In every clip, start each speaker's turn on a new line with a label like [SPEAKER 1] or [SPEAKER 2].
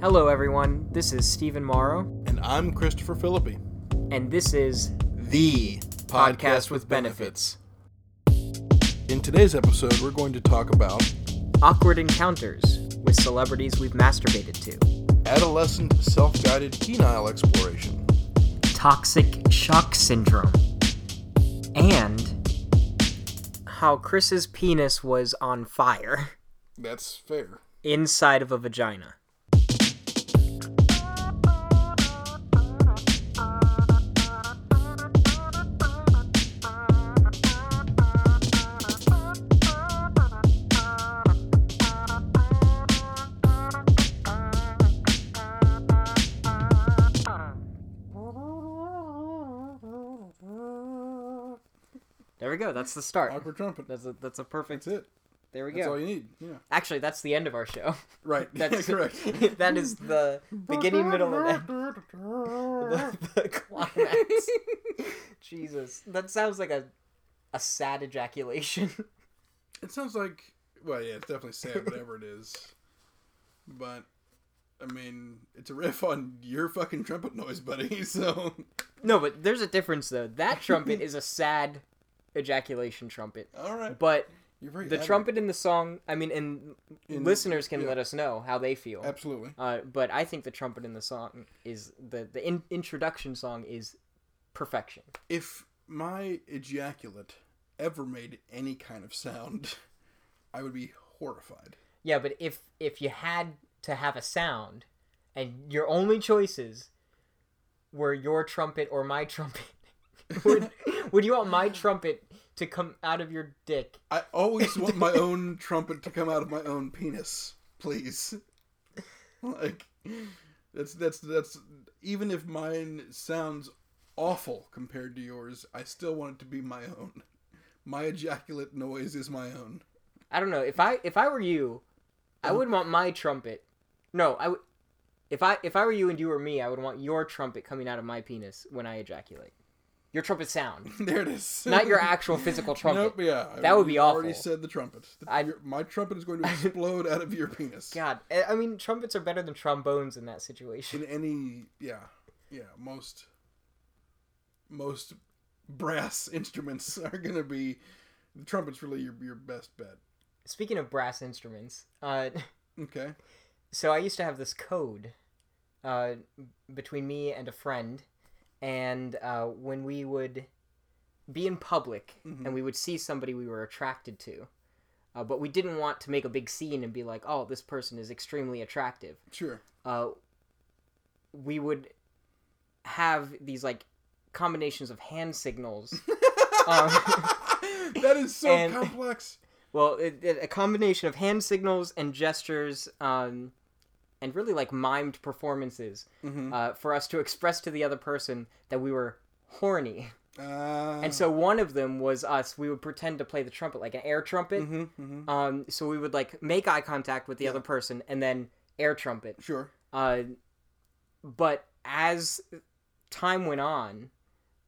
[SPEAKER 1] Hello, everyone. This is Stephen Morrow,
[SPEAKER 2] And I'm Christopher Philippi.
[SPEAKER 1] and this is
[SPEAKER 2] The
[SPEAKER 1] Podcast with Benefits
[SPEAKER 2] In today's episode, we're going to talk about
[SPEAKER 1] Awkward Encounters with Celebrities We've Masturbated to,
[SPEAKER 2] adolescent self guided penile exploration.
[SPEAKER 1] Toxic Shock Syndrome, and How Chris's Penis Was on Fire
[SPEAKER 2] That's fair.
[SPEAKER 1] Inside of a Vagina. There we go. That's the start.
[SPEAKER 2] Awkward trumpet. That's
[SPEAKER 1] That's a, that's a perfect.
[SPEAKER 2] it.
[SPEAKER 1] There we
[SPEAKER 2] That's all
[SPEAKER 1] go.
[SPEAKER 2] you need. Yeah.
[SPEAKER 1] Actually, that's the end of our show.
[SPEAKER 2] Right.
[SPEAKER 1] That's
[SPEAKER 2] correct.
[SPEAKER 1] that is the beginning, middle, and end. The, the climax. Jesus, that sounds like a a sad ejaculation.
[SPEAKER 2] It sounds like, well, yeah, it's definitely sad, whatever it is. But, I mean, it's a riff on your fucking trumpet noise, buddy, so.
[SPEAKER 1] no, but there's a difference though. That trumpet is a sad ejaculation trumpet,
[SPEAKER 2] Alright.
[SPEAKER 1] but
[SPEAKER 2] You're very
[SPEAKER 1] the
[SPEAKER 2] adamant.
[SPEAKER 1] trumpet in the song. I mean, and
[SPEAKER 2] In-
[SPEAKER 1] listeners can
[SPEAKER 2] yeah.
[SPEAKER 1] let us know how they feel.
[SPEAKER 2] Absolutely.
[SPEAKER 1] Uh, but I think the trumpet in the song is the the in- introduction song is perfection.
[SPEAKER 2] If my ejaculate ever made any kind of sound, I would be horrified.
[SPEAKER 1] Yeah, but if if you had to have a sound, and your only choices were your trumpet or my trumpet, would would you want my trumpet to come out of your dick?
[SPEAKER 2] I always want my own trumpet to come out of my own penis, please. Like that's that's that's even if mine sounds awful compared to yours, I still want it to be my own. My ejaculate noise is my own.
[SPEAKER 1] I don't know. If I if I were you, I would want my trumpet. No, I would. If I if I were you and you were me, I would want your trumpet coming out of my penis when I ejaculate. Your trumpet sound,
[SPEAKER 2] There it is.
[SPEAKER 1] not your actual physical trumpet.
[SPEAKER 2] Nope, yeah.
[SPEAKER 1] That would be
[SPEAKER 2] You already
[SPEAKER 1] awful.
[SPEAKER 2] said the trumpet. The-
[SPEAKER 1] I-
[SPEAKER 2] your- my trumpet is going to explode out of your penis.
[SPEAKER 1] God, I- I mean trumpets are better than trombones in that situation.
[SPEAKER 2] in any yeah yeah most most brass instruments are gonna be the trumpet's really your, your best bet
[SPEAKER 1] Speaking of brass instruments, uh,
[SPEAKER 2] okay
[SPEAKER 1] so I used to have this code uh, between me and a friend, and uh, when we would be in public and we would see somebody we were attracted to, uh, but we didn't want to make a big scene and be like, "Oh, this person is extremely attractive."
[SPEAKER 2] sure
[SPEAKER 1] Uh, we would have these like combinations of hand signals. um,
[SPEAKER 2] that is so
[SPEAKER 1] And-
[SPEAKER 2] complex
[SPEAKER 1] Well, it, it, a combination of hand signals and gestures, um, and really like mimed performances uh, for us to express to the other person that we were horny.
[SPEAKER 2] uh,
[SPEAKER 1] And so one of them was us. We would pretend to play the trumpet, like an air trumpet.
[SPEAKER 2] Mm-hmm.
[SPEAKER 1] Um, so we would like make eye contact with the other person and then air trumpet.
[SPEAKER 2] sure
[SPEAKER 1] Uh, but as time went on,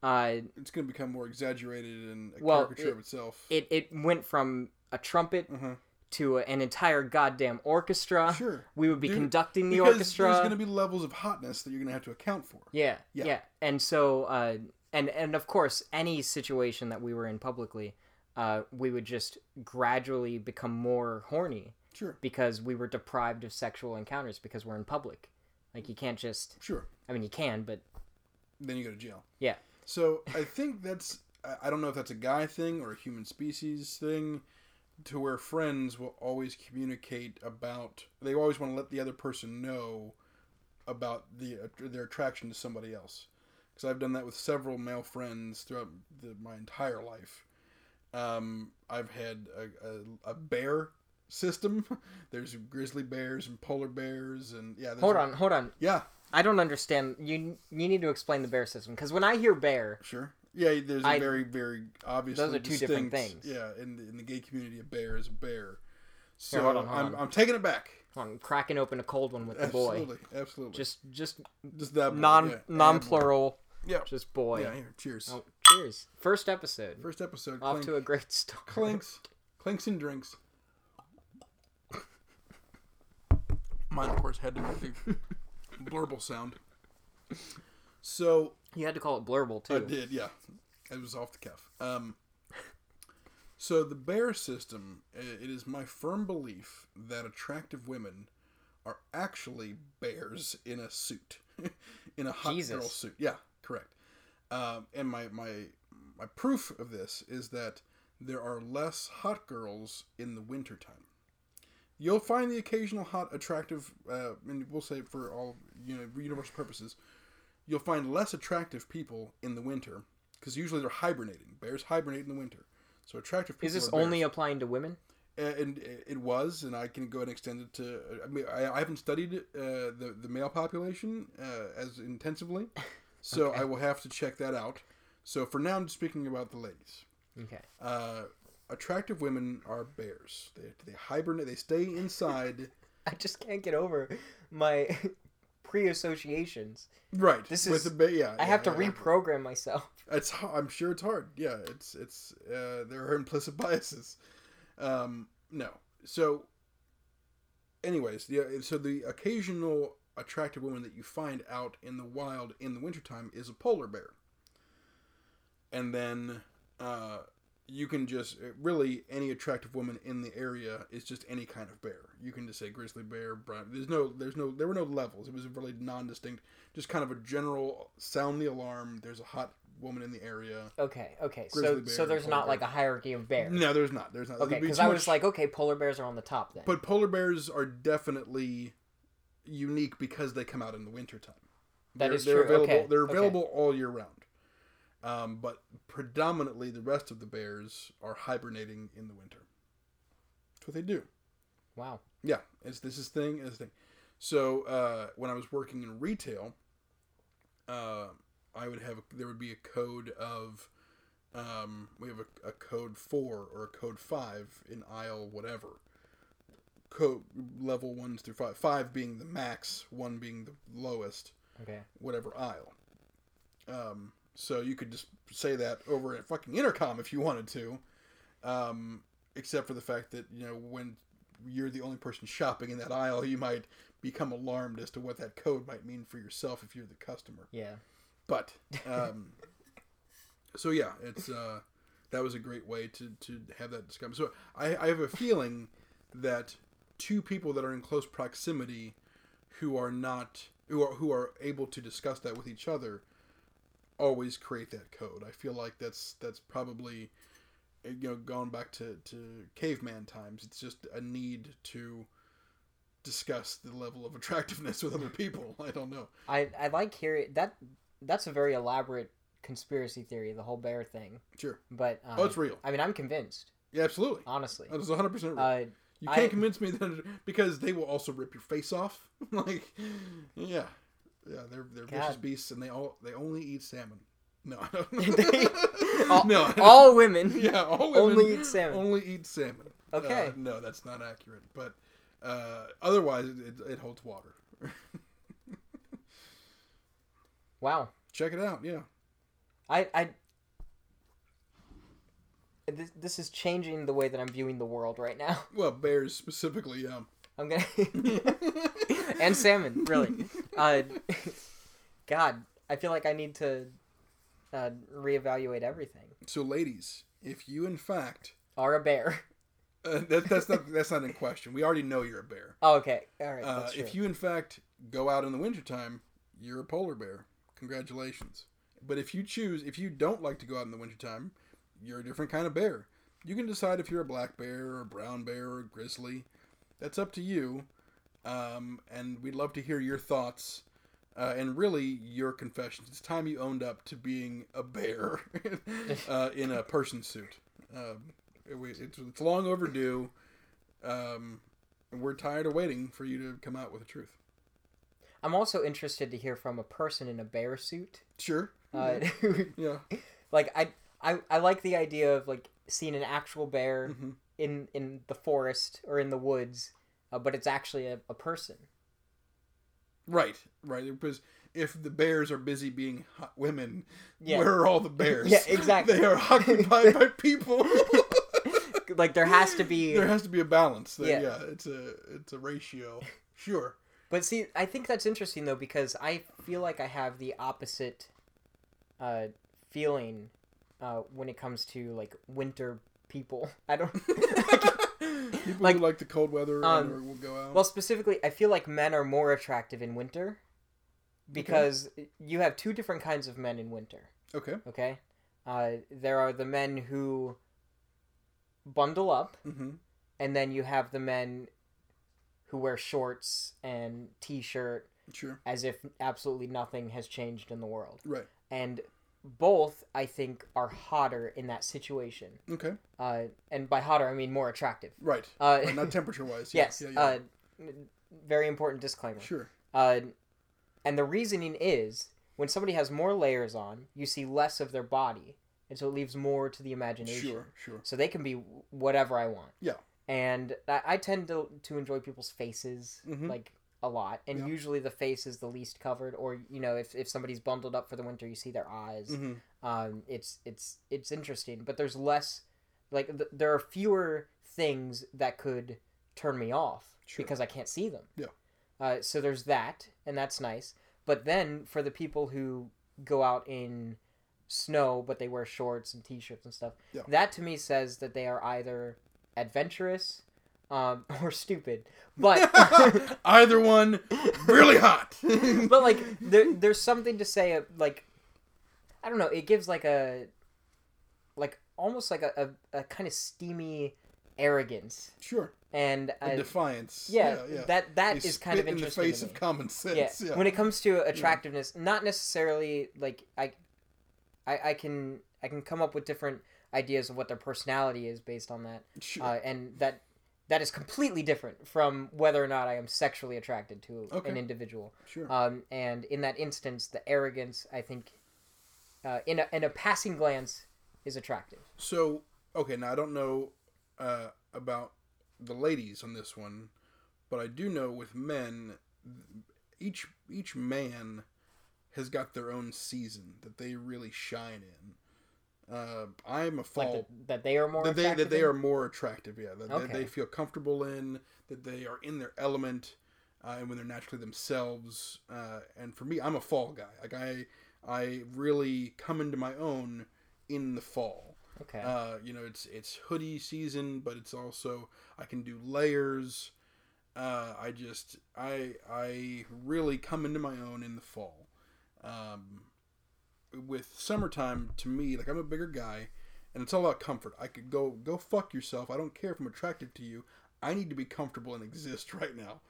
[SPEAKER 1] uh,
[SPEAKER 2] it's gonna become more exaggerated and a
[SPEAKER 1] Well,
[SPEAKER 2] caricature
[SPEAKER 1] it-
[SPEAKER 2] of itself
[SPEAKER 1] it it went from a trumpet
[SPEAKER 2] Mhm.
[SPEAKER 1] to an entire goddamn orchestra.
[SPEAKER 2] Sure.
[SPEAKER 1] we would be
[SPEAKER 2] Dude,
[SPEAKER 1] conducting uh, the
[SPEAKER 2] Because
[SPEAKER 1] orchestra.
[SPEAKER 2] there's gonna be levels of hotness that you're gonna have to account for
[SPEAKER 1] yeah, yeah,
[SPEAKER 2] Yeah.
[SPEAKER 1] and so uh, and and of course, any situation that we were in publicly, uh, we would just gradually become more horny
[SPEAKER 2] sure
[SPEAKER 1] because we were deprived of sexual encounters because we're in public. Like you can't just.
[SPEAKER 2] sure
[SPEAKER 1] I mean, you can, but
[SPEAKER 2] then you go to jail
[SPEAKER 1] yeah,
[SPEAKER 2] So I think that's I- I don't know if that's a guy thing or a human species thing, to where friends will always communicate about they always want to let the other person know about the their attraction to somebody else. Because I've done that with several male friends throughout the, my entire life. Um, I've had a, a, a bear system. There's grizzly bears and polar bears and yeah. there's-
[SPEAKER 1] hold on, hold on.
[SPEAKER 2] Yeah,
[SPEAKER 1] I don't understand. You you need to explain the bear system because when I hear bear,
[SPEAKER 2] Sure. Yeah, there's a
[SPEAKER 1] I-
[SPEAKER 2] very, very obviously
[SPEAKER 1] Those are two different
[SPEAKER 2] distinct-
[SPEAKER 1] things.
[SPEAKER 2] Yeah, in the, in the gay community, a bear is a bear. So
[SPEAKER 1] hold on, hold
[SPEAKER 2] I'm,
[SPEAKER 1] on.
[SPEAKER 2] I'm taking it back.
[SPEAKER 1] I'm cracking open a cold one with the boy.
[SPEAKER 2] Absolutely, absolutely. Just,
[SPEAKER 1] Just just
[SPEAKER 2] that boy,
[SPEAKER 1] non
[SPEAKER 2] yeah.
[SPEAKER 1] non
[SPEAKER 2] And boy.
[SPEAKER 1] plural.
[SPEAKER 2] Yeah,
[SPEAKER 1] Just boy.
[SPEAKER 2] yeah. Here, cheers.
[SPEAKER 1] Oh, cheers. First episode.
[SPEAKER 2] First episode.
[SPEAKER 1] Off
[SPEAKER 2] clink,
[SPEAKER 1] to a great start.
[SPEAKER 2] clinks, clinks and drinks. Mine, of course, had to make the blurble sound. So
[SPEAKER 1] You had to call it blurble too.
[SPEAKER 2] I did, yeah. It was off the cuff. Um, so the bear system, i- it is my firm belief that attractive women are actually bears in a suit, in a hot girl
[SPEAKER 1] Jesus.
[SPEAKER 2] suit. Yeah, correct. Um, and my my my proof of this is that there are less hot girls in the wintertime. You'll find the occasional hot, attractive, uh, and we'll say for all you know universal purposes, you'll find less attractive people in the winter because usually they're hibernating. Bears hibernate in the winter, so attractive people.
[SPEAKER 1] Is this
[SPEAKER 2] are bears.
[SPEAKER 1] only applying to women?
[SPEAKER 2] A- and uh, it it was, and I can go and extend it to. I mean, I, I haven't studied uh, the the male population uh, as intensively, so I will have to check that out. So for now, I'm just speaking about the ladies.
[SPEAKER 1] Okay.
[SPEAKER 2] Uh, attractive women are bears. They, they hibernate. They stay inside.
[SPEAKER 1] I just can't get over my pre-associations.
[SPEAKER 2] right.
[SPEAKER 1] This
[SPEAKER 2] with
[SPEAKER 1] is-
[SPEAKER 2] the ba- yeah.
[SPEAKER 1] I have to
[SPEAKER 2] yeah, yeah.
[SPEAKER 1] reprogram myself.
[SPEAKER 2] It's h- I'm sure it's hard. Yeah, it's it's uh, there are implicit biases. Um, no, so anyways, yeah. So the occasional attractive woman that you find out in the wild in the wintertime is a polar bear, and then uh, you can just uh, really any attractive woman in the area is just any kind of bear. You can just say grizzly bear. Brown. There's no there's no there were no levels. It was really non-distinct just kind of a general sound the alarm. There's a hot woman in the area.
[SPEAKER 1] Okay, okay.
[SPEAKER 2] Grizzly
[SPEAKER 1] So
[SPEAKER 2] bear,
[SPEAKER 1] so there's
[SPEAKER 2] polar
[SPEAKER 1] not like a hierarchy of bears.
[SPEAKER 2] No, there's not. There's not.
[SPEAKER 1] Okay,
[SPEAKER 2] It'd be
[SPEAKER 1] because
[SPEAKER 2] too
[SPEAKER 1] I
[SPEAKER 2] much-
[SPEAKER 1] was like, okay, polar bears are on the top then.
[SPEAKER 2] but polar bears are definitely unique because they come out in the wintertime.
[SPEAKER 1] That
[SPEAKER 2] they're,
[SPEAKER 1] is
[SPEAKER 2] they're
[SPEAKER 1] true.
[SPEAKER 2] Available,
[SPEAKER 1] Okay,
[SPEAKER 2] They're
[SPEAKER 1] okay.
[SPEAKER 2] available all year round. Um, but predominantly, the rest of the bears are hibernating in the winter. That's what they do.
[SPEAKER 1] Wow.
[SPEAKER 2] Yeah, it's this is thing is thing. So uh, when I was working in retail, uh, I would have there would be a code of um, we have a, a code four or a code five in aisle whatever. Code level ones through five, five being the max, one being the lowest
[SPEAKER 1] Okay.
[SPEAKER 2] whatever aisle. Um, so you could just say that over at fucking intercom if you wanted to, um, except for the fact that you know when you're the only person shopping in that aisle, you might become alarmed as to what that code might mean for yourself if you're the customer.
[SPEAKER 1] Yeah.
[SPEAKER 2] But um, so yeah, it's uh, that was a great way to to have that discussion. So I, I have a feeling that two people that are in close proximity, who are not who are who are able to discuss that with each other, always create that code. I feel like that's that's probably you know going back to to caveman times. It's just a need to discuss the level of attractiveness with other people. I don't know.
[SPEAKER 1] I I like hearing that. That's a very elaborate conspiracy theory, the whole bear thing.
[SPEAKER 2] Sure.
[SPEAKER 1] But um,
[SPEAKER 2] Oh, it's Oh, real.
[SPEAKER 1] I mean, I'm convinced,
[SPEAKER 2] Yeah, absolutely.
[SPEAKER 1] honestly.
[SPEAKER 2] That is 100% real.
[SPEAKER 1] Uh,
[SPEAKER 2] You can't
[SPEAKER 1] I-
[SPEAKER 2] convince me that because they will also rip your face off. like, yeah, yeah, they're they're vicious
[SPEAKER 1] God.
[SPEAKER 2] beasts, and they all they only eat salmon. No, I
[SPEAKER 1] They-
[SPEAKER 2] don't.
[SPEAKER 1] all,
[SPEAKER 2] no, I don't-
[SPEAKER 1] all women.
[SPEAKER 2] yeah, all women
[SPEAKER 1] only eat salmon.
[SPEAKER 2] Only eat salmon.
[SPEAKER 1] Okay.
[SPEAKER 2] Uh, no, that's not accurate, but uh, otherwise it, it, it holds water.
[SPEAKER 1] Wow.
[SPEAKER 2] Check it out. Yeah,
[SPEAKER 1] I I. This, this is changing the way that I'm viewing the world right now.
[SPEAKER 2] well, bears specifically. Um,
[SPEAKER 1] I'm gonna and salmon, really. Uh, God, I feel like I need to uh, reevaluate everything.
[SPEAKER 2] so, ladies, if you in fact
[SPEAKER 1] Are a bear?
[SPEAKER 2] uh, that, that's not that's not in question. We already know you're a bear.
[SPEAKER 1] Oh, okay, all right.
[SPEAKER 2] Uh,
[SPEAKER 1] that's true.
[SPEAKER 2] if you, in fact, go out in the wintertime, you're a polar bear. Congratulations. But if you choose, if you don't like to go out in the wintertime, you're a different kind of bear. You can decide if you're a black bear or a brown bear or a grizzly. That's up to you. Um, and we'd love to hear your thoughts uh, and really your confessions. It's time you owned up to being a bear uh, in a person suit. Um, it- we- it's, it's long overdue. Um, and we're tired of waiting for you to come out with the truth.
[SPEAKER 1] I'm also interested to hear from a person in a bear suit.
[SPEAKER 2] Sure.
[SPEAKER 1] Uh,
[SPEAKER 2] yeah.
[SPEAKER 1] like I, I, I like the idea of like seeing an actual bear
[SPEAKER 2] Mhm.
[SPEAKER 1] in in the forest or in the woods, uh, but it's actually a, a person.
[SPEAKER 2] Right. Right. Because if the bears are busy being hot women,
[SPEAKER 1] Yeah.
[SPEAKER 2] where are all the bears?
[SPEAKER 1] Yeah, exactly.
[SPEAKER 2] They are occupied by people.
[SPEAKER 1] Like there has to be
[SPEAKER 2] there has to be a balance. There. Yeah.
[SPEAKER 1] Yeah.
[SPEAKER 2] It's a it's a ratio. Sure.
[SPEAKER 1] But see, I think that's interesting though because I feel like I have the opposite uh, feeling uh, when it comes to like winter people. I don't.
[SPEAKER 2] People
[SPEAKER 1] Like-
[SPEAKER 2] who like the cold weather
[SPEAKER 1] Um,
[SPEAKER 2] and will go out.
[SPEAKER 1] well, specifically, I feel like men are more attractive in winter because you have two different kinds of men in winter.
[SPEAKER 2] okay.
[SPEAKER 1] Okay, uh, there are the men who bundle up,
[SPEAKER 2] Mm-hmm.
[SPEAKER 1] and then you have the men who wear shorts and t-shirt
[SPEAKER 2] Sure.
[SPEAKER 1] as if absolutely nothing has changed in the world.
[SPEAKER 2] Right.
[SPEAKER 1] And both, I think, are hotter in that situation.
[SPEAKER 2] Okay.
[SPEAKER 1] Uh, and by hotter, I mean more attractive.
[SPEAKER 2] Right.
[SPEAKER 1] Uh,
[SPEAKER 2] Right, Not temperature wise.
[SPEAKER 1] yes.
[SPEAKER 2] Yeah, yeah.
[SPEAKER 1] Uh, n- very important disclaimer.
[SPEAKER 2] sure.
[SPEAKER 1] Uh, and the reasoning is when somebody has more layers on, you see less of their body, and so it leaves more to the imagination.
[SPEAKER 2] Sure. Sure.
[SPEAKER 1] So they can be whatever I want.
[SPEAKER 2] Yeah.
[SPEAKER 1] And I, I tend to to enjoy people's faces
[SPEAKER 2] Mhm.
[SPEAKER 1] like a lot, and
[SPEAKER 2] Yeah.
[SPEAKER 1] usually the face is the least covered. Or you know, if, if somebody's bundled up for the winter, you see their eyes.
[SPEAKER 2] Mm-hmm.
[SPEAKER 1] Um, it's it's it's interesting, but there's less, like th- there are fewer things that could turn me off
[SPEAKER 2] Sure.
[SPEAKER 1] because I can't see them.
[SPEAKER 2] Yeah.
[SPEAKER 1] Uh, so there's that, and that's nice. But then for the people who go out in snow, but they wear shorts and t-shirts and stuff,
[SPEAKER 2] Yeah.
[SPEAKER 1] that to me says that they are either adventurous um, or stupid. But
[SPEAKER 2] Either one, really hot.
[SPEAKER 1] but like there, there's something to say uh, like i don't know it gives like a like almost like a, a, a kind of steamy arrogance
[SPEAKER 2] sure.
[SPEAKER 1] and
[SPEAKER 2] A
[SPEAKER 1] uh,
[SPEAKER 2] defiance.
[SPEAKER 1] yeah,
[SPEAKER 2] Yeah. yeah.
[SPEAKER 1] that that
[SPEAKER 2] They
[SPEAKER 1] is kind of
[SPEAKER 2] spit in the
[SPEAKER 1] interesting to
[SPEAKER 2] face
[SPEAKER 1] me.
[SPEAKER 2] of common
[SPEAKER 1] yeah.
[SPEAKER 2] sense. Yeah.
[SPEAKER 1] when it comes to attractiveness not necessarily like I, I i can i can come up with different ideas of what their personality is based on that
[SPEAKER 2] Sure.
[SPEAKER 1] uh, and that that is completely different from whether or not i am sexually attracted to
[SPEAKER 2] Okay.
[SPEAKER 1] an individual
[SPEAKER 2] sure.
[SPEAKER 1] um, and in that instance, the arrogance, I think, uh, in, a, in a passing glance, is attractive.
[SPEAKER 2] So okay, now I don't know uh, about the ladies on this one, but I do know with men, each each man has got their own season that they really shine in. Uh, I'm a fall
[SPEAKER 1] Like that that they are more.
[SPEAKER 2] that they that
[SPEAKER 1] attractive
[SPEAKER 2] they
[SPEAKER 1] in?
[SPEAKER 2] are more attractive. Yeah, that that
[SPEAKER 1] Okay.
[SPEAKER 2] they feel comfortable in, that they are in their element, uh, and when they're naturally themselves. Uh, and for me, I'm a fall guy. Like I I really come into my own in the fall.
[SPEAKER 1] Okay.
[SPEAKER 2] Uh, you know, it's it's hoodie season, but it's also I can do layers. Uh, I just I I really come into my own in the fall. Um, with summertime, to me, like I'm a bigger guy, and it's all about comfort. I could go go fuck yourself. I don't care if I'm attracted to you. I need to be comfortable and exist right now.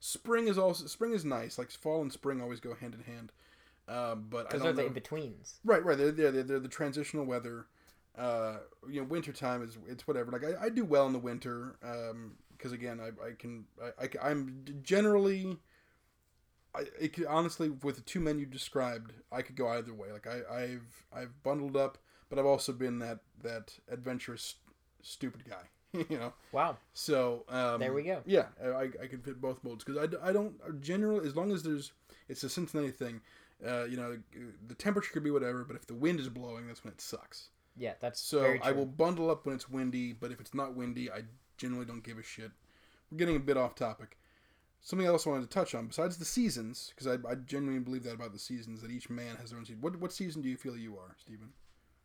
[SPEAKER 2] Spring is also spring is nice. Like fall and spring always go hand in hand. Uh, but I
[SPEAKER 1] Those
[SPEAKER 2] don't
[SPEAKER 1] are the
[SPEAKER 2] know.
[SPEAKER 1] in betweens.
[SPEAKER 2] Right, right. They're, they're, they're, they're the transitional weather. Uh, you know, wintertime is it's whatever. Like I, I do well in the winter. Um, because again, I, I can I, I am generally. I it could, honestly with the two men you described, I could go either way. Like I I've I've bundled up, but I've also been that that adventurous stupid guy. you know.
[SPEAKER 1] Wow.
[SPEAKER 2] So um,
[SPEAKER 1] There we go.
[SPEAKER 2] Yeah, I, I can fit both molds because I, d- I don't I generally as long as there's it's a Cincinnati thing. Uh, you know, the temperature could be whatever, but if the wind is blowing, that's when it sucks.
[SPEAKER 1] Yeah, that's
[SPEAKER 2] So
[SPEAKER 1] very true.
[SPEAKER 2] I will bundle up when it's windy, but if it's not windy, I generally don't give a shit. We're getting a bit off topic. Something else I wanted to touch on besides the seasons, because I, I genuinely believe that about the seasons that each man has their own season. What what season do you feel you are, Stephen?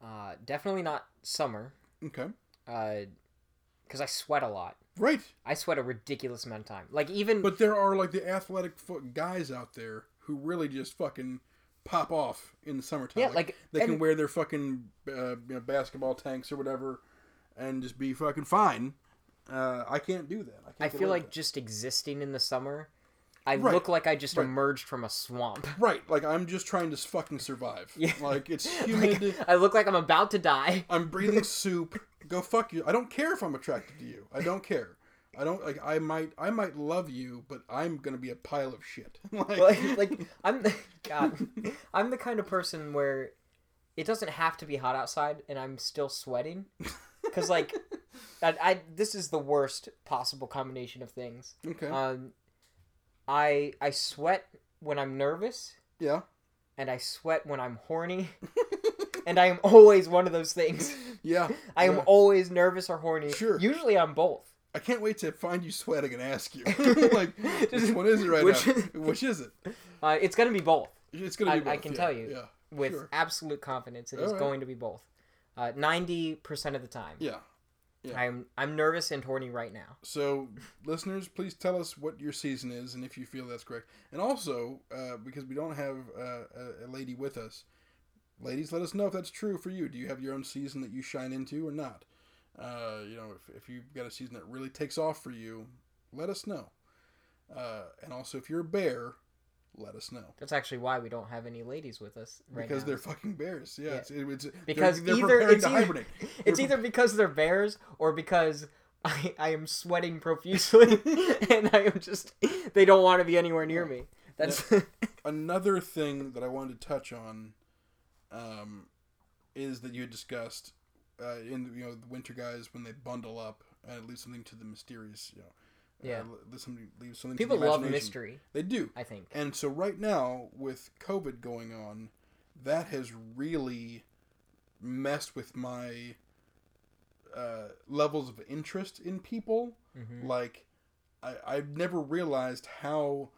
[SPEAKER 1] Uh, definitely not summer,
[SPEAKER 2] Okay,
[SPEAKER 1] because I sweat a lot.
[SPEAKER 2] right.
[SPEAKER 1] I sweat a ridiculous amount of time. Like even
[SPEAKER 2] But there are like the athletic fo- guys out there who really just fucking pop off in the summertime.
[SPEAKER 1] Yeah, like,
[SPEAKER 2] they can
[SPEAKER 1] and-
[SPEAKER 2] wear their fucking uh, you know, basketball tanks or whatever, and just be fucking fine. Uh, I can't do that. I, can't
[SPEAKER 1] I
[SPEAKER 2] get
[SPEAKER 1] feel
[SPEAKER 2] away
[SPEAKER 1] like
[SPEAKER 2] with
[SPEAKER 1] just existing in the summer, I
[SPEAKER 2] Right.
[SPEAKER 1] look like I just
[SPEAKER 2] Right.
[SPEAKER 1] emerged from a swamp.
[SPEAKER 2] that. right, like I'm just trying to fucking survive.
[SPEAKER 1] Yeah.
[SPEAKER 2] like it's
[SPEAKER 1] like,
[SPEAKER 2] humid.
[SPEAKER 1] I look like I'm about to die.
[SPEAKER 2] I'm breathing soup. Go fuck you. I don't care if I'm attracted to you. I don't care. I don't like. I might. I might love you, but I'm gonna be a pile of shit.
[SPEAKER 1] like, like I'm the God, I'm the kind of person where it doesn't have to be hot outside and I'm still sweating because like I, I this is the worst possible combination of things.
[SPEAKER 2] okay.
[SPEAKER 1] Um, I I sweat when I'm nervous
[SPEAKER 2] yeah.
[SPEAKER 1] and I sweat when I'm horny. And I am always one of those things.
[SPEAKER 2] Yeah.
[SPEAKER 1] I am
[SPEAKER 2] yeah.
[SPEAKER 1] always nervous or horny.
[SPEAKER 2] Sure.
[SPEAKER 1] Usually I'm both.
[SPEAKER 2] I can't wait to find you sweating and ask you. like, which one is it right
[SPEAKER 1] Which-
[SPEAKER 2] now? Which is it?
[SPEAKER 1] Uh, it's going to be both
[SPEAKER 2] It's gonna be.
[SPEAKER 1] I- I
[SPEAKER 2] both,
[SPEAKER 1] can
[SPEAKER 2] yeah,
[SPEAKER 1] tell you.
[SPEAKER 2] Yeah.
[SPEAKER 1] with
[SPEAKER 2] Sure.
[SPEAKER 1] absolute confidence. It is
[SPEAKER 2] Alright.
[SPEAKER 1] going to be both. Uh, 90% of the time.
[SPEAKER 2] Yeah. yeah.
[SPEAKER 1] I'm I'm nervous and horny right now.
[SPEAKER 2] So, listeners, please tell us what your season is and if you feel that's correct. And also, uh, because we don't have uh, a, a lady with us, ladies, let us know if that's true for you. Do you have your own season that you shine into or not? Uh, you know, if, if you've got a season that really takes off for you, let us know. Uh, and also, if you're a bear, let us know.
[SPEAKER 1] That's actually why we don't have any ladies with us right
[SPEAKER 2] because
[SPEAKER 1] now.
[SPEAKER 2] they're fucking bears. Yeah,
[SPEAKER 1] Yeah.
[SPEAKER 2] It's, it- it's,
[SPEAKER 1] Because
[SPEAKER 2] they're, they're
[SPEAKER 1] either-
[SPEAKER 2] preparing
[SPEAKER 1] it's
[SPEAKER 2] to
[SPEAKER 1] either-
[SPEAKER 2] hibernate.
[SPEAKER 1] It's either because they're bears or because I, I am sweating profusely and I am just they don't want to be anywhere near me. That's
[SPEAKER 2] another thing that I wanted to touch on um, is that you had discussed uh, in you know the winter guys when they bundle up and it leaves something to the mysterious. You know,
[SPEAKER 1] Yeah.
[SPEAKER 2] uh, leaves something, leaves something
[SPEAKER 1] people
[SPEAKER 2] to the
[SPEAKER 1] love
[SPEAKER 2] imagination.
[SPEAKER 1] mystery,
[SPEAKER 2] They do,
[SPEAKER 1] I think.
[SPEAKER 2] and so right now with COVID going on, that has really messed with my uh, levels of interest in people
[SPEAKER 1] hmm
[SPEAKER 2] Mm-hmm. like I, i've never realized how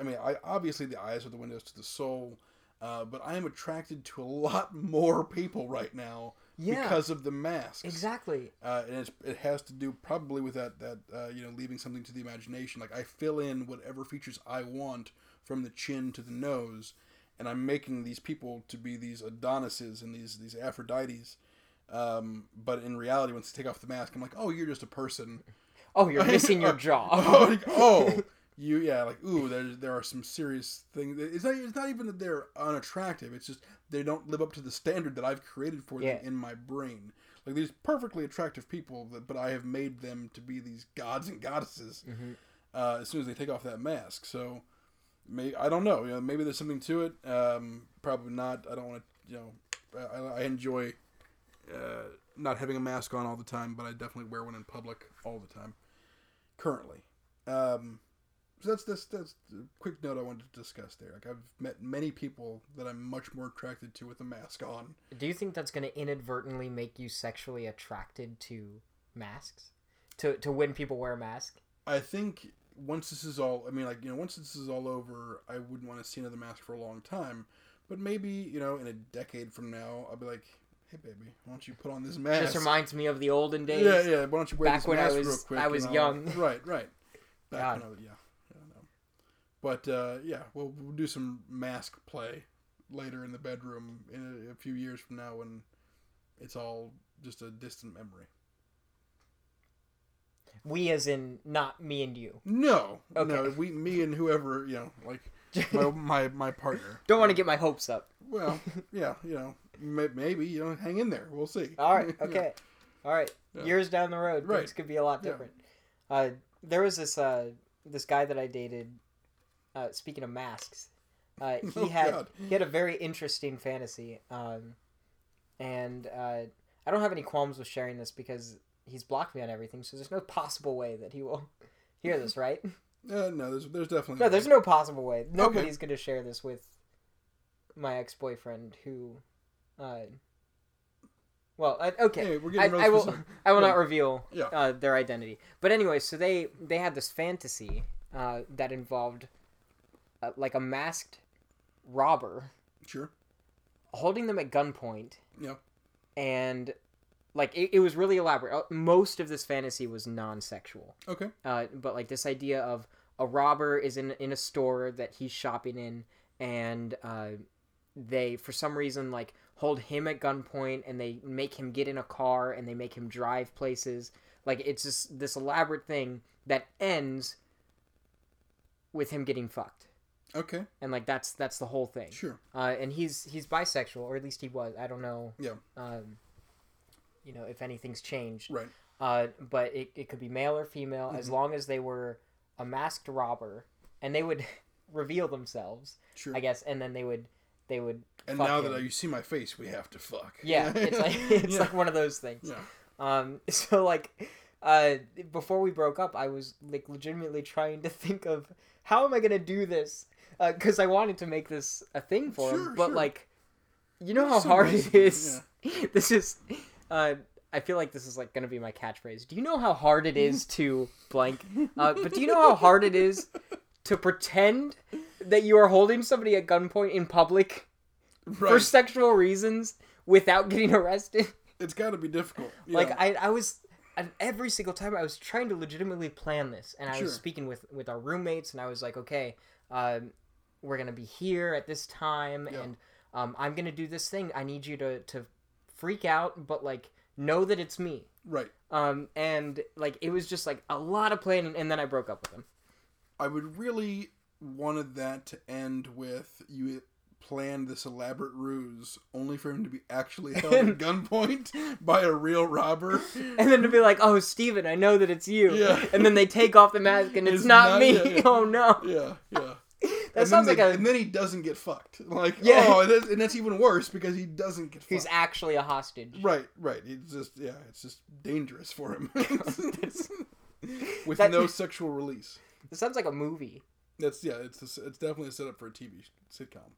[SPEAKER 2] i mean i obviously the eyes are the windows to the soul uh, but i am attracted to a lot more people right now
[SPEAKER 1] Yeah.
[SPEAKER 2] because of the masks
[SPEAKER 1] exactly.
[SPEAKER 2] uh, and it's, it has to do probably with that that uh, you know leaving something to the imagination like i fill in whatever features i want from the chin to the nose and i'm making these people to be these adonises and these these aphrodites um, but in reality once they take off the mask i'm like oh you're just a person
[SPEAKER 1] Oh, you're missing your
[SPEAKER 2] oh,
[SPEAKER 1] jaw.
[SPEAKER 2] like, oh, you yeah, like ooh, there there are some serious things. It's not it's not even that they're unattractive. It's just they don't live up to the standard that I've created for them
[SPEAKER 1] Yeah.
[SPEAKER 2] in my brain. Like these perfectly attractive people, that, but I have made them to be these gods and goddesses
[SPEAKER 1] Mhm.
[SPEAKER 2] uh, as soon as they take off that mask. So, may I don't know. You know, maybe there's something to it. Um, probably not. I don't want to. You know, I- I, I enjoy uh, not having a mask on all the time, but I definitely wear one in public all the time currently. Um, so that's that's that's a quick note I wanted to discuss there. Like I've met many people that I'm much more attracted to with a mask on.
[SPEAKER 1] Do you think that's going to inadvertently make you sexually attracted to masks? To to when people wear a mask?
[SPEAKER 2] I think once this is all, I mean, like you know, once this is all over, I wouldn't want to see another mask for a long time. But maybe you know, in a decade from now, I'll be like, hey baby, why don't you put on this mask?
[SPEAKER 1] This reminds me of the olden days.
[SPEAKER 2] yeah, yeah. Why don't you wear
[SPEAKER 1] back
[SPEAKER 2] this
[SPEAKER 1] when I
[SPEAKER 2] mask
[SPEAKER 1] was-
[SPEAKER 2] real quick?
[SPEAKER 1] I
[SPEAKER 2] and
[SPEAKER 1] was
[SPEAKER 2] I'll-"
[SPEAKER 1] young.
[SPEAKER 2] Right, right. Back
[SPEAKER 1] God.
[SPEAKER 2] when I was, yeah, yeah, I know. But uh, yeah, we'll, we'll do some mask play later in the bedroom in a, a few years from now when it's all just a distant memory.
[SPEAKER 1] We as in not me and you.
[SPEAKER 2] No, no,
[SPEAKER 1] Okay.
[SPEAKER 2] we, me, and whoever you know, like my my, my partner.
[SPEAKER 1] Don't want to get my hopes up.
[SPEAKER 2] Well, yeah, you know, may, maybe you know, hang in there. We'll see.
[SPEAKER 1] All right.
[SPEAKER 2] Yeah.
[SPEAKER 1] Okay. All right.
[SPEAKER 2] Yeah.
[SPEAKER 1] Years down the road,
[SPEAKER 2] Right.
[SPEAKER 1] things could be a lot
[SPEAKER 2] Yeah.
[SPEAKER 1] different. Uh, there was this uh, this guy that I dated. Uh, speaking of masks, uh, he
[SPEAKER 2] Oh,
[SPEAKER 1] had
[SPEAKER 2] God.
[SPEAKER 1] he had a very interesting fantasy, um, and uh, I don't have any qualms with sharing this because he's blocked me on everything. So there's no possible way that he will hear this, right?
[SPEAKER 2] Uh, no, there's there's definitely
[SPEAKER 1] No, there's no possible way. Nobody's going to share this with my ex boyfriend who. Uh, well, I, okay.
[SPEAKER 2] Anyway, we're
[SPEAKER 1] I,
[SPEAKER 2] getting
[SPEAKER 1] I
[SPEAKER 2] really
[SPEAKER 1] will.
[SPEAKER 2] specific.
[SPEAKER 1] I will
[SPEAKER 2] Yeah.
[SPEAKER 1] not reveal
[SPEAKER 2] Yeah.
[SPEAKER 1] uh, their identity. But anyway, so they they had this fantasy uh, that involved uh, like a masked robber
[SPEAKER 2] Sure.
[SPEAKER 1] holding them at gunpoint.
[SPEAKER 2] Yeah.
[SPEAKER 1] And like it, it was really elaborate. Uh, Most of this fantasy was non-sexual
[SPEAKER 2] Okay.
[SPEAKER 1] uh, but like this idea of a robber is in in a store that he's shopping in, and uh, they for some reason like hold him at gunpoint, and they make him get in a car, and they make him drive places. Like it's just this elaborate thing that ends with him getting fucked,
[SPEAKER 2] Okay.
[SPEAKER 1] and like that's that's the whole thing.
[SPEAKER 2] Sure.
[SPEAKER 1] Uh, and he's he's bisexual, or at least he was. I don't know.
[SPEAKER 2] Yeah.
[SPEAKER 1] Um, you know if anything's changed
[SPEAKER 2] Right.
[SPEAKER 1] uh, but it, it could be male or female as long as they were a masked robber and they would reveal themselves
[SPEAKER 2] Sure.
[SPEAKER 1] i guess and then they would they would
[SPEAKER 2] And
[SPEAKER 1] fuck
[SPEAKER 2] now
[SPEAKER 1] him.
[SPEAKER 2] that you see my face, we have to fuck.
[SPEAKER 1] yeah it's like it's
[SPEAKER 2] yeah.
[SPEAKER 1] like one of those things
[SPEAKER 2] Yeah.
[SPEAKER 1] um so like uh before we broke up i was like legitimately trying to think of how am i gonna do this because i wanted to make this a thing for
[SPEAKER 2] Sure,
[SPEAKER 1] him but
[SPEAKER 2] sure.
[SPEAKER 1] like you know
[SPEAKER 2] There's
[SPEAKER 1] how
[SPEAKER 2] some
[SPEAKER 1] hard
[SPEAKER 2] ways
[SPEAKER 1] it
[SPEAKER 2] to do it,
[SPEAKER 1] is this is uh I feel like this is like gonna be my catchphrase. Do you know how hard it is to blank? Uh, but do you know how hard it is to pretend that you are holding somebody at gunpoint in public for
[SPEAKER 2] Right.
[SPEAKER 1] sexual reasons without getting arrested?
[SPEAKER 2] It's got to be difficult.
[SPEAKER 1] Like
[SPEAKER 2] Yeah.
[SPEAKER 1] I, I was and every single time I was trying to legitimately plan this, and I
[SPEAKER 2] Sure.
[SPEAKER 1] was speaking with with our roommates, and I was like, okay, um, we're gonna be here at this time,
[SPEAKER 2] Yeah.
[SPEAKER 1] and um, I'm gonna do this thing. I need you to to freak out, but like know that it's me.
[SPEAKER 2] right.
[SPEAKER 1] Um, and like it was just like a lot of planning, and then I broke up with him.
[SPEAKER 2] I would really wanted that to end with you planned this elaborate ruse only for him to be actually held at gunpoint by a real robber.
[SPEAKER 1] And then to be like, oh, Steven, I know that it's you.
[SPEAKER 2] Yeah.
[SPEAKER 1] And then they take off the mask, and it's,
[SPEAKER 2] It's
[SPEAKER 1] not,
[SPEAKER 2] not-
[SPEAKER 1] me.
[SPEAKER 2] yeah, yeah.
[SPEAKER 1] Oh no,
[SPEAKER 2] Yeah, yeah.
[SPEAKER 1] that
[SPEAKER 2] and
[SPEAKER 1] sounds like
[SPEAKER 2] then they-
[SPEAKER 1] a
[SPEAKER 2] And then he doesn't get fucked. Like,
[SPEAKER 1] Yeah.
[SPEAKER 2] oh, and that's, and that's even worse because he doesn't get
[SPEAKER 1] who's
[SPEAKER 2] fucked.
[SPEAKER 1] actually a hostage.
[SPEAKER 2] Right, right. It's just yeah, it's just dangerous for him. With
[SPEAKER 1] That-
[SPEAKER 2] no sexual release.
[SPEAKER 1] It sounds like a movie.
[SPEAKER 2] That's yeah. It's a, it's definitely a setup for a TV sitcom.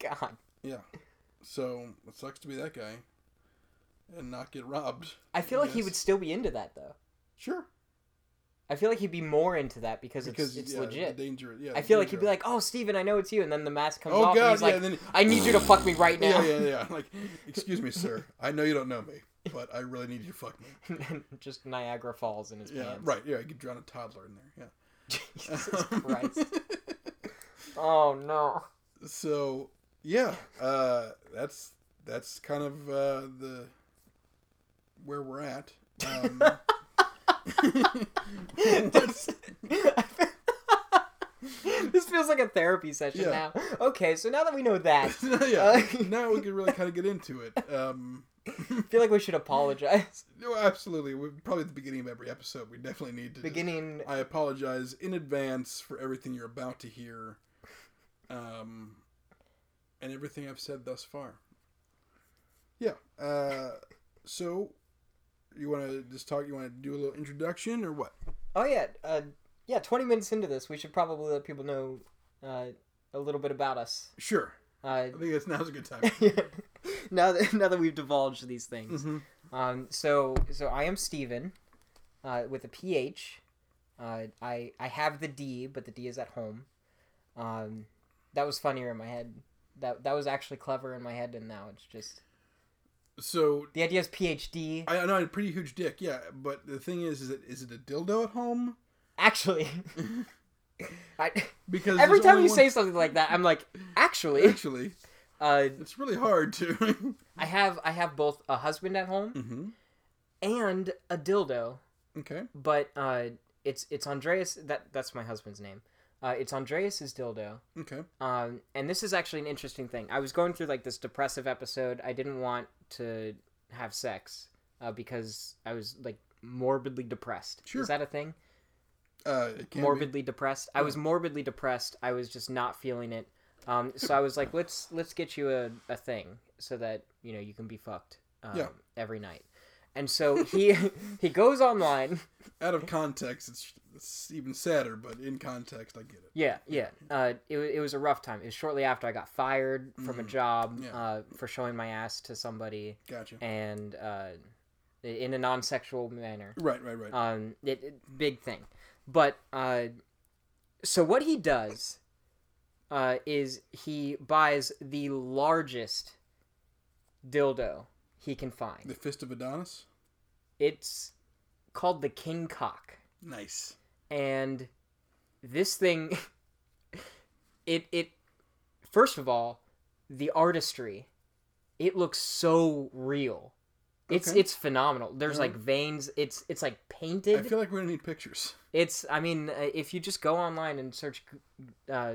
[SPEAKER 1] God.
[SPEAKER 2] Yeah. So it sucks to be that guy, and not get robbed.
[SPEAKER 1] I feel like he
[SPEAKER 2] guess.
[SPEAKER 1] would still be into that though.
[SPEAKER 2] Sure.
[SPEAKER 1] I feel like he'd be more into that because,
[SPEAKER 2] Because
[SPEAKER 1] it's, it's
[SPEAKER 2] yeah,
[SPEAKER 1] legit.
[SPEAKER 2] The danger. Yeah.
[SPEAKER 1] I
[SPEAKER 2] the
[SPEAKER 1] feel like he'd be
[SPEAKER 2] danger.
[SPEAKER 1] like, "Oh, Steven, I know it's you," and then the mask comes
[SPEAKER 2] Oh
[SPEAKER 1] off, and
[SPEAKER 2] god,
[SPEAKER 1] he's
[SPEAKER 2] yeah.
[SPEAKER 1] like,
[SPEAKER 2] and then
[SPEAKER 1] "I need you to fuck me right now."
[SPEAKER 2] yeah, yeah, yeah. Like, excuse me, sir. I know you don't know me, but I really need you to fuck me.
[SPEAKER 1] and then just Niagara falls in his
[SPEAKER 2] Yeah.
[SPEAKER 1] pants.
[SPEAKER 2] Right. Yeah. I could drown a toddler in there. Yeah.
[SPEAKER 1] Jesus Christ. Oh no.
[SPEAKER 2] so yeah, uh, that's that's kind of uh, the where we're at. Um,
[SPEAKER 1] this, This feels like a therapy session
[SPEAKER 2] Yeah.
[SPEAKER 1] now. Okay, so now that we know that,
[SPEAKER 2] yeah,
[SPEAKER 1] Uh,
[SPEAKER 2] now we can really kind of get into it. Um,
[SPEAKER 1] I feel like we should apologize.
[SPEAKER 2] no, absolutely. We, probably at the beginning of every episode, we definitely need to. just-
[SPEAKER 1] Beginning
[SPEAKER 2] I apologize in advance for everything you're about to hear, um, and everything I've said thus far. Yeah. Uh, so, you want to just talk? You want to do a little introduction or what?
[SPEAKER 1] Oh yeah, uh, yeah. Twenty minutes into this, we should probably let people know uh, a little bit about us.
[SPEAKER 2] Sure.
[SPEAKER 1] Uh,
[SPEAKER 2] I think that's now's a good time.
[SPEAKER 1] now that now that we've divulged these things,
[SPEAKER 2] Mhm.
[SPEAKER 1] um, so so I am Steven, uh, with a PH. Uh, I I have the D, but the D is at home. Um, that was funnier in my head. That that was actually clever in my head, and now it's just
[SPEAKER 2] So.
[SPEAKER 1] the idea is PhD.
[SPEAKER 2] I I know I had a pretty huge dick, yeah, but the thing is, is it is it a dildo at home?
[SPEAKER 1] Actually, I,
[SPEAKER 2] Because
[SPEAKER 1] every
[SPEAKER 2] there's
[SPEAKER 1] time
[SPEAKER 2] only
[SPEAKER 1] you
[SPEAKER 2] one-
[SPEAKER 1] say something like that, I'm like, actually,
[SPEAKER 2] actually,
[SPEAKER 1] uh,
[SPEAKER 2] it's really hard to.
[SPEAKER 1] I have I have both a husband at home
[SPEAKER 2] mm-hmm.
[SPEAKER 1] and a dildo,
[SPEAKER 2] Okay.
[SPEAKER 1] but uh, it's it's Andreas that that's my husband's name. Uh, it's Andreas's dildo.
[SPEAKER 2] Okay.
[SPEAKER 1] Um, and this is actually an interesting thing. I was going through like this depressive episode. I didn't want to have sex uh, because I was like morbidly depressed.
[SPEAKER 2] Sure.
[SPEAKER 1] Is that a thing?
[SPEAKER 2] Uh, it can be.
[SPEAKER 1] morbidly depressed. I was morbidly depressed. I was just not feeling it. Um, so I was like, let's let's get you a, a thing so that you know you can be fucked um,
[SPEAKER 2] Yeah.
[SPEAKER 1] every night. And so he he goes online.
[SPEAKER 2] out of context, it's, it's even sadder. But in context, I get it.
[SPEAKER 1] Yeah, yeah. Uh, it, wa- it was a rough time. It was shortly after I got fired from a job
[SPEAKER 2] Mm-hmm. Yeah.
[SPEAKER 1] uh, for showing my ass to somebody
[SPEAKER 2] Gotcha.
[SPEAKER 1] and uh, in a non-sexual manner.
[SPEAKER 2] Right, right, right.
[SPEAKER 1] um it, it- big thing but uh so what he does uh is he buys the largest dildo he can find
[SPEAKER 2] the fist of Adonis.
[SPEAKER 1] it's called the king cock
[SPEAKER 2] Nice.
[SPEAKER 1] and this thing it it first of all the artistry it looks so real it's
[SPEAKER 2] Okay.
[SPEAKER 1] it's phenomenal there's
[SPEAKER 2] Alright.
[SPEAKER 1] like veins it's it's like
[SPEAKER 2] I
[SPEAKER 1] painted
[SPEAKER 2] feel like we're gonna need pictures.
[SPEAKER 1] It's. I mean, uh, if you just go online and search uh,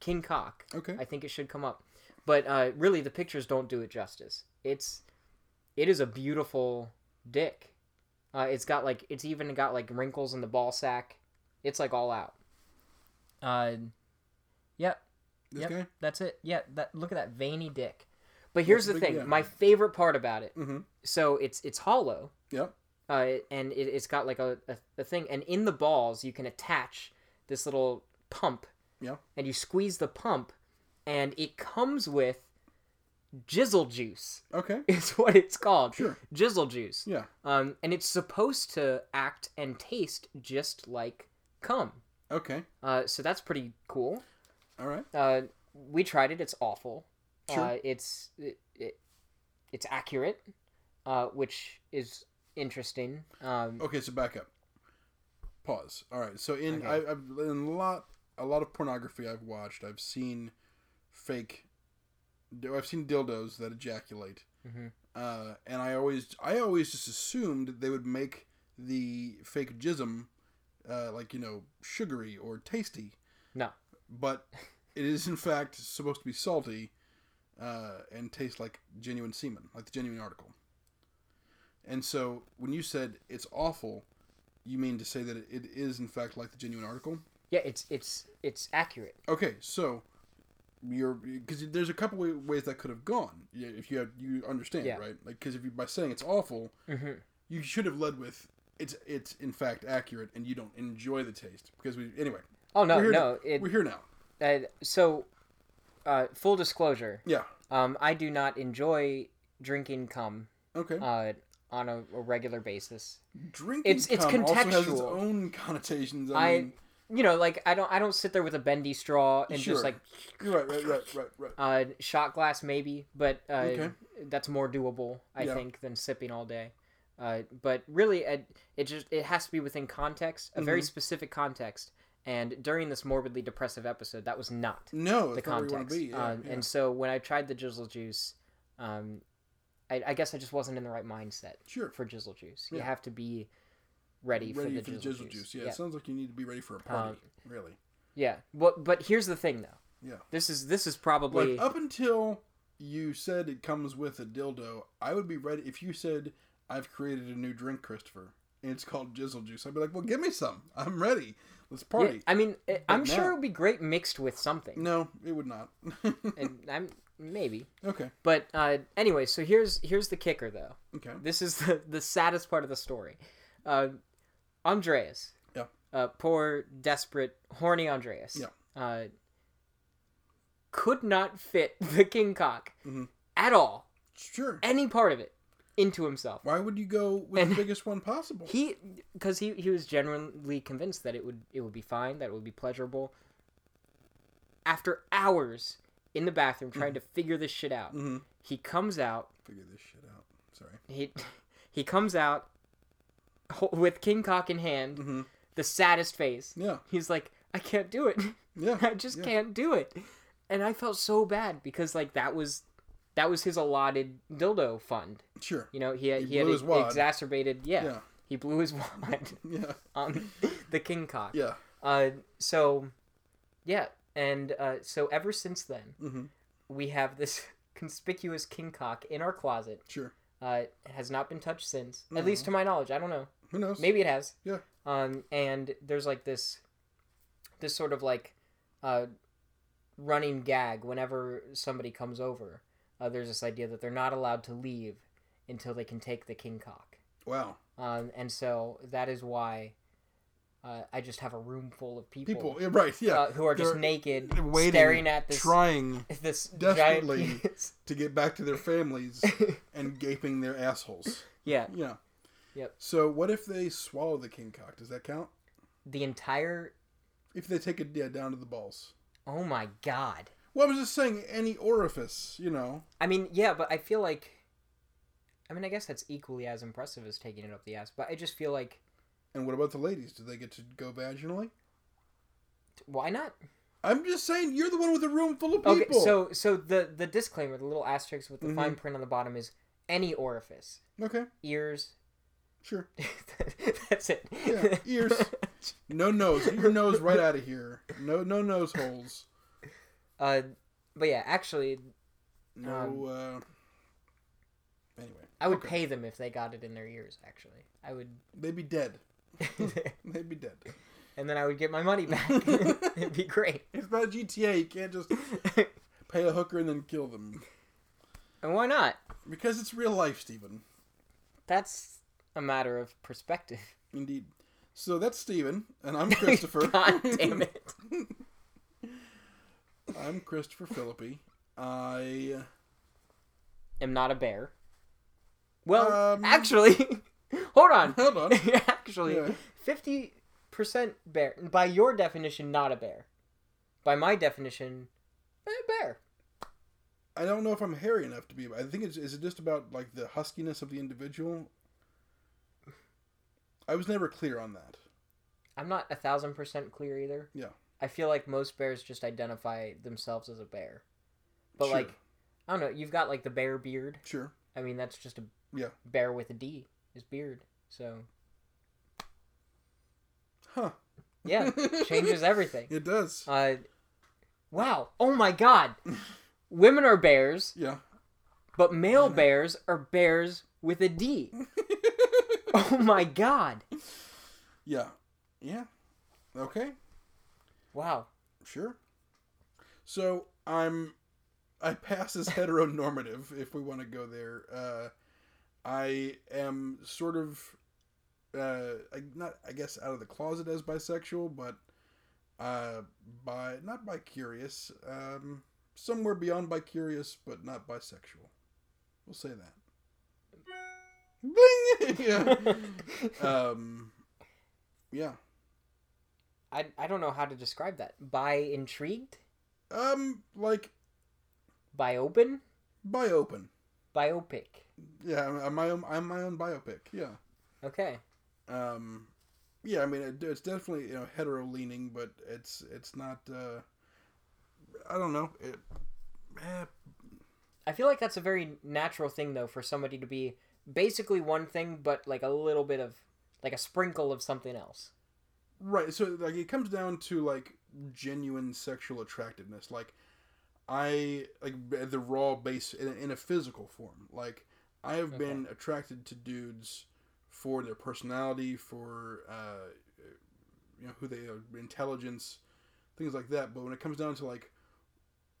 [SPEAKER 1] King Cock,
[SPEAKER 2] Okay.
[SPEAKER 1] I think it should come up. But uh, really, the pictures don't do it justice. It's. It is a beautiful dick. Uh, it's got like it's even got like wrinkles in the ball sack. It's like all out. Uh, yep,
[SPEAKER 2] This
[SPEAKER 1] yep,
[SPEAKER 2] guy.
[SPEAKER 1] that's it. Yeah, that look at that veiny dick. But here's the
[SPEAKER 2] big-
[SPEAKER 1] thing.
[SPEAKER 2] yeah.
[SPEAKER 1] My favorite part about it.
[SPEAKER 2] Mm-hmm.
[SPEAKER 1] So it's it's hollow
[SPEAKER 2] Yep.
[SPEAKER 1] uh, and it, it's got like a, a, a thing and in the balls you can attach this little pump
[SPEAKER 2] Yeah.
[SPEAKER 1] and you squeeze the pump and it comes with jizzle juice
[SPEAKER 2] Okay.
[SPEAKER 1] is what it's called.
[SPEAKER 2] Sure.
[SPEAKER 1] Jizzle juice.
[SPEAKER 2] Yeah.
[SPEAKER 1] Um, and it's supposed to act and taste just like cum.
[SPEAKER 2] Okay.
[SPEAKER 1] Uh, so that's pretty cool.
[SPEAKER 2] All right.
[SPEAKER 1] Uh, we tried it. It's awful.
[SPEAKER 2] Sure.
[SPEAKER 1] Uh, it's it, it, it's accurate, uh, which is interesting. Um,
[SPEAKER 2] Okay. So back up. Pause. All right. So in
[SPEAKER 1] Okay.
[SPEAKER 2] I, I've in a lot a lot of pornography I've watched, I've seen fake. I've seen dildos that ejaculate.
[SPEAKER 1] mhm.
[SPEAKER 2] uh, and I always I always just assumed they would make the fake jism uh, like you know sugary or tasty.
[SPEAKER 1] No.
[SPEAKER 2] but it is in fact supposed to be salty uh, and taste like genuine semen, like the genuine article. And so when you said it's awful, you mean to say that it is in fact like the genuine article?
[SPEAKER 1] Yeah, it's it's it's accurate.
[SPEAKER 2] Okay, so you're because there's a couple wa- ways that could have gone. Yeah, if you have, you understand,
[SPEAKER 1] Yeah.
[SPEAKER 2] right? Like because if you by saying it's awful,
[SPEAKER 1] hmm
[SPEAKER 2] you should have led with it's it's in fact accurate and you don't enjoy the taste because we anyway
[SPEAKER 1] Oh no,
[SPEAKER 2] we're here
[SPEAKER 1] no.
[SPEAKER 2] now.
[SPEAKER 1] It,
[SPEAKER 2] we're here now
[SPEAKER 1] uh, so, uh, full disclosure.
[SPEAKER 2] yeah
[SPEAKER 1] Um, I do not enjoy drinking cum
[SPEAKER 2] okay
[SPEAKER 1] uh, on a, a regular basis.
[SPEAKER 2] drinking
[SPEAKER 1] it's- it's
[SPEAKER 2] cum also has its
[SPEAKER 1] contextual.
[SPEAKER 2] own connotations I,
[SPEAKER 1] I,
[SPEAKER 2] mean,
[SPEAKER 1] you know, like I don't I don't sit there with a bendy straw and
[SPEAKER 2] Sure.
[SPEAKER 1] just like
[SPEAKER 2] you're right right right right right
[SPEAKER 1] uh, shot glass maybe, but uh,
[SPEAKER 2] Okay.
[SPEAKER 1] that's more doable I
[SPEAKER 2] Yeah.
[SPEAKER 1] think than sipping all day. Uh, but really, it, it just it has to be within context, a
[SPEAKER 2] Mm-hmm.
[SPEAKER 1] very specific context. And during this morbidly depressive episode, that was not
[SPEAKER 2] no
[SPEAKER 1] the
[SPEAKER 2] that's not where you want
[SPEAKER 1] context.
[SPEAKER 2] to be yeah,
[SPEAKER 1] um,
[SPEAKER 2] yeah.
[SPEAKER 1] And so when I tried the Jizzle Juice, um, I, I guess I just wasn't in the right mindset
[SPEAKER 2] sure
[SPEAKER 1] for Jizzle Juice. You
[SPEAKER 2] Yeah.
[SPEAKER 1] have to be ready, for
[SPEAKER 2] ready
[SPEAKER 1] the Jizzle,
[SPEAKER 2] jizzle
[SPEAKER 1] juice.
[SPEAKER 2] juice yeah,
[SPEAKER 1] yeah. Uh,
[SPEAKER 2] it sounds like you need to be ready for a party really
[SPEAKER 1] Yeah. But but here's the thing though.
[SPEAKER 2] Yeah.
[SPEAKER 1] This is this is probably
[SPEAKER 2] like up until you said it comes with a dildo i would be ready if you said i've created a new drink christopher and it's called jizzle juice i'd be like well give me some i'm ready let's
[SPEAKER 1] Yeah,
[SPEAKER 2] party
[SPEAKER 1] I mean, it, I'm
[SPEAKER 2] But
[SPEAKER 1] sure
[SPEAKER 2] now-
[SPEAKER 1] it would be great mixed with something.
[SPEAKER 2] No, it would not.
[SPEAKER 1] And I'm maybe.
[SPEAKER 2] okay,
[SPEAKER 1] But uh, anyway, so here's here's the kicker though.
[SPEAKER 2] okay.
[SPEAKER 1] This is the, the saddest part of the story. Uh, Andreas.
[SPEAKER 2] Yeah.
[SPEAKER 1] Uh, poor, desperate, horny Andreas.
[SPEAKER 2] Yeah.
[SPEAKER 1] Uh, could not fit the king cock
[SPEAKER 2] Mhm.
[SPEAKER 1] at all,
[SPEAKER 2] Sure.
[SPEAKER 1] any part of it, into himself.
[SPEAKER 2] Why would you go with
[SPEAKER 1] And-
[SPEAKER 2] the biggest one possible?
[SPEAKER 1] He, because he, he was genuinely convinced that it would it would be fine, that it would be pleasurable. After hours in the bathroom trying
[SPEAKER 2] Mm-hmm.
[SPEAKER 1] to figure this shit out,
[SPEAKER 2] Mhm.
[SPEAKER 1] he comes out.
[SPEAKER 2] Figure this shit out. Sorry.
[SPEAKER 1] He he comes out ho- with king cock in hand,
[SPEAKER 2] Mhm.
[SPEAKER 1] the saddest face.
[SPEAKER 2] Yeah.
[SPEAKER 1] He's like, I can't do it.
[SPEAKER 2] Yeah.
[SPEAKER 1] I just
[SPEAKER 2] yeah.
[SPEAKER 1] can't do it. And I felt so bad because like that was that was his allotted dildo fund.
[SPEAKER 2] Sure.
[SPEAKER 1] You know, he had,
[SPEAKER 2] He
[SPEAKER 1] he, had e-
[SPEAKER 2] blew his wad.
[SPEAKER 1] exacerbated. Yeah,
[SPEAKER 2] Yeah.
[SPEAKER 1] he blew his wad.
[SPEAKER 2] Yeah.
[SPEAKER 1] um, the king cock.
[SPEAKER 2] Yeah.
[SPEAKER 1] Uh, so, yeah, and uh, so ever since then,
[SPEAKER 2] Mhm.
[SPEAKER 1] we have this conspicuous king cock in our closet.
[SPEAKER 2] Sure.
[SPEAKER 1] Uh, it has not been touched since, at least
[SPEAKER 2] Mm-hmm.
[SPEAKER 1] to my knowledge. I don't know.
[SPEAKER 2] Who knows?
[SPEAKER 1] Maybe it has.
[SPEAKER 2] Yeah.
[SPEAKER 1] Um, and there's like this, this sort of like, uh, running gag whenever somebody comes over. Uh, there's this idea that they're not allowed to leave until they can take the king cock.
[SPEAKER 2] Wow.
[SPEAKER 1] Um, and so that is why uh, I just have a room full of people,
[SPEAKER 2] People. Yeah, right. Yeah.
[SPEAKER 1] uh, who are just
[SPEAKER 2] They're
[SPEAKER 1] naked,
[SPEAKER 2] waiting,
[SPEAKER 1] staring at this
[SPEAKER 2] trying
[SPEAKER 1] this
[SPEAKER 2] desperately.
[SPEAKER 1] giant penis.
[SPEAKER 2] to get back to their families and gaping their assholes.
[SPEAKER 1] yeah,
[SPEAKER 2] Yeah.
[SPEAKER 1] Yep.
[SPEAKER 2] So what if they swallow the king cock? Does that count?
[SPEAKER 1] the entire.
[SPEAKER 2] If they take it yeah, down to the balls.
[SPEAKER 1] Oh my god!
[SPEAKER 2] Well, I was just saying any orifice, you know.
[SPEAKER 1] I mean, yeah, but I feel like. I mean, I guess that's equally as impressive as taking it up the ass, but I just feel like
[SPEAKER 2] And what about the ladies? Do they get to go vaginally?
[SPEAKER 1] why not?
[SPEAKER 2] I'm just saying you're the one with a room full of people. Mm-hmm.
[SPEAKER 1] Okay, so so the the disclaimer, the little asterisk with the fine print on the bottom is any orifice,
[SPEAKER 2] Okay,
[SPEAKER 1] ears.
[SPEAKER 2] sure.
[SPEAKER 1] that's it.
[SPEAKER 2] Yeah, ears. No nose. Get your nose right out of here. No, no nose holes.
[SPEAKER 1] Uh, but yeah, actually,
[SPEAKER 2] No. uh Anyway,
[SPEAKER 1] I would
[SPEAKER 2] Okay.
[SPEAKER 1] pay them if they got it in their ears. Actually, I would,
[SPEAKER 2] they'd be dead. They'd be dead.
[SPEAKER 1] and then I would get my money back. It'd be great.
[SPEAKER 2] It's not GTA. You can't just
[SPEAKER 1] and
[SPEAKER 2] pay a hooker and then kill them
[SPEAKER 1] why not?
[SPEAKER 2] because it's real life, Stephen.
[SPEAKER 1] That's a matter of perspective.
[SPEAKER 2] Indeed. So that's Steven, and I'm Christopher.
[SPEAKER 1] God damn it!
[SPEAKER 2] I'm Christopher Philippi. I
[SPEAKER 1] am not a bear. Well,
[SPEAKER 2] Um,
[SPEAKER 1] actually, hold on.
[SPEAKER 2] Hold on. Yeah.
[SPEAKER 1] actually, fifty percent bear. By your definition, not a bear. By my definition, a bear.
[SPEAKER 2] I don't know if I'm hairy enough to be. I think it's is it just about like the huskiness of the individual. I was never clear on that.
[SPEAKER 1] I'm not a thousand percent clear either.
[SPEAKER 2] Yeah.
[SPEAKER 1] I feel like most bears just identify themselves as a bear. But
[SPEAKER 2] Sure.
[SPEAKER 1] like, I don't know. You've got like the bear beard.
[SPEAKER 2] Sure.
[SPEAKER 1] I mean, that's just a
[SPEAKER 2] Yeah.
[SPEAKER 1] bear with a D is beard. So
[SPEAKER 2] Huh.
[SPEAKER 1] yeah, changes everything.
[SPEAKER 2] It does.
[SPEAKER 1] Uh, wow. Oh my God. Women are bears,
[SPEAKER 2] Yeah.
[SPEAKER 1] but male bears are bears with a D. Oh my God.
[SPEAKER 2] yeah. Yeah. Okay.
[SPEAKER 1] Wow.
[SPEAKER 2] Sure. So I'm I pass as heteronormative if we want to go there. Uh, I am sort of uh, I, not I guess out of the closet as bisexual, but uh, by not by curious, um, somewhere beyond by curious, but not bisexual. We'll say that. Bing! yeah. Um, yeah.
[SPEAKER 1] I, I don't know how to describe that. By intrigued?
[SPEAKER 2] Um, like
[SPEAKER 1] By open?
[SPEAKER 2] by open.
[SPEAKER 1] Biopic.
[SPEAKER 2] Yeah, I'm, I'm my own. I'm my own biopic. Yeah.
[SPEAKER 1] Okay.
[SPEAKER 2] Um, yeah. I mean, it, it's definitely you know hetero leaning, but it's it's not. Uh, I don't know. It, eh,
[SPEAKER 1] I feel like that's a very natural thing though for somebody to be basically one thing but like a little bit of like a sprinkle of something else.
[SPEAKER 2] right. So like, it comes down to like genuine sexual attractiveness. Like, I like b- the raw base in, in a physical form. Like, I have
[SPEAKER 1] Okay.
[SPEAKER 2] been attracted to dudes for their personality, for uh, you know who they are, intelligence, things like that. But when it comes down to like,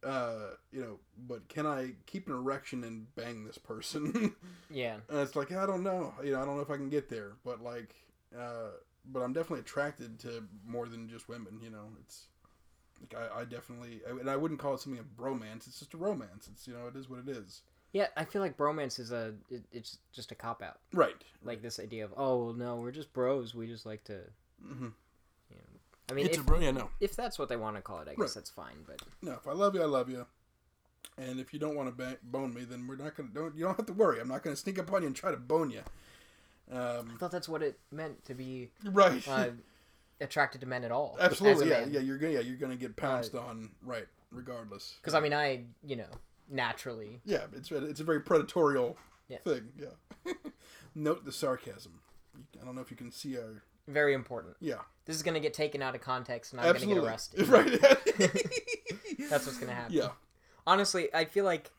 [SPEAKER 2] uh, you know, but can I keep an erection and bang this person?
[SPEAKER 1] Yeah.
[SPEAKER 2] and Uh, it's like I don't know, you know, I don't know if I can get there. But like, uh, but I'm definitely attracted to more than just women. You know, it's like I, I definitely, I, and I wouldn't call it something a bromance. It's just a romance. It's you know, it is what it is.
[SPEAKER 1] Yeah, I feel like bromance is a it, it's just a cop out.
[SPEAKER 2] Right.
[SPEAKER 1] Like this idea of oh well, no, we're just bros, we just like to
[SPEAKER 2] hmm
[SPEAKER 1] I mean
[SPEAKER 2] it's
[SPEAKER 1] if,
[SPEAKER 2] a bro. Yeah, no,
[SPEAKER 1] if that's what they want to call it, I guess
[SPEAKER 2] Right.
[SPEAKER 1] that's fine, but
[SPEAKER 2] no. If I love you, I love you. And if you don't want to ba- bone me, then we're not gonna. Don't you don't have to worry. I'm not gonna sneak up on you and try to bone you.
[SPEAKER 1] I
[SPEAKER 2] Um,
[SPEAKER 1] thought that's what it meant to be
[SPEAKER 2] right.
[SPEAKER 1] uh, attracted to men at all.
[SPEAKER 2] Absolutely. Yeah. Yeah. You're gonna. Yeah. You're gonna get pounced on. Right. Regardless.
[SPEAKER 1] Cuz I mean I, you know, naturally.
[SPEAKER 2] Yeah, it's it's a very predatorial
[SPEAKER 1] Yeah.
[SPEAKER 2] thing. Yeah. Note the sarcasm. I don't know if you can see our.
[SPEAKER 1] Very important.
[SPEAKER 2] Yeah,
[SPEAKER 1] This is going to get taken out of context and I'm going to
[SPEAKER 2] absolutely.
[SPEAKER 1] get arrested.
[SPEAKER 2] Right.
[SPEAKER 1] That's what's going to happen.
[SPEAKER 2] yeah.
[SPEAKER 1] honestly, I feel like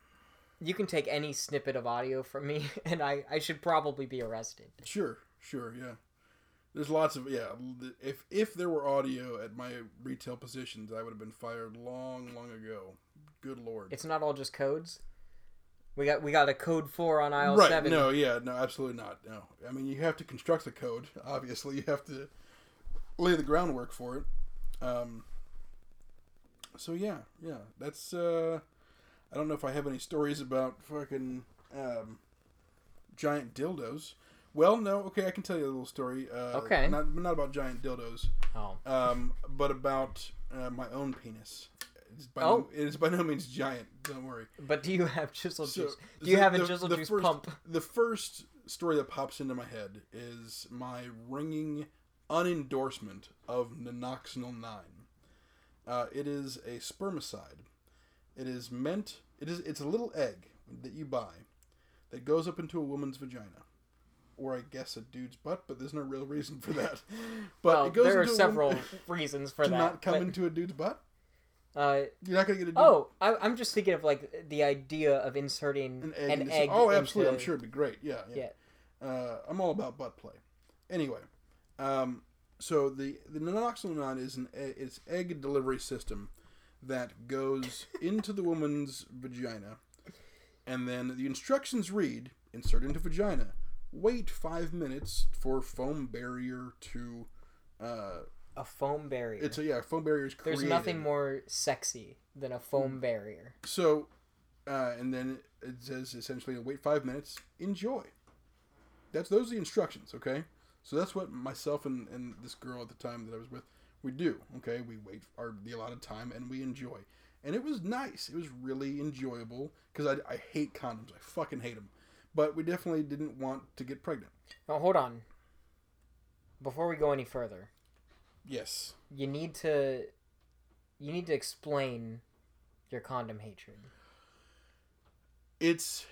[SPEAKER 1] you can take any snippet of audio from me, and I, I should probably be arrested.
[SPEAKER 2] Sure. Sure. Yeah. There's lots of yeah. If if there were audio at my retail positions, I would have been fired long, long ago. Good lord.
[SPEAKER 1] It's not all just codes. We got we got a code four on aisle
[SPEAKER 2] right.
[SPEAKER 1] seven.
[SPEAKER 2] No. Yeah. No. Absolutely not. No. I mean, you have to construct the code. Obviously, you have to lay the groundwork for it. Um, so yeah, yeah. That's. Uh, I don't know if I have any stories about fucking um, giant dildos. Well, no. Okay, I can tell you a little story. Uh,
[SPEAKER 1] Okay.
[SPEAKER 2] Not not about giant dildos,
[SPEAKER 1] Oh,
[SPEAKER 2] um, but about uh, my own penis. It's by
[SPEAKER 1] Oh.
[SPEAKER 2] no, it is by no means giant. Don't worry.
[SPEAKER 1] but do you have chisel
[SPEAKER 2] So,
[SPEAKER 1] juice? Do you
[SPEAKER 2] the-
[SPEAKER 1] have a
[SPEAKER 2] the-
[SPEAKER 1] chisel
[SPEAKER 2] the
[SPEAKER 1] juice
[SPEAKER 2] first-
[SPEAKER 1] pump?
[SPEAKER 2] The first story that pops into my head is my ringing unendorsement of Nanoxinol 9. Uh, it is a spermicide. It is meant, it is, it's a little egg that you buy that goes up into a woman's vagina. Or I guess a dude's butt, but there's no real reason for that. But
[SPEAKER 1] Well,
[SPEAKER 2] it goes
[SPEAKER 1] there are
[SPEAKER 2] into a
[SPEAKER 1] several
[SPEAKER 2] woman-
[SPEAKER 1] reasons for
[SPEAKER 2] to
[SPEAKER 1] that.
[SPEAKER 2] not come
[SPEAKER 1] but,
[SPEAKER 2] into a dude's butt.
[SPEAKER 1] uh,
[SPEAKER 2] You're not gonna get a dude
[SPEAKER 1] oh, I, I'm just thinking of like the idea of inserting
[SPEAKER 2] an egg. into-
[SPEAKER 1] into,
[SPEAKER 2] oh, absolutely. I'm sure it'd be great. Yeah. Yeah.
[SPEAKER 1] Yeah.
[SPEAKER 2] Uh, I'm all about butt play. Anyway, um, so the the naloxone is an e- it's egg delivery system that goes into the woman's vagina, and then the instructions read: insert into vagina, wait five minutes for foam barrier to. Uh,
[SPEAKER 1] a foam barrier.
[SPEAKER 2] it's a yeah, foam barrier is
[SPEAKER 1] There's
[SPEAKER 2] created. Hmm.
[SPEAKER 1] nothing more sexy than a foam barrier.
[SPEAKER 2] So, uh, and then it says essentially wait five minutes, enjoy. That's those are the instructions, okay? So that's what myself and, and this girl at the time that I was with, we do, okay? We wait our the allotted time and we enjoy, and it was nice. It was really enjoyable because I, I hate condoms. I fucking hate them, but we definitely didn't want to get pregnant.
[SPEAKER 1] Now hold on. Before we go any further,
[SPEAKER 2] Yes.
[SPEAKER 1] you need to you need to explain your condom hatred.
[SPEAKER 2] it's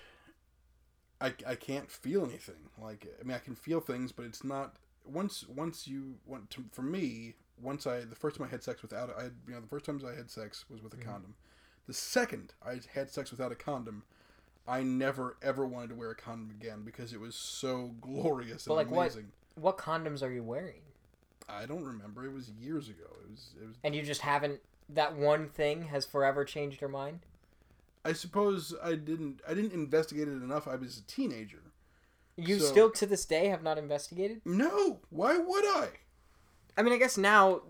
[SPEAKER 2] I, I can't feel anything like i mean i can feel things but it's not once once you want to for me once i the first time i had sex without i you know the first times i had sex was with a
[SPEAKER 1] Mhm.
[SPEAKER 2] condom the second i had sex without a condom i never ever wanted to wear a condom again because it was so glorious and
[SPEAKER 1] But, like, what-
[SPEAKER 2] amazing
[SPEAKER 1] What condoms are you wearing?
[SPEAKER 2] i don't remember it was years ago it was it was
[SPEAKER 1] And you just haven't that one thing has forever changed your mind?
[SPEAKER 2] i suppose i didn't i didn't investigate it enough i was a teenager
[SPEAKER 1] You
[SPEAKER 2] So-
[SPEAKER 1] still to this day have not investigated?
[SPEAKER 2] no why would i
[SPEAKER 1] I mean, I guess now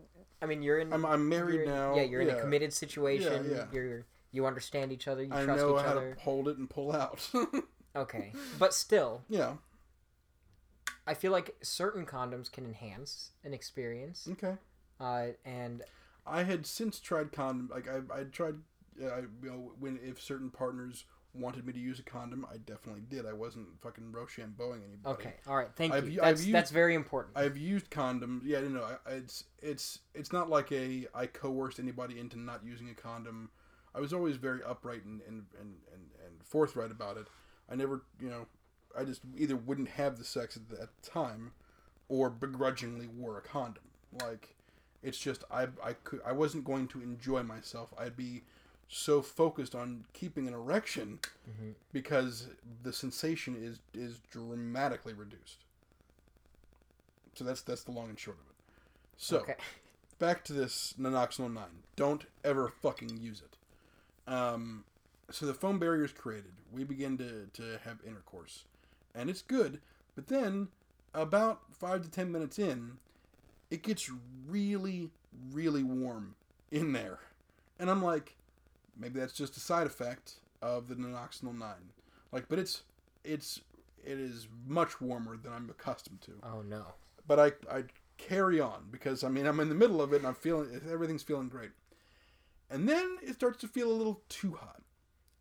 [SPEAKER 1] I mean, you're in
[SPEAKER 2] i'm, I'm married
[SPEAKER 1] Mm, you're in-
[SPEAKER 2] now
[SPEAKER 1] Yeah, you're in a committed situation.
[SPEAKER 2] yeah.
[SPEAKER 1] You're you understand each other, you
[SPEAKER 2] I
[SPEAKER 1] trust
[SPEAKER 2] know
[SPEAKER 1] each
[SPEAKER 2] how
[SPEAKER 1] other.
[SPEAKER 2] to hold it and pull out.
[SPEAKER 1] Okay. But still,
[SPEAKER 2] yeah.
[SPEAKER 1] I feel like certain condoms can enhance an experience.
[SPEAKER 2] Okay.
[SPEAKER 1] Uh, and
[SPEAKER 2] I had since tried condom. Like I, I tried. Uh, I, you know, when if certain partners wanted me to use a condom, I definitely did. I wasn't fucking Rochambeauing anybody.
[SPEAKER 1] okay, all right, thank
[SPEAKER 2] I've
[SPEAKER 1] you.
[SPEAKER 2] u- I've
[SPEAKER 1] that's
[SPEAKER 2] used-
[SPEAKER 1] that's very important.
[SPEAKER 2] I've used condoms. Yeah, no, no. I, it's it's it's not like a I coerced anybody into not using a condom. I was always very upright and and and and, and forthright about it. I never, you know, I just either wouldn't have the sex at the, at the time, or begrudgingly wore a condom. Like, it's just I I could I wasn't going to enjoy myself. I'd be so focused on keeping an erection
[SPEAKER 1] Mhm.
[SPEAKER 2] because the sensation is is dramatically reduced. So that's that's the long and short of it. So
[SPEAKER 1] okay.
[SPEAKER 2] back to this Nanoxynil 9. Don't ever fucking use it. Um, so the foam barrier is created. We begin to, to have intercourse. And it's good. But then, about 5 to 10 minutes in, it gets really, really warm in there. And I'm like, maybe that's just a side effect of the Nanoxynil 9. Like, but it's, it's, it is much warmer than I'm accustomed to
[SPEAKER 1] Oh no.
[SPEAKER 2] but I, I carry on because I mean I'm in the middle of it and I'm feeling everything's feeling great, and then it starts to feel a little too hot,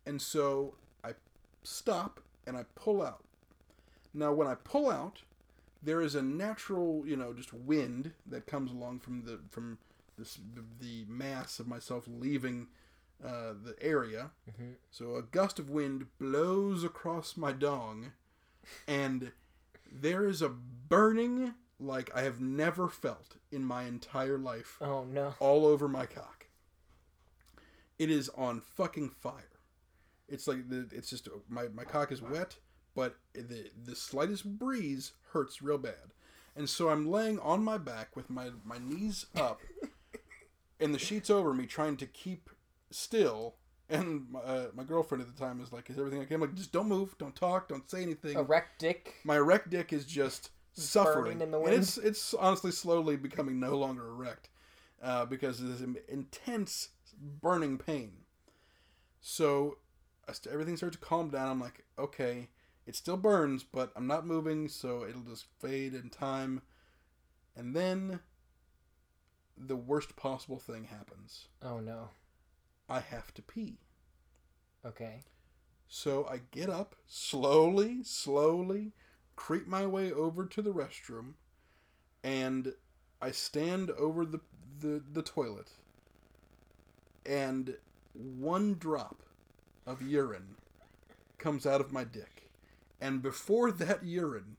[SPEAKER 2] and so I stop and I pull out. Now when I pull out, there is a natural you know just wind that comes along from the from this, the mass of myself leaving uh, the area.
[SPEAKER 1] Mhm.
[SPEAKER 2] So a gust of wind blows across my dong, and there is a burning like I have never felt in my entire life
[SPEAKER 1] Oh no.
[SPEAKER 2] all over my cock. It is on fucking fire. It's like the, it's just my, my cock is wet, but the the slightest breeze hurts real bad, and so I'm laying on my back with my my knees up, and the sheets over me, trying to keep still. And my, uh, my girlfriend at the time is like, "Is everything okay?" I'm like, "Just don't move, don't talk, don't say anything."
[SPEAKER 1] Erect dick.
[SPEAKER 2] my erect dick is just suffering,
[SPEAKER 1] burning in the
[SPEAKER 2] and
[SPEAKER 1] wind.
[SPEAKER 2] it's it's honestly slowly becoming no longer erect uh, because of this im- intense burning pain. So I st- everything starts to calm down. I'm like, okay, it still burns, but I'm not moving, so it'll just fade in time. And then the worst possible thing happens.
[SPEAKER 1] Oh no.
[SPEAKER 2] I have to pee.
[SPEAKER 1] Okay.
[SPEAKER 2] So I get up slowly, slowly, creep my way over to the restroom, and I stand over the the, the toilet. And one drop of urine comes out of my dick. And before that urine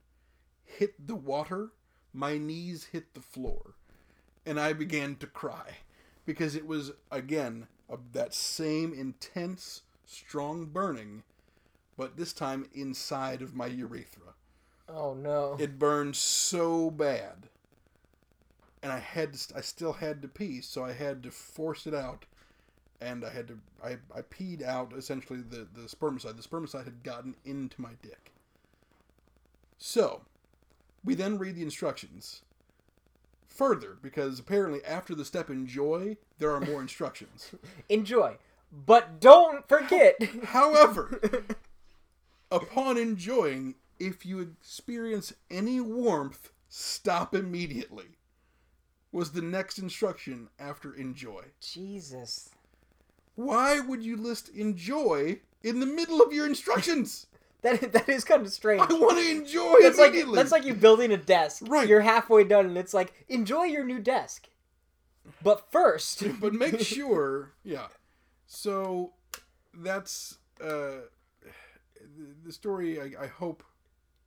[SPEAKER 2] hit the water, my knees hit the floor. And I began to cry because it was, again, of that same intense, strong burning, but this time inside of my urethra.
[SPEAKER 1] Oh no.
[SPEAKER 2] It burned so bad, and I had to, I still had to pee, so I had to force it out, and I had to I, I peed out essentially the the spermicide. The spermicide had gotten into my dick. So, we then read the instructions further because apparently after the step enjoy there are more instructions.
[SPEAKER 1] Enjoy. But don't forget.
[SPEAKER 2] However, upon enjoying, if you experience any warmth, stop immediately. Was the next instruction after enjoy.
[SPEAKER 1] Jesus.
[SPEAKER 2] Why would you list enjoy in the middle of your instructions?
[SPEAKER 1] That, that is kind of strange.
[SPEAKER 2] I want to enjoy
[SPEAKER 1] That's like
[SPEAKER 2] immediately.
[SPEAKER 1] that's like you building a desk.
[SPEAKER 2] Right.
[SPEAKER 1] You're halfway done, and it's like enjoy your new desk. But first,
[SPEAKER 2] but make sure, yeah. So that's uh, the- the story. I, I hope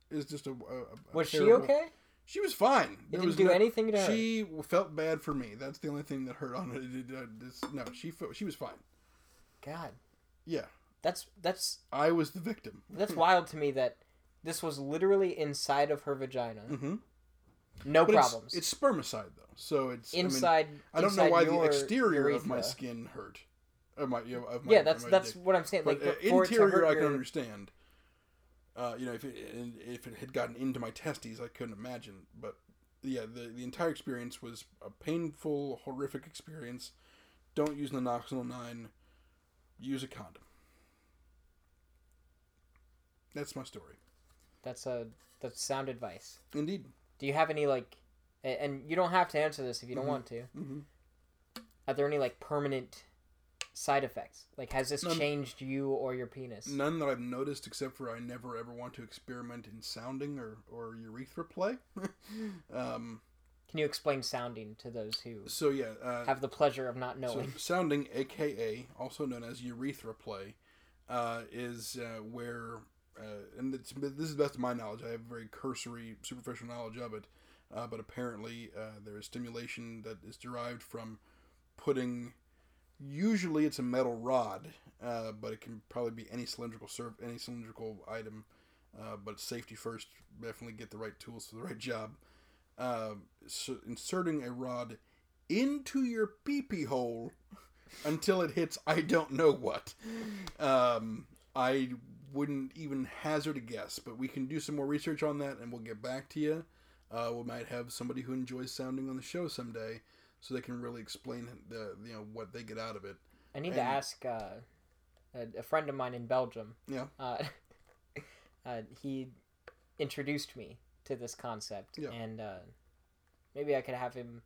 [SPEAKER 2] is just a. a- a
[SPEAKER 1] was she
[SPEAKER 2] terrible-
[SPEAKER 1] okay?
[SPEAKER 2] She was fine.
[SPEAKER 1] It
[SPEAKER 2] There
[SPEAKER 1] didn't
[SPEAKER 2] was
[SPEAKER 1] do
[SPEAKER 2] no-
[SPEAKER 1] anything to her.
[SPEAKER 2] She felt bad for me. That's the only thing that hurt on it. It- it- this- no, she fe- she was fine.
[SPEAKER 1] God,
[SPEAKER 2] Yeah,
[SPEAKER 1] that's that's
[SPEAKER 2] I was the victim.
[SPEAKER 1] that's wild to me that this was literally inside of her vagina.
[SPEAKER 2] Mhm.
[SPEAKER 1] No
[SPEAKER 2] But it's-
[SPEAKER 1] problems.
[SPEAKER 2] It's, spermicide though, so it's I, mean,
[SPEAKER 1] inside.
[SPEAKER 2] I don't know
[SPEAKER 1] inside
[SPEAKER 2] why
[SPEAKER 1] your
[SPEAKER 2] the exterior of my
[SPEAKER 1] urethra.
[SPEAKER 2] skin hurt. Of my, you know, of my
[SPEAKER 1] Yeah, that's
[SPEAKER 2] of my
[SPEAKER 1] that's
[SPEAKER 2] dick.
[SPEAKER 1] what I'm saying. Like
[SPEAKER 2] But, uh,
[SPEAKER 1] for- for it to
[SPEAKER 2] interior,
[SPEAKER 1] hurt
[SPEAKER 2] I can
[SPEAKER 1] your-
[SPEAKER 2] understand. Uh, you know, if it, and if it had gotten into my testes, I couldn't imagine. But yeah, the the entire experience was a painful, horrific experience. Don't use naloxone nine. Use a condom. That's my story.
[SPEAKER 1] That's a that's sound advice.
[SPEAKER 2] Indeed.
[SPEAKER 1] Do you have any like, a- and you don't have to answer this if you don't
[SPEAKER 2] Mhm.
[SPEAKER 1] want to.
[SPEAKER 2] hmm
[SPEAKER 1] Are there any like permanent side effects? Like, has this
[SPEAKER 2] None.
[SPEAKER 1] changed you or your penis?
[SPEAKER 2] None that I've noticed, except for I never ever want to experiment in sounding or or urethra play. um,
[SPEAKER 1] Can you explain sounding to those who
[SPEAKER 2] so yeah, uh,
[SPEAKER 1] have the pleasure of not
[SPEAKER 2] So,
[SPEAKER 1] knowing?
[SPEAKER 2] sounding, aka also known as urethra play, uh, is uh, where, uh, and it's, this is best of my knowledge. I have very cursory, superficial knowledge of it, uh, but apparently uh, there is stimulation that is derived from putting. Usually, it's a metal rod, uh, but it can probably be any cylindrical serve, any cylindrical item. Uh, but safety first. Definitely get the right tools for the right job. Uh, so inserting a rod into your pee pee hole until it hits I don't know what. Um, I wouldn't even hazard a guess, but we can do some more research on that and we'll get back to you. Uh, we might have somebody who enjoys sounding on the show someday, so they can really explain the you know what they get out of it.
[SPEAKER 1] I need to
[SPEAKER 2] and-
[SPEAKER 1] ask uh, a, a friend of mine in Belgium.
[SPEAKER 2] Yeah.
[SPEAKER 1] Uh, uh, he introduced me to this concept,
[SPEAKER 2] Yeah.
[SPEAKER 1] and uh, maybe I could have him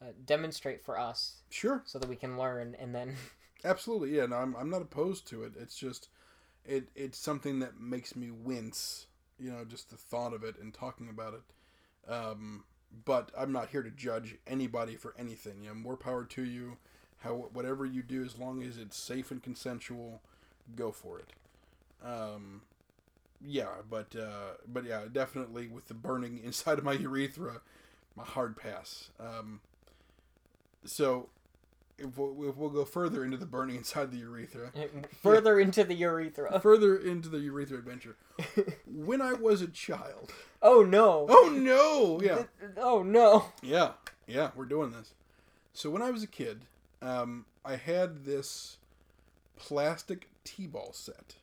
[SPEAKER 1] uh, demonstrate for us
[SPEAKER 2] Sure,
[SPEAKER 1] so that we can learn, and then
[SPEAKER 2] absolutely, yeah. No, I'm I'm not opposed to it. It's just it it's something that makes me wince. You know, just the thought of it and talking about it. Um, but I'm not here to judge anybody for anything. You know, more power to you. How whatever you do, as long as it's safe and consensual, go for it. Um, yeah, but uh, but yeah, definitely with the burning inside of my urethra, my hard pass. Um, so if we'll, if we'll go further into the burning inside the urethra,
[SPEAKER 1] further into the urethra.
[SPEAKER 2] further into the urethra adventure. when I was a child.
[SPEAKER 1] Oh no!
[SPEAKER 2] Oh no! Yeah,
[SPEAKER 1] Th- Oh no!
[SPEAKER 2] yeah, yeah. We're doing this. So when I was a kid, um, I had this plastic T-ball set.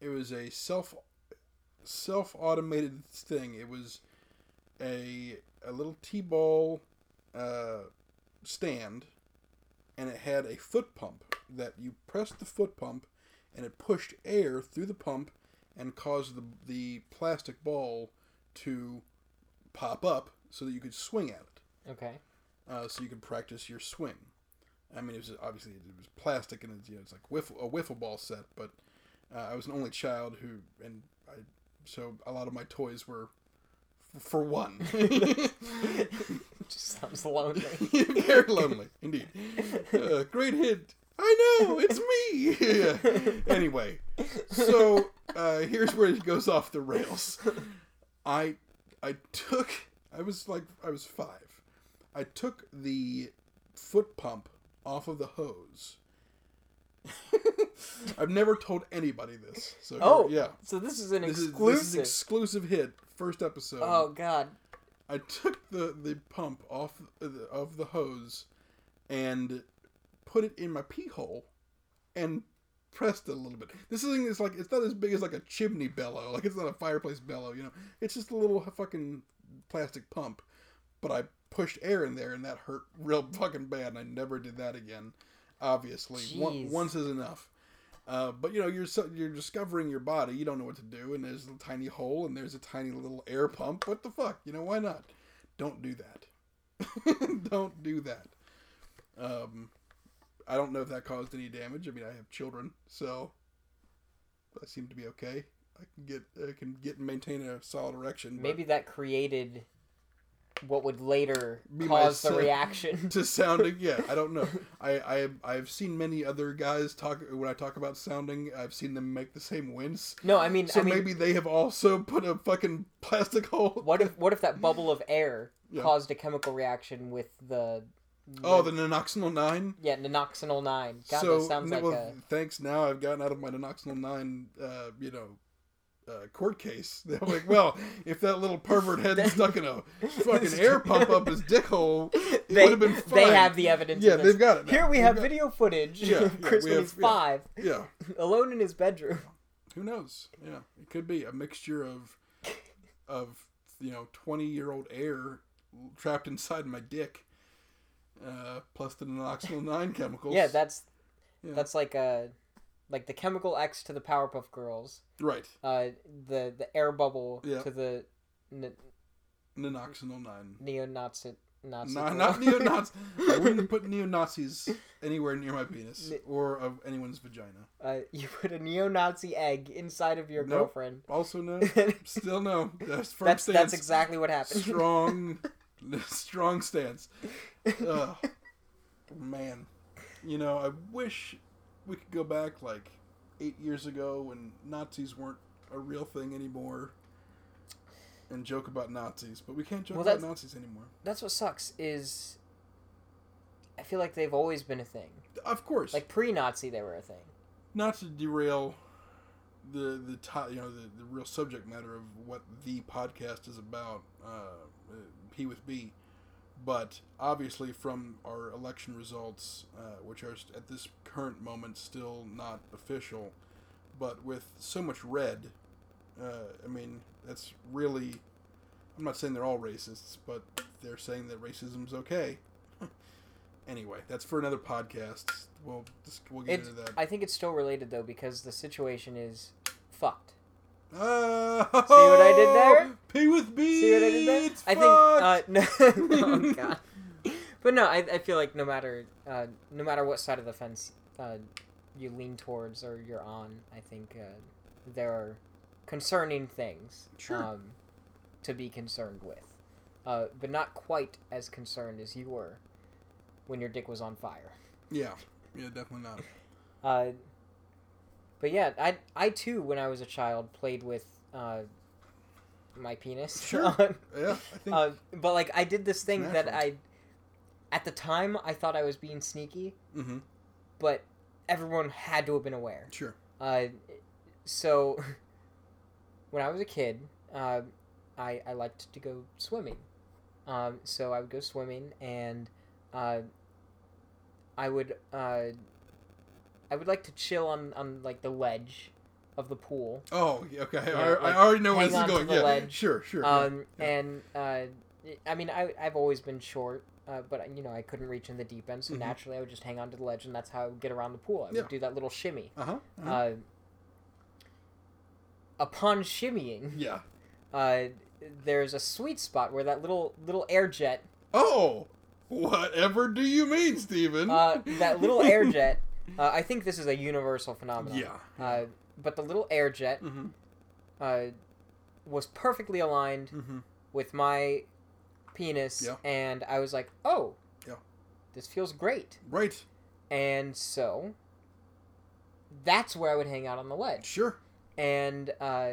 [SPEAKER 2] It was a self self automated thing. It was a a little T-ball uh, stand, and it had a foot pump that you pressed the foot pump, and it pushed air through the pump and caused the the plastic ball to pop up so that you could swing at it.
[SPEAKER 1] Okay.
[SPEAKER 2] Uh, so you could practice your swing. I mean, it was obviously it was plastic and it's, you know, it's like wiff, a wiffle ball set, but uh, I was an only child who and I so a lot of my toys were f- for one.
[SPEAKER 1] Just sounds lonely.
[SPEAKER 2] Very lonely, indeed. Uh, great hint. I know, it's me. Yeah. Anyway, so uh, here's where it goes off the rails. I I took I was like I was five. I took the foot pump off of the hose. I've never told anybody this. So
[SPEAKER 1] Oh,
[SPEAKER 2] yeah,
[SPEAKER 1] So this is an
[SPEAKER 2] this is,
[SPEAKER 1] exclusive.
[SPEAKER 2] this is exclusive hit first episode.
[SPEAKER 1] oh god.
[SPEAKER 2] I took the, the pump off of the, of the hose and put it in my pee hole and pressed it a little bit. This thing is like it's not as big as like a chimney bellow, like it's not a fireplace bellow, you know. It's just a little fucking plastic pump, but I pushed air in there and that hurt real fucking bad and I never did that again. obviously.
[SPEAKER 1] Jeez.
[SPEAKER 2] One, once is enough. Uh, but you know you're so, you're discovering your body. You don't know what to do, and there's a tiny hole, and there's a tiny little air pump. What the fuck? You know why not? Don't do that. don't do that. Um, I don't know if that caused any damage. I mean, I have children, so I seem to be okay. I can get I can get and maintain a solid erection. but-
[SPEAKER 1] Maybe that created what would later
[SPEAKER 2] Be my
[SPEAKER 1] cause the
[SPEAKER 2] son.
[SPEAKER 1] reaction.
[SPEAKER 2] to sounding. Yeah, I don't know. I, I I've seen many other guys talk when I talk about sounding. I've seen them make the same wince.
[SPEAKER 1] No, I mean,
[SPEAKER 2] So
[SPEAKER 1] I mean,
[SPEAKER 2] maybe they have also put a fucking plastic hole.
[SPEAKER 1] what if what if that bubble of air
[SPEAKER 2] Yeah.
[SPEAKER 1] caused a chemical reaction with the?
[SPEAKER 2] Oh, the nanoxynol nine.
[SPEAKER 1] yeah, nanoxinol nine. God,
[SPEAKER 2] so
[SPEAKER 1] that sounds
[SPEAKER 2] n-
[SPEAKER 1] like
[SPEAKER 2] well,
[SPEAKER 1] a
[SPEAKER 2] thanks. Now I've gotten out of my nanoxynol nine. Uh, you know. Uh, court case. They're like, well, if that little pervert had stuck in a fucking air pump up his dick hole, it
[SPEAKER 1] they,
[SPEAKER 2] would have been fine.
[SPEAKER 1] they have the evidence.
[SPEAKER 2] Yeah,
[SPEAKER 1] of this.
[SPEAKER 2] they've got it. now.
[SPEAKER 1] Here we
[SPEAKER 2] They've
[SPEAKER 1] have
[SPEAKER 2] got-
[SPEAKER 1] video footage
[SPEAKER 2] Yeah,
[SPEAKER 1] of
[SPEAKER 2] yeah,
[SPEAKER 1] Chris
[SPEAKER 2] we
[SPEAKER 1] when
[SPEAKER 2] have-
[SPEAKER 1] he's
[SPEAKER 2] yeah.
[SPEAKER 1] five,
[SPEAKER 2] Yeah.
[SPEAKER 1] alone in his bedroom.
[SPEAKER 2] Who knows? Yeah, it could be a mixture of, of you know, twenty year old air trapped inside my dick, uh, plus the naloxone nine chemicals.
[SPEAKER 1] Yeah, that's
[SPEAKER 2] Yeah.
[SPEAKER 1] that's like a like the chemical X to the Powerpuff Girls,
[SPEAKER 2] right.
[SPEAKER 1] uh, the the air bubble
[SPEAKER 2] Yeah.
[SPEAKER 1] to the n-
[SPEAKER 2] Naloxone nine.
[SPEAKER 1] neo Nazi Nazi.
[SPEAKER 2] Nah,
[SPEAKER 1] girl.
[SPEAKER 2] not neo Nazis. I wouldn't put neo Nazis anywhere near my penis or of anyone's vagina.
[SPEAKER 1] uh, you put a neo Nazi egg inside of your
[SPEAKER 2] Nope.
[SPEAKER 1] girlfriend.
[SPEAKER 2] Also no. Still no. That's firm
[SPEAKER 1] that's
[SPEAKER 2] stance.
[SPEAKER 1] that's exactly what happened.
[SPEAKER 2] strong, strong stance. Ugh. man, you know, I wish we could go back like eight years ago when Nazis weren't a real thing anymore, and joke about Nazis. But we can't joke
[SPEAKER 1] Well,
[SPEAKER 2] about
[SPEAKER 1] that's-
[SPEAKER 2] Nazis anymore.
[SPEAKER 1] that's what sucks is I feel like they've always been a thing.
[SPEAKER 2] Of course,
[SPEAKER 1] Like pre-Nazi, they were a thing.
[SPEAKER 2] not to derail the the to, you know the, the real subject matter of what the podcast is about uh, uh, p with b but obviously from our election results uh, which are at this current moment still not official but with so much red uh, i mean that's really i'm not saying they're all racists but they're saying that racism's okay anyway that's for another podcast we'll just we'll get
[SPEAKER 1] It's-
[SPEAKER 2] into that
[SPEAKER 1] I think it's still related though because the situation is fucked.
[SPEAKER 2] Uh,
[SPEAKER 1] what I did there?
[SPEAKER 2] P with B.
[SPEAKER 1] See what I did there?
[SPEAKER 2] It's
[SPEAKER 1] I
[SPEAKER 2] fucked.
[SPEAKER 1] think. Uh, no, oh god. But no, I, I feel like no matter uh, no matter what side of the fence uh, you lean towards or you're on, I think uh, there are concerning things
[SPEAKER 2] Sure.
[SPEAKER 1] um, to be concerned with, uh, but not quite as concerned as you were when your dick was on fire.
[SPEAKER 2] yeah, yeah, definitely not.
[SPEAKER 1] Uh, but yeah, I I too when I was a child played with uh, my penis.
[SPEAKER 2] Sure. Yeah, I think
[SPEAKER 1] Uh, but like I did this thing that I,
[SPEAKER 2] natural.
[SPEAKER 1] at the time I thought I was being sneaky,
[SPEAKER 2] hmm
[SPEAKER 1] but everyone had to have been aware.
[SPEAKER 2] sure.
[SPEAKER 1] Uh, so when I was a kid, uh, I I liked to go swimming. Um, so I would go swimming and uh, I would uh, I would like to chill on on like the ledge of the pool.
[SPEAKER 2] Oh, yeah, okay.
[SPEAKER 1] Yeah,
[SPEAKER 2] I,
[SPEAKER 1] like,
[SPEAKER 2] I already know where
[SPEAKER 1] hang
[SPEAKER 2] this is
[SPEAKER 1] on to
[SPEAKER 2] going.
[SPEAKER 1] the
[SPEAKER 2] yeah,
[SPEAKER 1] ledge.
[SPEAKER 2] sure, sure. yeah.
[SPEAKER 1] Um, and uh, I mean, I I've always been short, uh, but you know I couldn't reach in the deep end, so
[SPEAKER 2] Mhm.
[SPEAKER 1] naturally I would just hang onto the ledge, and that's how I would get around the pool. I
[SPEAKER 2] Yeah.
[SPEAKER 1] would do that little shimmy.
[SPEAKER 2] uh-huh. uh-huh.
[SPEAKER 1] Uh, upon shimmying,
[SPEAKER 2] yeah.
[SPEAKER 1] uh, there's a sweet spot where that little little air jet,
[SPEAKER 2] Oh, whatever do you mean, Steven?
[SPEAKER 1] uh, that little air jet. Uh, I think this is a universal phenomenon.
[SPEAKER 2] yeah.
[SPEAKER 1] Uh, but the little air jet
[SPEAKER 2] mm-hmm.
[SPEAKER 1] uh, was perfectly aligned
[SPEAKER 2] Mm-hmm.
[SPEAKER 1] with my penis
[SPEAKER 2] Yeah.
[SPEAKER 1] and I was like, "Oh.
[SPEAKER 2] Yeah.
[SPEAKER 1] This feels great."
[SPEAKER 2] Right.
[SPEAKER 1] And so that's where I would hang out on the ledge.
[SPEAKER 2] Sure.
[SPEAKER 1] And uh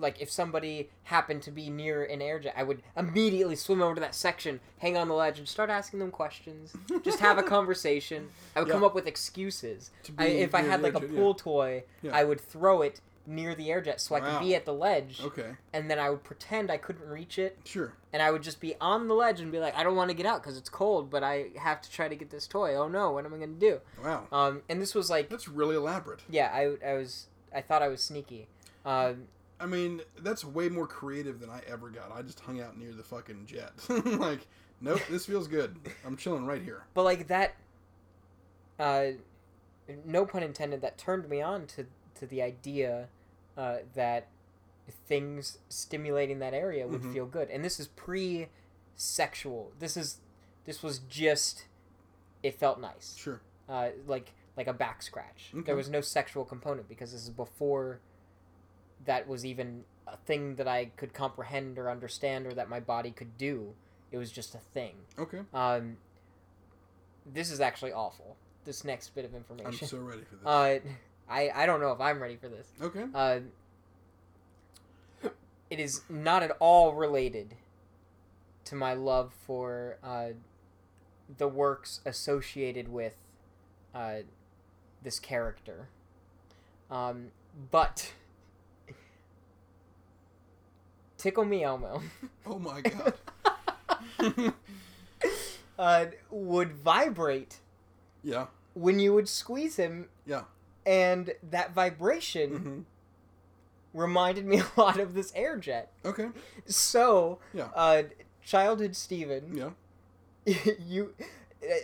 [SPEAKER 1] like if somebody happened to be near an air jet, I would immediately swim over to that section, hang on the ledge, and start asking them questions. Just have a conversation. I would
[SPEAKER 2] Yeah.
[SPEAKER 1] come up with excuses.
[SPEAKER 2] To
[SPEAKER 1] I, if I
[SPEAKER 2] near
[SPEAKER 1] had
[SPEAKER 2] the
[SPEAKER 1] like a
[SPEAKER 2] edge, yeah.
[SPEAKER 1] pool toy,
[SPEAKER 2] Yeah.
[SPEAKER 1] I would throw it near the air jet so I
[SPEAKER 2] Wow.
[SPEAKER 1] could be at the ledge,
[SPEAKER 2] Okay.
[SPEAKER 1] and then I would pretend I couldn't reach it,
[SPEAKER 2] Sure.
[SPEAKER 1] and I would just be on the ledge and be like, I don't want to get out because it's cold, but I have to try to get this toy. Oh no, what am I gonna do?
[SPEAKER 2] Wow.
[SPEAKER 1] Um, and this was like,
[SPEAKER 2] That's really elaborate.
[SPEAKER 1] yeah, I, I was, I thought I was sneaky. Um,
[SPEAKER 2] I mean, that's way more creative than I ever got. I just hung out near the fucking jet. like, nope, this feels good. I'm chilling right here.
[SPEAKER 1] but like that, uh, no pun intended, that turned me on to to the idea uh, that things stimulating that area would
[SPEAKER 2] Mhm.
[SPEAKER 1] feel good. And this is pre-sexual. This is this was just it felt nice,
[SPEAKER 2] Sure.
[SPEAKER 1] uh, like like a back scratch.
[SPEAKER 2] Okay.
[SPEAKER 1] There was no sexual component because this is before that was even a thing that I could comprehend or understand or that my body could do. It was just a thing.
[SPEAKER 2] Okay.
[SPEAKER 1] Um, this is actually awful. This next bit of
[SPEAKER 2] I'm
[SPEAKER 1] information.
[SPEAKER 2] so ready for this.
[SPEAKER 1] Uh, I I don't know if I'm ready for this.
[SPEAKER 2] okay.
[SPEAKER 1] Uh, it is not at all related to my love for uh, the works associated with uh, this character. Um, but Tickle Me Elmo
[SPEAKER 2] Oh my god.
[SPEAKER 1] uh, would vibrate
[SPEAKER 2] yeah.
[SPEAKER 1] when you would squeeze him.
[SPEAKER 2] Yeah.
[SPEAKER 1] And that vibration
[SPEAKER 2] hmm
[SPEAKER 1] reminded me a lot of this air jet.
[SPEAKER 2] Okay.
[SPEAKER 1] So,
[SPEAKER 2] Yeah.
[SPEAKER 1] uh, childhood Steven,
[SPEAKER 2] Yeah.
[SPEAKER 1] you,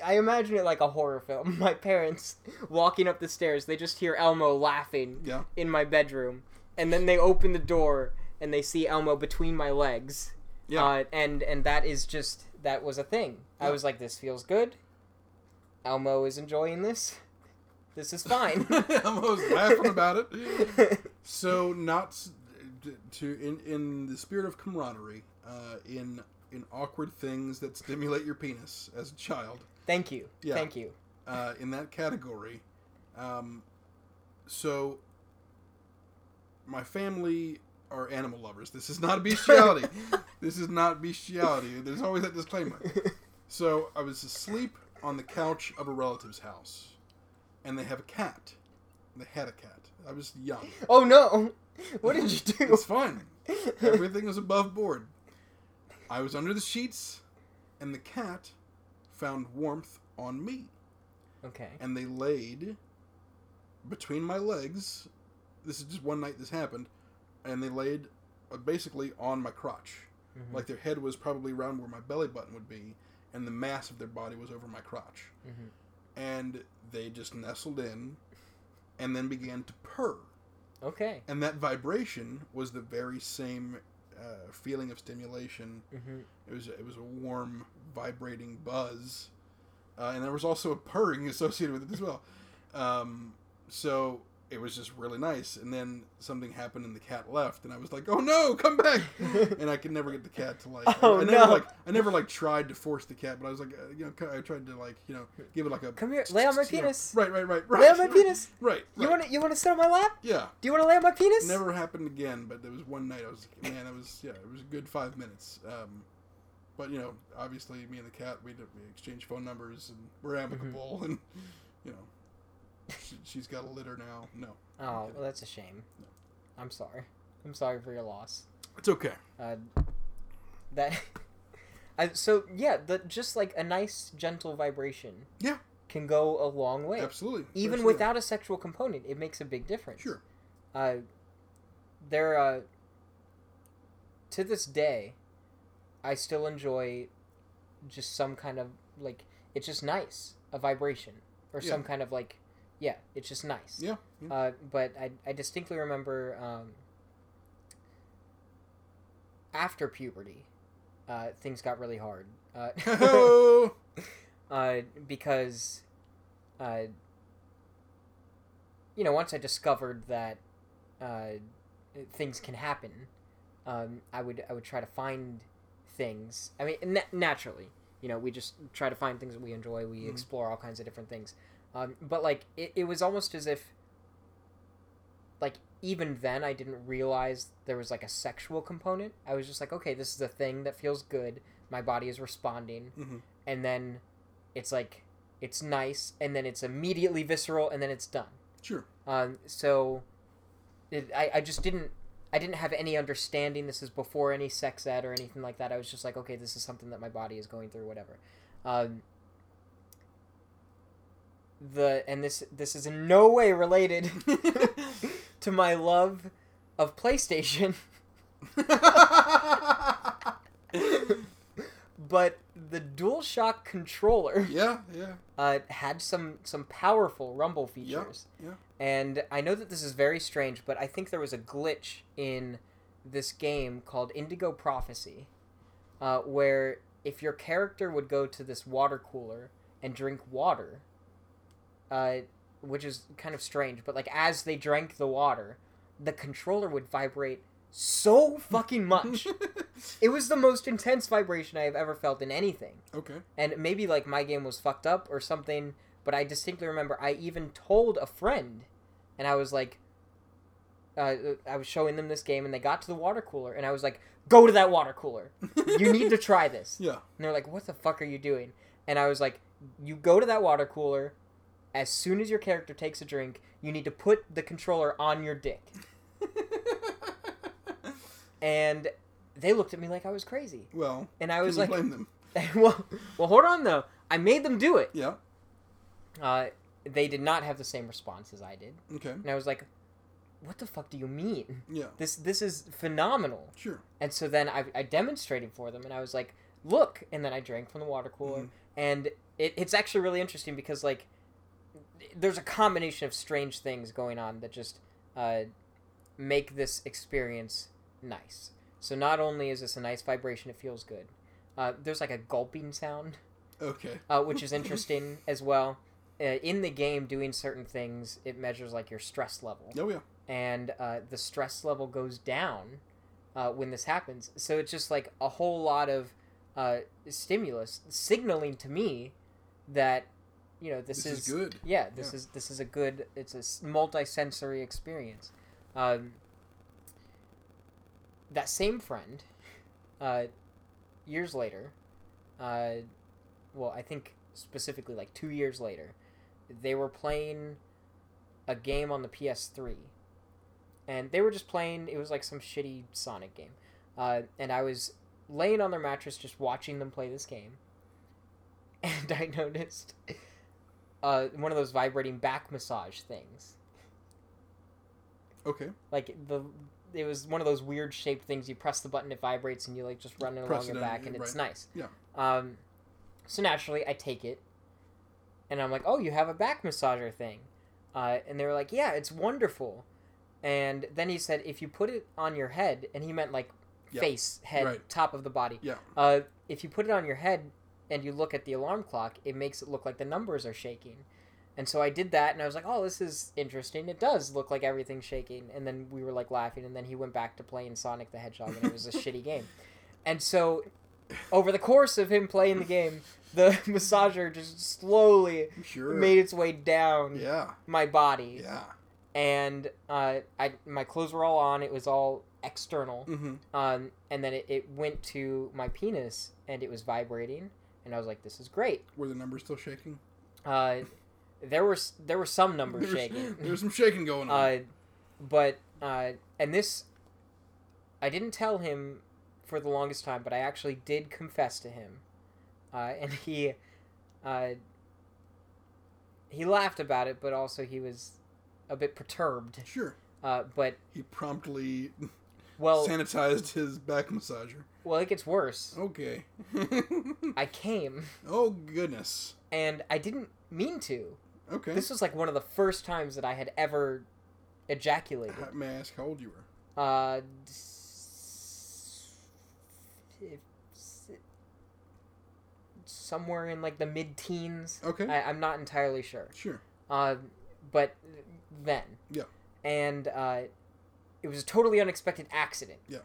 [SPEAKER 1] I imagine it like a horror film. My parents walking up the stairs, they just hear Elmo laughing
[SPEAKER 2] Yeah.
[SPEAKER 1] in my bedroom, and then they open the door and they see Elmo between my legs.
[SPEAKER 2] Yeah.
[SPEAKER 1] Uh, and and that is just that was a thing. I
[SPEAKER 2] Yeah.
[SPEAKER 1] was like, this feels good. Elmo is enjoying this. This is fine.
[SPEAKER 2] I was laughing about it. So not s- d- to in in the spirit of camaraderie, uh, in in awkward things that stimulate your penis as a child,
[SPEAKER 1] Thank you.
[SPEAKER 2] Yeah.
[SPEAKER 1] Thank you.
[SPEAKER 2] uh, in that category. Um, so my family are animal lovers. This is not bestiality. this is not bestiality. There's always that disclaimer. So I was asleep on the couch of a relative's house, and they have a cat. They had a cat. I was young.
[SPEAKER 1] Oh no! What did you do?
[SPEAKER 2] It's fine. Everything was above board. I was under the sheets, and the cat found warmth on me.
[SPEAKER 1] okay.
[SPEAKER 2] And they laid between my legs. This is just one night this happened. And they laid uh, basically on my crotch.
[SPEAKER 1] Mhm.
[SPEAKER 2] Like their head was probably around where my belly button would be, and the mass of their body was over my crotch.
[SPEAKER 1] Mhm.
[SPEAKER 2] And they just nestled in and then began to purr
[SPEAKER 1] Okay.
[SPEAKER 2] and that vibration was the very same uh, feeling of stimulation.
[SPEAKER 1] hmm
[SPEAKER 2] It was it was a warm, vibrating buzz, uh, and there was also a purring associated with it as well. Um, so it was just really nice. And then something happened, and the cat left, and I was like, "Oh no, come back!" and I could never get the cat to like.
[SPEAKER 1] Oh,
[SPEAKER 2] I, I
[SPEAKER 1] no.
[SPEAKER 2] never, like I never like tried to force the cat, but I was like, uh, you know, I tried to like you know give it like a
[SPEAKER 1] Come here, lay on my penis.
[SPEAKER 2] Right, right, right, right.
[SPEAKER 1] Lay on my penis.
[SPEAKER 2] Right. right.
[SPEAKER 1] You want to? You want to sit on my lap?
[SPEAKER 2] Yeah.
[SPEAKER 1] Do you want to lay on my penis?
[SPEAKER 2] Never happened again, but there was one night I was like, man, that was yeah, it was a good five minutes. Um, but you know, obviously, me and the cat, we, we exchange phone numbers and we're amicable, and you know, she, she's got a litter now. No,
[SPEAKER 1] Oh, well, that's a shame. I'm sorry. I'm sorry for your loss.
[SPEAKER 2] it's okay.
[SPEAKER 1] Uh, that. I, so yeah, the, just like a nice gentle vibration.
[SPEAKER 2] Yeah.
[SPEAKER 1] Can go a long way.
[SPEAKER 2] Absolutely,
[SPEAKER 1] Even
[SPEAKER 2] Absolutely.
[SPEAKER 1] without a sexual component, it makes a big difference.
[SPEAKER 2] Sure.
[SPEAKER 1] Uh, there. Uh, to this day, I still enjoy just some kind of like it's just nice a vibration or
[SPEAKER 2] Yeah.
[SPEAKER 1] some kind of like yeah it's just nice
[SPEAKER 2] Yeah, yeah.
[SPEAKER 1] uh, but I, I distinctly remember um, after puberty uh, things got really hard uh,
[SPEAKER 2] Oh,
[SPEAKER 1] uh, because uh, you know once I discovered that uh, things can happen, um, I would I would try to find things. I mean, na- naturally, you know, we just try to find things that we enjoy. We
[SPEAKER 2] Mhm.
[SPEAKER 1] explore all kinds of different things, um, but like it, it was almost as if like even then I didn't realize there was like a sexual component. I was just like, okay, this is a thing that feels good. My body is responding
[SPEAKER 2] Mhm.
[SPEAKER 1] and then it's like it's nice and then it's immediately visceral and then it's done
[SPEAKER 2] sure.
[SPEAKER 1] um, so it, I, I just didn't i didn't have any understanding this is before any sex ed or anything like that i was just like okay this is something that my body is going through whatever um, the and this this is in no way related to my love of playstation but the DualShock controller
[SPEAKER 2] Yeah, yeah,
[SPEAKER 1] uh, had some some powerful rumble
[SPEAKER 2] yeah,
[SPEAKER 1] features.
[SPEAKER 2] yeah.
[SPEAKER 1] And I know that this is very strange, but I think there was a glitch in this game called Indigo Prophecy, uh, where if your character would go to this water cooler and drink water, uh, which is kind of strange, but like as they drank the water, the controller would vibrate so fucking much. it was the most intense vibration I have ever felt in anything
[SPEAKER 2] okay.
[SPEAKER 1] and maybe like my game was fucked up or something but i distinctly remember i even told a friend and i was like uh, i was showing them this game and they got to the water cooler and i was like go to that water cooler you need to try this
[SPEAKER 2] Yeah.
[SPEAKER 1] and they're like what the fuck are you doing and i was like you go to that water cooler as soon as your character takes a drink you need to put the controller on your dick and they looked at me like i was crazy
[SPEAKER 2] well,
[SPEAKER 1] and i
[SPEAKER 2] I
[SPEAKER 1] was like
[SPEAKER 2] blame them.
[SPEAKER 1] well, well hold on though i made them do it
[SPEAKER 2] Yeah.
[SPEAKER 1] uh, they did not have the same response as I did,
[SPEAKER 2] Okay.
[SPEAKER 1] and I was like, "What the fuck do you mean?
[SPEAKER 2] Yeah.
[SPEAKER 1] This this is phenomenal."
[SPEAKER 2] Sure.
[SPEAKER 1] And so then I, I demonstrated for them, and I was like, "Look!" And then I drank from the water cooler,
[SPEAKER 2] Mhm.
[SPEAKER 1] and it, it's actually really interesting because like, there's a combination of strange things going on that just uh, make this experience nice. So not only is this a nice vibration, it feels good. Uh, there's like a gulping sound
[SPEAKER 2] Okay.
[SPEAKER 1] uh, which is interesting as well. Uh, in the game, doing certain things, it measures like your stress level,
[SPEAKER 2] Oh yeah.
[SPEAKER 1] and uh, the stress level goes down uh, when this happens. So it's just like a whole lot of uh, stimulus signaling to me that you know this,
[SPEAKER 2] This, is, good.
[SPEAKER 1] yeah, this
[SPEAKER 2] Yeah.
[SPEAKER 1] is this is a good. It's a s- multi-sensory experience. Um, that same friend, uh, years later, uh, well, I think specifically like two years later, they were playing a game on the PS3, and they were just playing. It was like some shitty Sonic game, uh, and I was laying on their mattress just watching them play this game, and I noticed uh, one of those vibrating back massage things.
[SPEAKER 2] Okay.
[SPEAKER 1] Like the, it was one of those weird shaped things. You press the button, it vibrates, and you like just run it along
[SPEAKER 2] Press it
[SPEAKER 1] your
[SPEAKER 2] in,
[SPEAKER 1] back,
[SPEAKER 2] yeah,
[SPEAKER 1] and it's
[SPEAKER 2] right.
[SPEAKER 1] nice.
[SPEAKER 2] Yeah.
[SPEAKER 1] Um, so naturally, I take it, and I'm like, "Oh, you have a back massager thing," uh, and they were like, "Yeah, it's wonderful." And then he said, "If you put it on your head," and he meant like
[SPEAKER 2] Yeah.
[SPEAKER 1] face, head,
[SPEAKER 2] Right.
[SPEAKER 1] top of the body.
[SPEAKER 2] Yeah.
[SPEAKER 1] Uh, if you put it on your head and you look at the alarm clock, it makes it look like the numbers are shaking. And so I did that, and I was like, "Oh, this is interesting. It does look like everything's shaking." And then we were like laughing, and then he went back to playing Sonic the Hedgehog, and it was a shitty game. And so, over the course of him playing the game, the massager just slowly
[SPEAKER 2] Sure.
[SPEAKER 1] made its way down
[SPEAKER 2] Yeah.
[SPEAKER 1] my body,
[SPEAKER 2] Yeah.
[SPEAKER 1] and uh, I my clothes were all on. It was all external,
[SPEAKER 2] Mm-hmm.
[SPEAKER 1] um, and then it, it went to my penis and it was vibrating, and I was like, "This is great."
[SPEAKER 2] Were the numbers still shaking?
[SPEAKER 1] Uh, there were s- there were some numbers
[SPEAKER 2] There's-
[SPEAKER 1] shaking,
[SPEAKER 2] There's some shaking going on.
[SPEAKER 1] uh, but uh, and this, I didn't tell him for the longest time, but I actually did confess to him, uh, and he, uh, he laughed about it, but also he was a bit perturbed.
[SPEAKER 2] sure.
[SPEAKER 1] Uh, but
[SPEAKER 2] He promptly
[SPEAKER 1] well,
[SPEAKER 2] sanitized his back massager.
[SPEAKER 1] well, it gets worse.
[SPEAKER 2] Okay.
[SPEAKER 1] I came.
[SPEAKER 2] oh goodness.
[SPEAKER 1] and I didn't mean to.
[SPEAKER 2] Okay.
[SPEAKER 1] This was like one of the first times that I had ever ejaculated.
[SPEAKER 2] Ha- May I ask how old you were?
[SPEAKER 1] Uh, s- if- s- somewhere in like the mid teens.
[SPEAKER 2] Okay.
[SPEAKER 1] I, I'm not entirely sure.
[SPEAKER 2] sure.
[SPEAKER 1] Uh, but then.
[SPEAKER 2] Yeah.
[SPEAKER 1] And uh, it was a totally unexpected accident.
[SPEAKER 2] Yeah.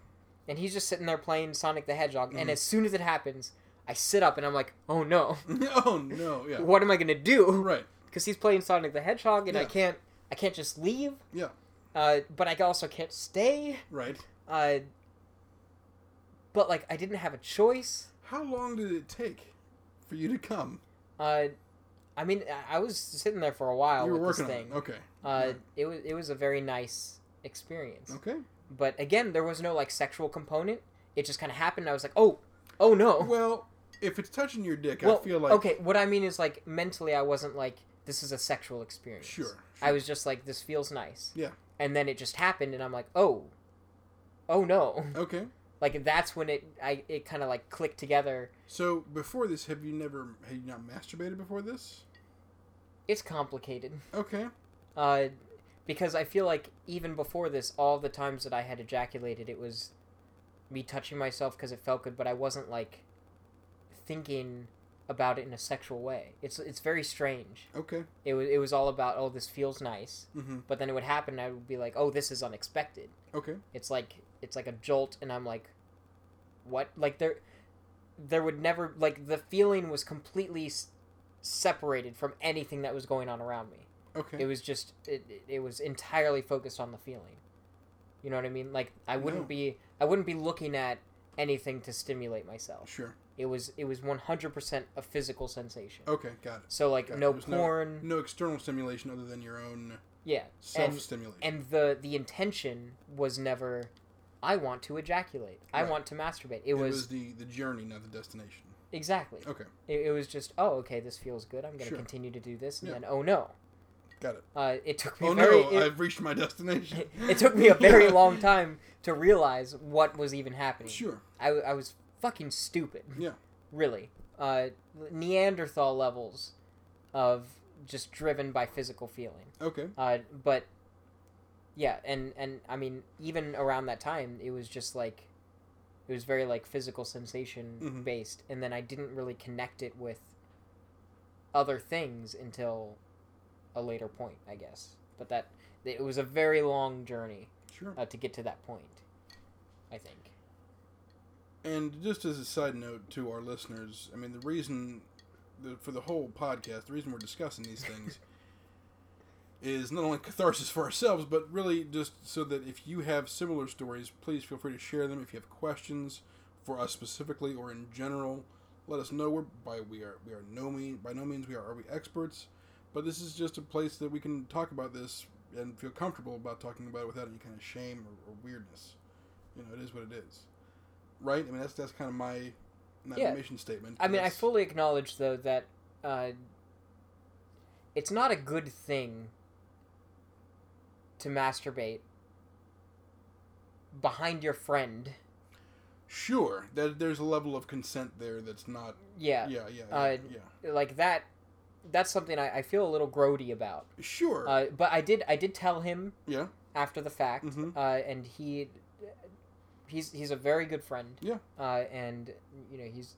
[SPEAKER 1] And he's just sitting there playing Sonic the Hedgehog, and
[SPEAKER 2] Mhm.
[SPEAKER 1] as soon as it happens, I sit up and I'm like, oh no,
[SPEAKER 2] oh no. Yeah.
[SPEAKER 1] what am I gonna do?
[SPEAKER 2] Right.
[SPEAKER 1] because he's playing Sonic the Hedgehog, and I
[SPEAKER 2] Yeah.
[SPEAKER 1] can't I can't just leave.
[SPEAKER 2] Yeah.
[SPEAKER 1] Uh, but I also can't stay.
[SPEAKER 2] Right.
[SPEAKER 1] Uh, but like I didn't have a choice.
[SPEAKER 2] How long did it take for you to come?
[SPEAKER 1] Uh, I mean I- I was sitting there for a while
[SPEAKER 2] you were
[SPEAKER 1] with
[SPEAKER 2] working
[SPEAKER 1] this
[SPEAKER 2] on
[SPEAKER 1] thing.
[SPEAKER 2] it. Okay.
[SPEAKER 1] Uh, it was it was a very nice experience.
[SPEAKER 2] Okay.
[SPEAKER 1] But again, there was no like sexual component. It just kind of happened. And I was like, oh, oh no.
[SPEAKER 2] Well, if it's touching your dick,
[SPEAKER 1] Well,
[SPEAKER 2] I feel like
[SPEAKER 1] okay. What I mean is like mentally, I wasn't like this is a sexual experience.
[SPEAKER 2] Sure.
[SPEAKER 1] I was just like, this feels nice.
[SPEAKER 2] Yeah.
[SPEAKER 1] And then it just happened, and I'm like, oh, oh no.
[SPEAKER 2] Okay.
[SPEAKER 1] Like that's when it I it kind of like clicked together.
[SPEAKER 2] So before this, have you never have you not masturbated before this?
[SPEAKER 1] It's complicated.
[SPEAKER 2] Okay.
[SPEAKER 1] Uh, because I feel like even before this, all the times that I had ejaculated, it was me touching myself because it felt good, but I wasn't like thinking about it in a sexual way. It's it's very strange.
[SPEAKER 2] Okay.
[SPEAKER 1] It was it was all about oh this feels nice,
[SPEAKER 2] Mm-hmm.
[SPEAKER 1] but then it would happen and I would be like oh this is unexpected.
[SPEAKER 2] Okay.
[SPEAKER 1] It's like it's like a jolt and I'm like, what? Like there, there would never like the feeling was completely s- separated from anything that was going on around me.
[SPEAKER 2] Okay.
[SPEAKER 1] It was just it, it- it was entirely focused on the feeling. You know what I mean? Like I wouldn't
[SPEAKER 2] No.
[SPEAKER 1] be I wouldn't be looking at anything to stimulate myself.
[SPEAKER 2] sure.
[SPEAKER 1] It was it was 100% a physical sensation.
[SPEAKER 2] Okay. Got it.
[SPEAKER 1] So like
[SPEAKER 2] Got it.
[SPEAKER 1] no
[SPEAKER 2] There's no-
[SPEAKER 1] porn.
[SPEAKER 2] No external stimulation other than your own
[SPEAKER 1] Yeah.
[SPEAKER 2] self stimulation.
[SPEAKER 1] And the the intention was never I want to ejaculate. I
[SPEAKER 2] Right.
[SPEAKER 1] want to masturbate. It,
[SPEAKER 2] it
[SPEAKER 1] was,
[SPEAKER 2] was the the journey, not the destination.
[SPEAKER 1] exactly.
[SPEAKER 2] Okay.
[SPEAKER 1] It, it was just oh okay this feels good. I'm going to
[SPEAKER 2] Sure.
[SPEAKER 1] continue to do this and
[SPEAKER 2] Yeah.
[SPEAKER 1] then oh no.
[SPEAKER 2] Got it.
[SPEAKER 1] Uh, it took me
[SPEAKER 2] Oh
[SPEAKER 1] very
[SPEAKER 2] no!
[SPEAKER 1] it-
[SPEAKER 2] I've reached my destination.
[SPEAKER 1] it, took me a very
[SPEAKER 2] Yeah.
[SPEAKER 1] long time to realize what was even happening.
[SPEAKER 2] Sure.
[SPEAKER 1] I, I was fucking stupid.
[SPEAKER 2] Yeah.
[SPEAKER 1] Really. Uh, Neanderthal levels of just driven by physical feeling.
[SPEAKER 2] Okay.
[SPEAKER 1] Uh, but yeah, and and I mean, even around that time, it was just like it was very like physical sensation
[SPEAKER 2] Mhm.
[SPEAKER 1] based, and then I didn't really connect it with other things until a later point, I guess. But that it was a very long journey
[SPEAKER 2] Sure.
[SPEAKER 1] uh, to get to that point. I think.
[SPEAKER 2] And just as a side note to our listeners, I mean, the reason the, for the whole podcast, the reason we're discussing these things is not only catharsis for ourselves, but really just so that if you have similar stories, please feel free to share them. If you have questions for us specifically or in general, let us know. We're by we are we are no mean by no means we are are we experts, but this is just a place that we can talk about this and feel comfortable about talking about it without any kind of shame or, or weirdness. You know, it is what it is right? I mean, that's that's kind of my not
[SPEAKER 1] Yeah.
[SPEAKER 2] mission statement.
[SPEAKER 1] I mean, I
[SPEAKER 2] That's-
[SPEAKER 1] fully acknowledge though that uh, it's not a good thing to masturbate behind your friend.
[SPEAKER 2] sure that there's a level of consent there that's not.
[SPEAKER 1] Yeah,
[SPEAKER 2] Yeah, yeah, yeah.
[SPEAKER 1] Uh,
[SPEAKER 2] yeah.
[SPEAKER 1] like that. That's something I, I feel a little grody about.
[SPEAKER 2] Sure.
[SPEAKER 1] Uh, but I did I did tell him
[SPEAKER 2] yeah.
[SPEAKER 1] after the fact,
[SPEAKER 2] Mhm.
[SPEAKER 1] uh, and he he's he's a very good friend.
[SPEAKER 2] Yeah.
[SPEAKER 1] Uh, and you know he's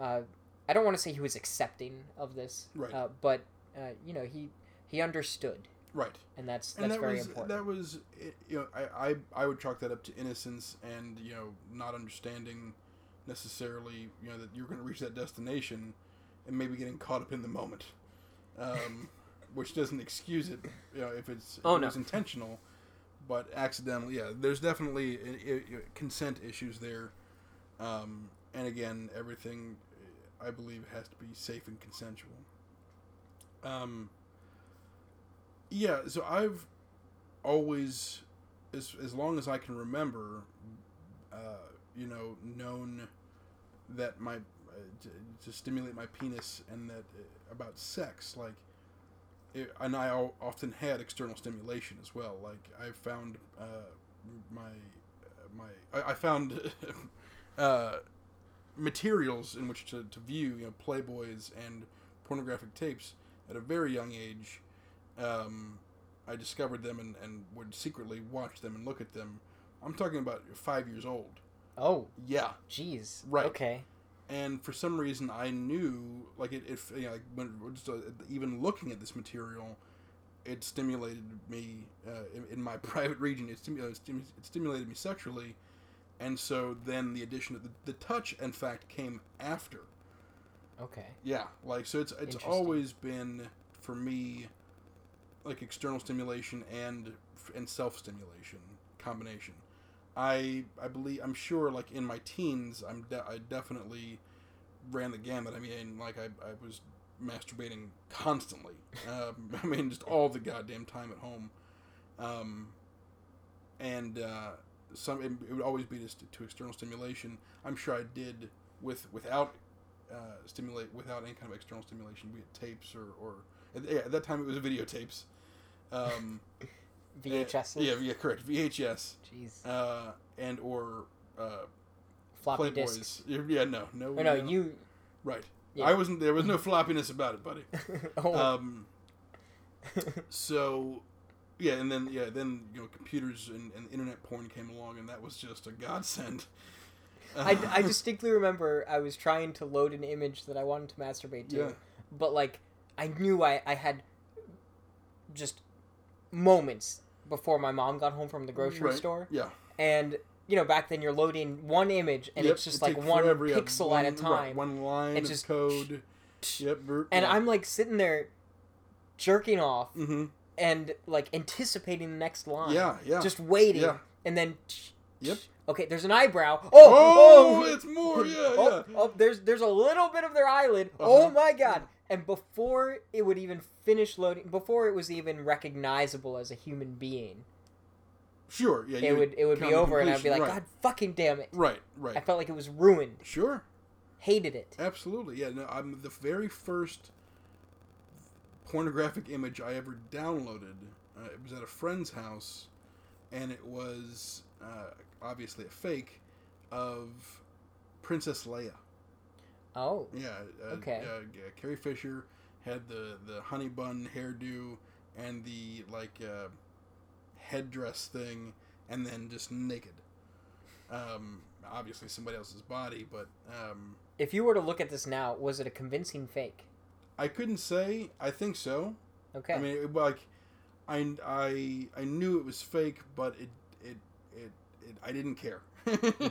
[SPEAKER 1] uh, I don't want to say he was accepting of this,
[SPEAKER 2] Right.
[SPEAKER 1] Uh, but uh, you know he he understood,
[SPEAKER 2] Right.
[SPEAKER 1] and that's that's
[SPEAKER 2] And that
[SPEAKER 1] very
[SPEAKER 2] was uh,
[SPEAKER 1] important.
[SPEAKER 2] that was it- you know I, I I would chalk that up to innocence and you know not understanding necessarily you know that you're going to reach that destination and maybe getting caught up in the moment, um, which doesn't excuse it you know if it's if
[SPEAKER 1] Oh,
[SPEAKER 2] it
[SPEAKER 1] no.
[SPEAKER 2] was intentional, but accidentally yeah there's definitely i i i- consent issues there, um, and again everything I believe has to be safe and consensual. Um, yeah, so I've always, as, as long as I can remember, uh, you know, known that my, uh, to, to stimulate my penis and that uh, about sex, like, it, and I al- often had external stimulation as well. Like, I found uh, my, uh, my, I, I found uh, materials in which to, to view, you know, Playboys and pornographic tapes at a very young age. Um, I discovered them and, and would secretly watch them and look at them. I'm talking about five years old.
[SPEAKER 1] oh,
[SPEAKER 2] Yeah.
[SPEAKER 1] jeez.
[SPEAKER 2] Right.
[SPEAKER 1] Okay.
[SPEAKER 2] And for some reason, I knew, like, it, if, you know, like when, just, uh, even looking at this material, it stimulated me uh, in, in my private region. It, stimu- uh, stim- it stimulated me sexually. And so then the addition of the, the touch, in fact, came after.
[SPEAKER 1] Okay.
[SPEAKER 2] Yeah, like so it's it's
[SPEAKER 1] Interesting.
[SPEAKER 2] always been for me like external stimulation and and self stimulation combination. I I believe I'm sure like in my teens I'm de- I definitely ran the gamut. I mean like I I was masturbating constantly. Um, I mean just all the goddamn time at home. Um, and uh, some it, it would always be just to external stimulation. I'm sure I did with without uh, stimulate without any kind of external stimulation, be it tapes or, or at, yeah, at that time it was videotapes. Um,
[SPEAKER 1] VHS.
[SPEAKER 2] yeah, yeah, correct. VHS
[SPEAKER 1] Jeez.
[SPEAKER 2] uh, and or uh,
[SPEAKER 1] Floppy
[SPEAKER 2] Playboys.
[SPEAKER 1] disks.
[SPEAKER 2] Yeah, no, no,
[SPEAKER 1] Or no, you.
[SPEAKER 2] right.
[SPEAKER 1] Yeah.
[SPEAKER 2] I wasn't. There was no floppiness about it, buddy.
[SPEAKER 1] oh,
[SPEAKER 2] Um, so, yeah, and then yeah, then you know, computers and, and internet porn came along, and that was just a godsend.
[SPEAKER 1] I, I distinctly remember I was trying to load an image that I wanted to masturbate to,
[SPEAKER 2] Yeah.
[SPEAKER 1] but like I knew I, I had just moments before my mom got home from the grocery
[SPEAKER 2] Right.
[SPEAKER 1] store,
[SPEAKER 2] yeah,
[SPEAKER 1] and you know back then you're loading one image and
[SPEAKER 2] Yep,
[SPEAKER 1] it's just
[SPEAKER 2] it
[SPEAKER 1] like
[SPEAKER 2] takes
[SPEAKER 1] one
[SPEAKER 2] forever, yeah,
[SPEAKER 1] pixel
[SPEAKER 2] one-
[SPEAKER 1] at a
[SPEAKER 2] right,
[SPEAKER 1] time,
[SPEAKER 2] one line
[SPEAKER 1] It's
[SPEAKER 2] of
[SPEAKER 1] just-
[SPEAKER 2] code. yep, mm-hmm.
[SPEAKER 1] and I'm like sitting there jerking off
[SPEAKER 2] hmm
[SPEAKER 1] and like anticipating the next line,
[SPEAKER 2] Yeah, yeah.
[SPEAKER 1] just waiting,
[SPEAKER 2] Yeah.
[SPEAKER 1] and then
[SPEAKER 2] Yep.
[SPEAKER 1] okay, there's an eyebrow, oh,
[SPEAKER 2] Oh,
[SPEAKER 1] oh,
[SPEAKER 2] it's more. Yeah, yeah.
[SPEAKER 1] oh, oh, there's there's a little bit of their eyelid. Oh
[SPEAKER 2] Uh-huh.
[SPEAKER 1] my god! And before it would even finish loading, before it was even recognizable as a human being,
[SPEAKER 2] Sure. Yeah.
[SPEAKER 1] it would it would be
[SPEAKER 2] count to
[SPEAKER 1] over, and I'd be like,
[SPEAKER 2] completion,
[SPEAKER 1] God fucking damn it!
[SPEAKER 2] Right.
[SPEAKER 1] I
[SPEAKER 2] Right. Right.
[SPEAKER 1] felt like it was ruined.
[SPEAKER 2] Sure.
[SPEAKER 1] Hated it.
[SPEAKER 2] Absolutely. Yeah. No. I'm the very first pornographic image I ever downloaded. Uh, it was at a friend's house, and it was uh, obviously a fake of Princess Leia.
[SPEAKER 1] Oh,
[SPEAKER 2] Yeah. Uh,
[SPEAKER 1] Okay.
[SPEAKER 2] Uh, yeah, Carrie Fisher had the the honey bun hairdo and the like uh, headdress thing, and then just naked. Um, obviously somebody else's body, but um,
[SPEAKER 1] if you were to look at this now, was it a convincing fake?
[SPEAKER 2] I couldn't say. I think so.
[SPEAKER 1] Okay,
[SPEAKER 2] I mean, it, like, I, I I knew it was fake, but it it it, it I didn't care.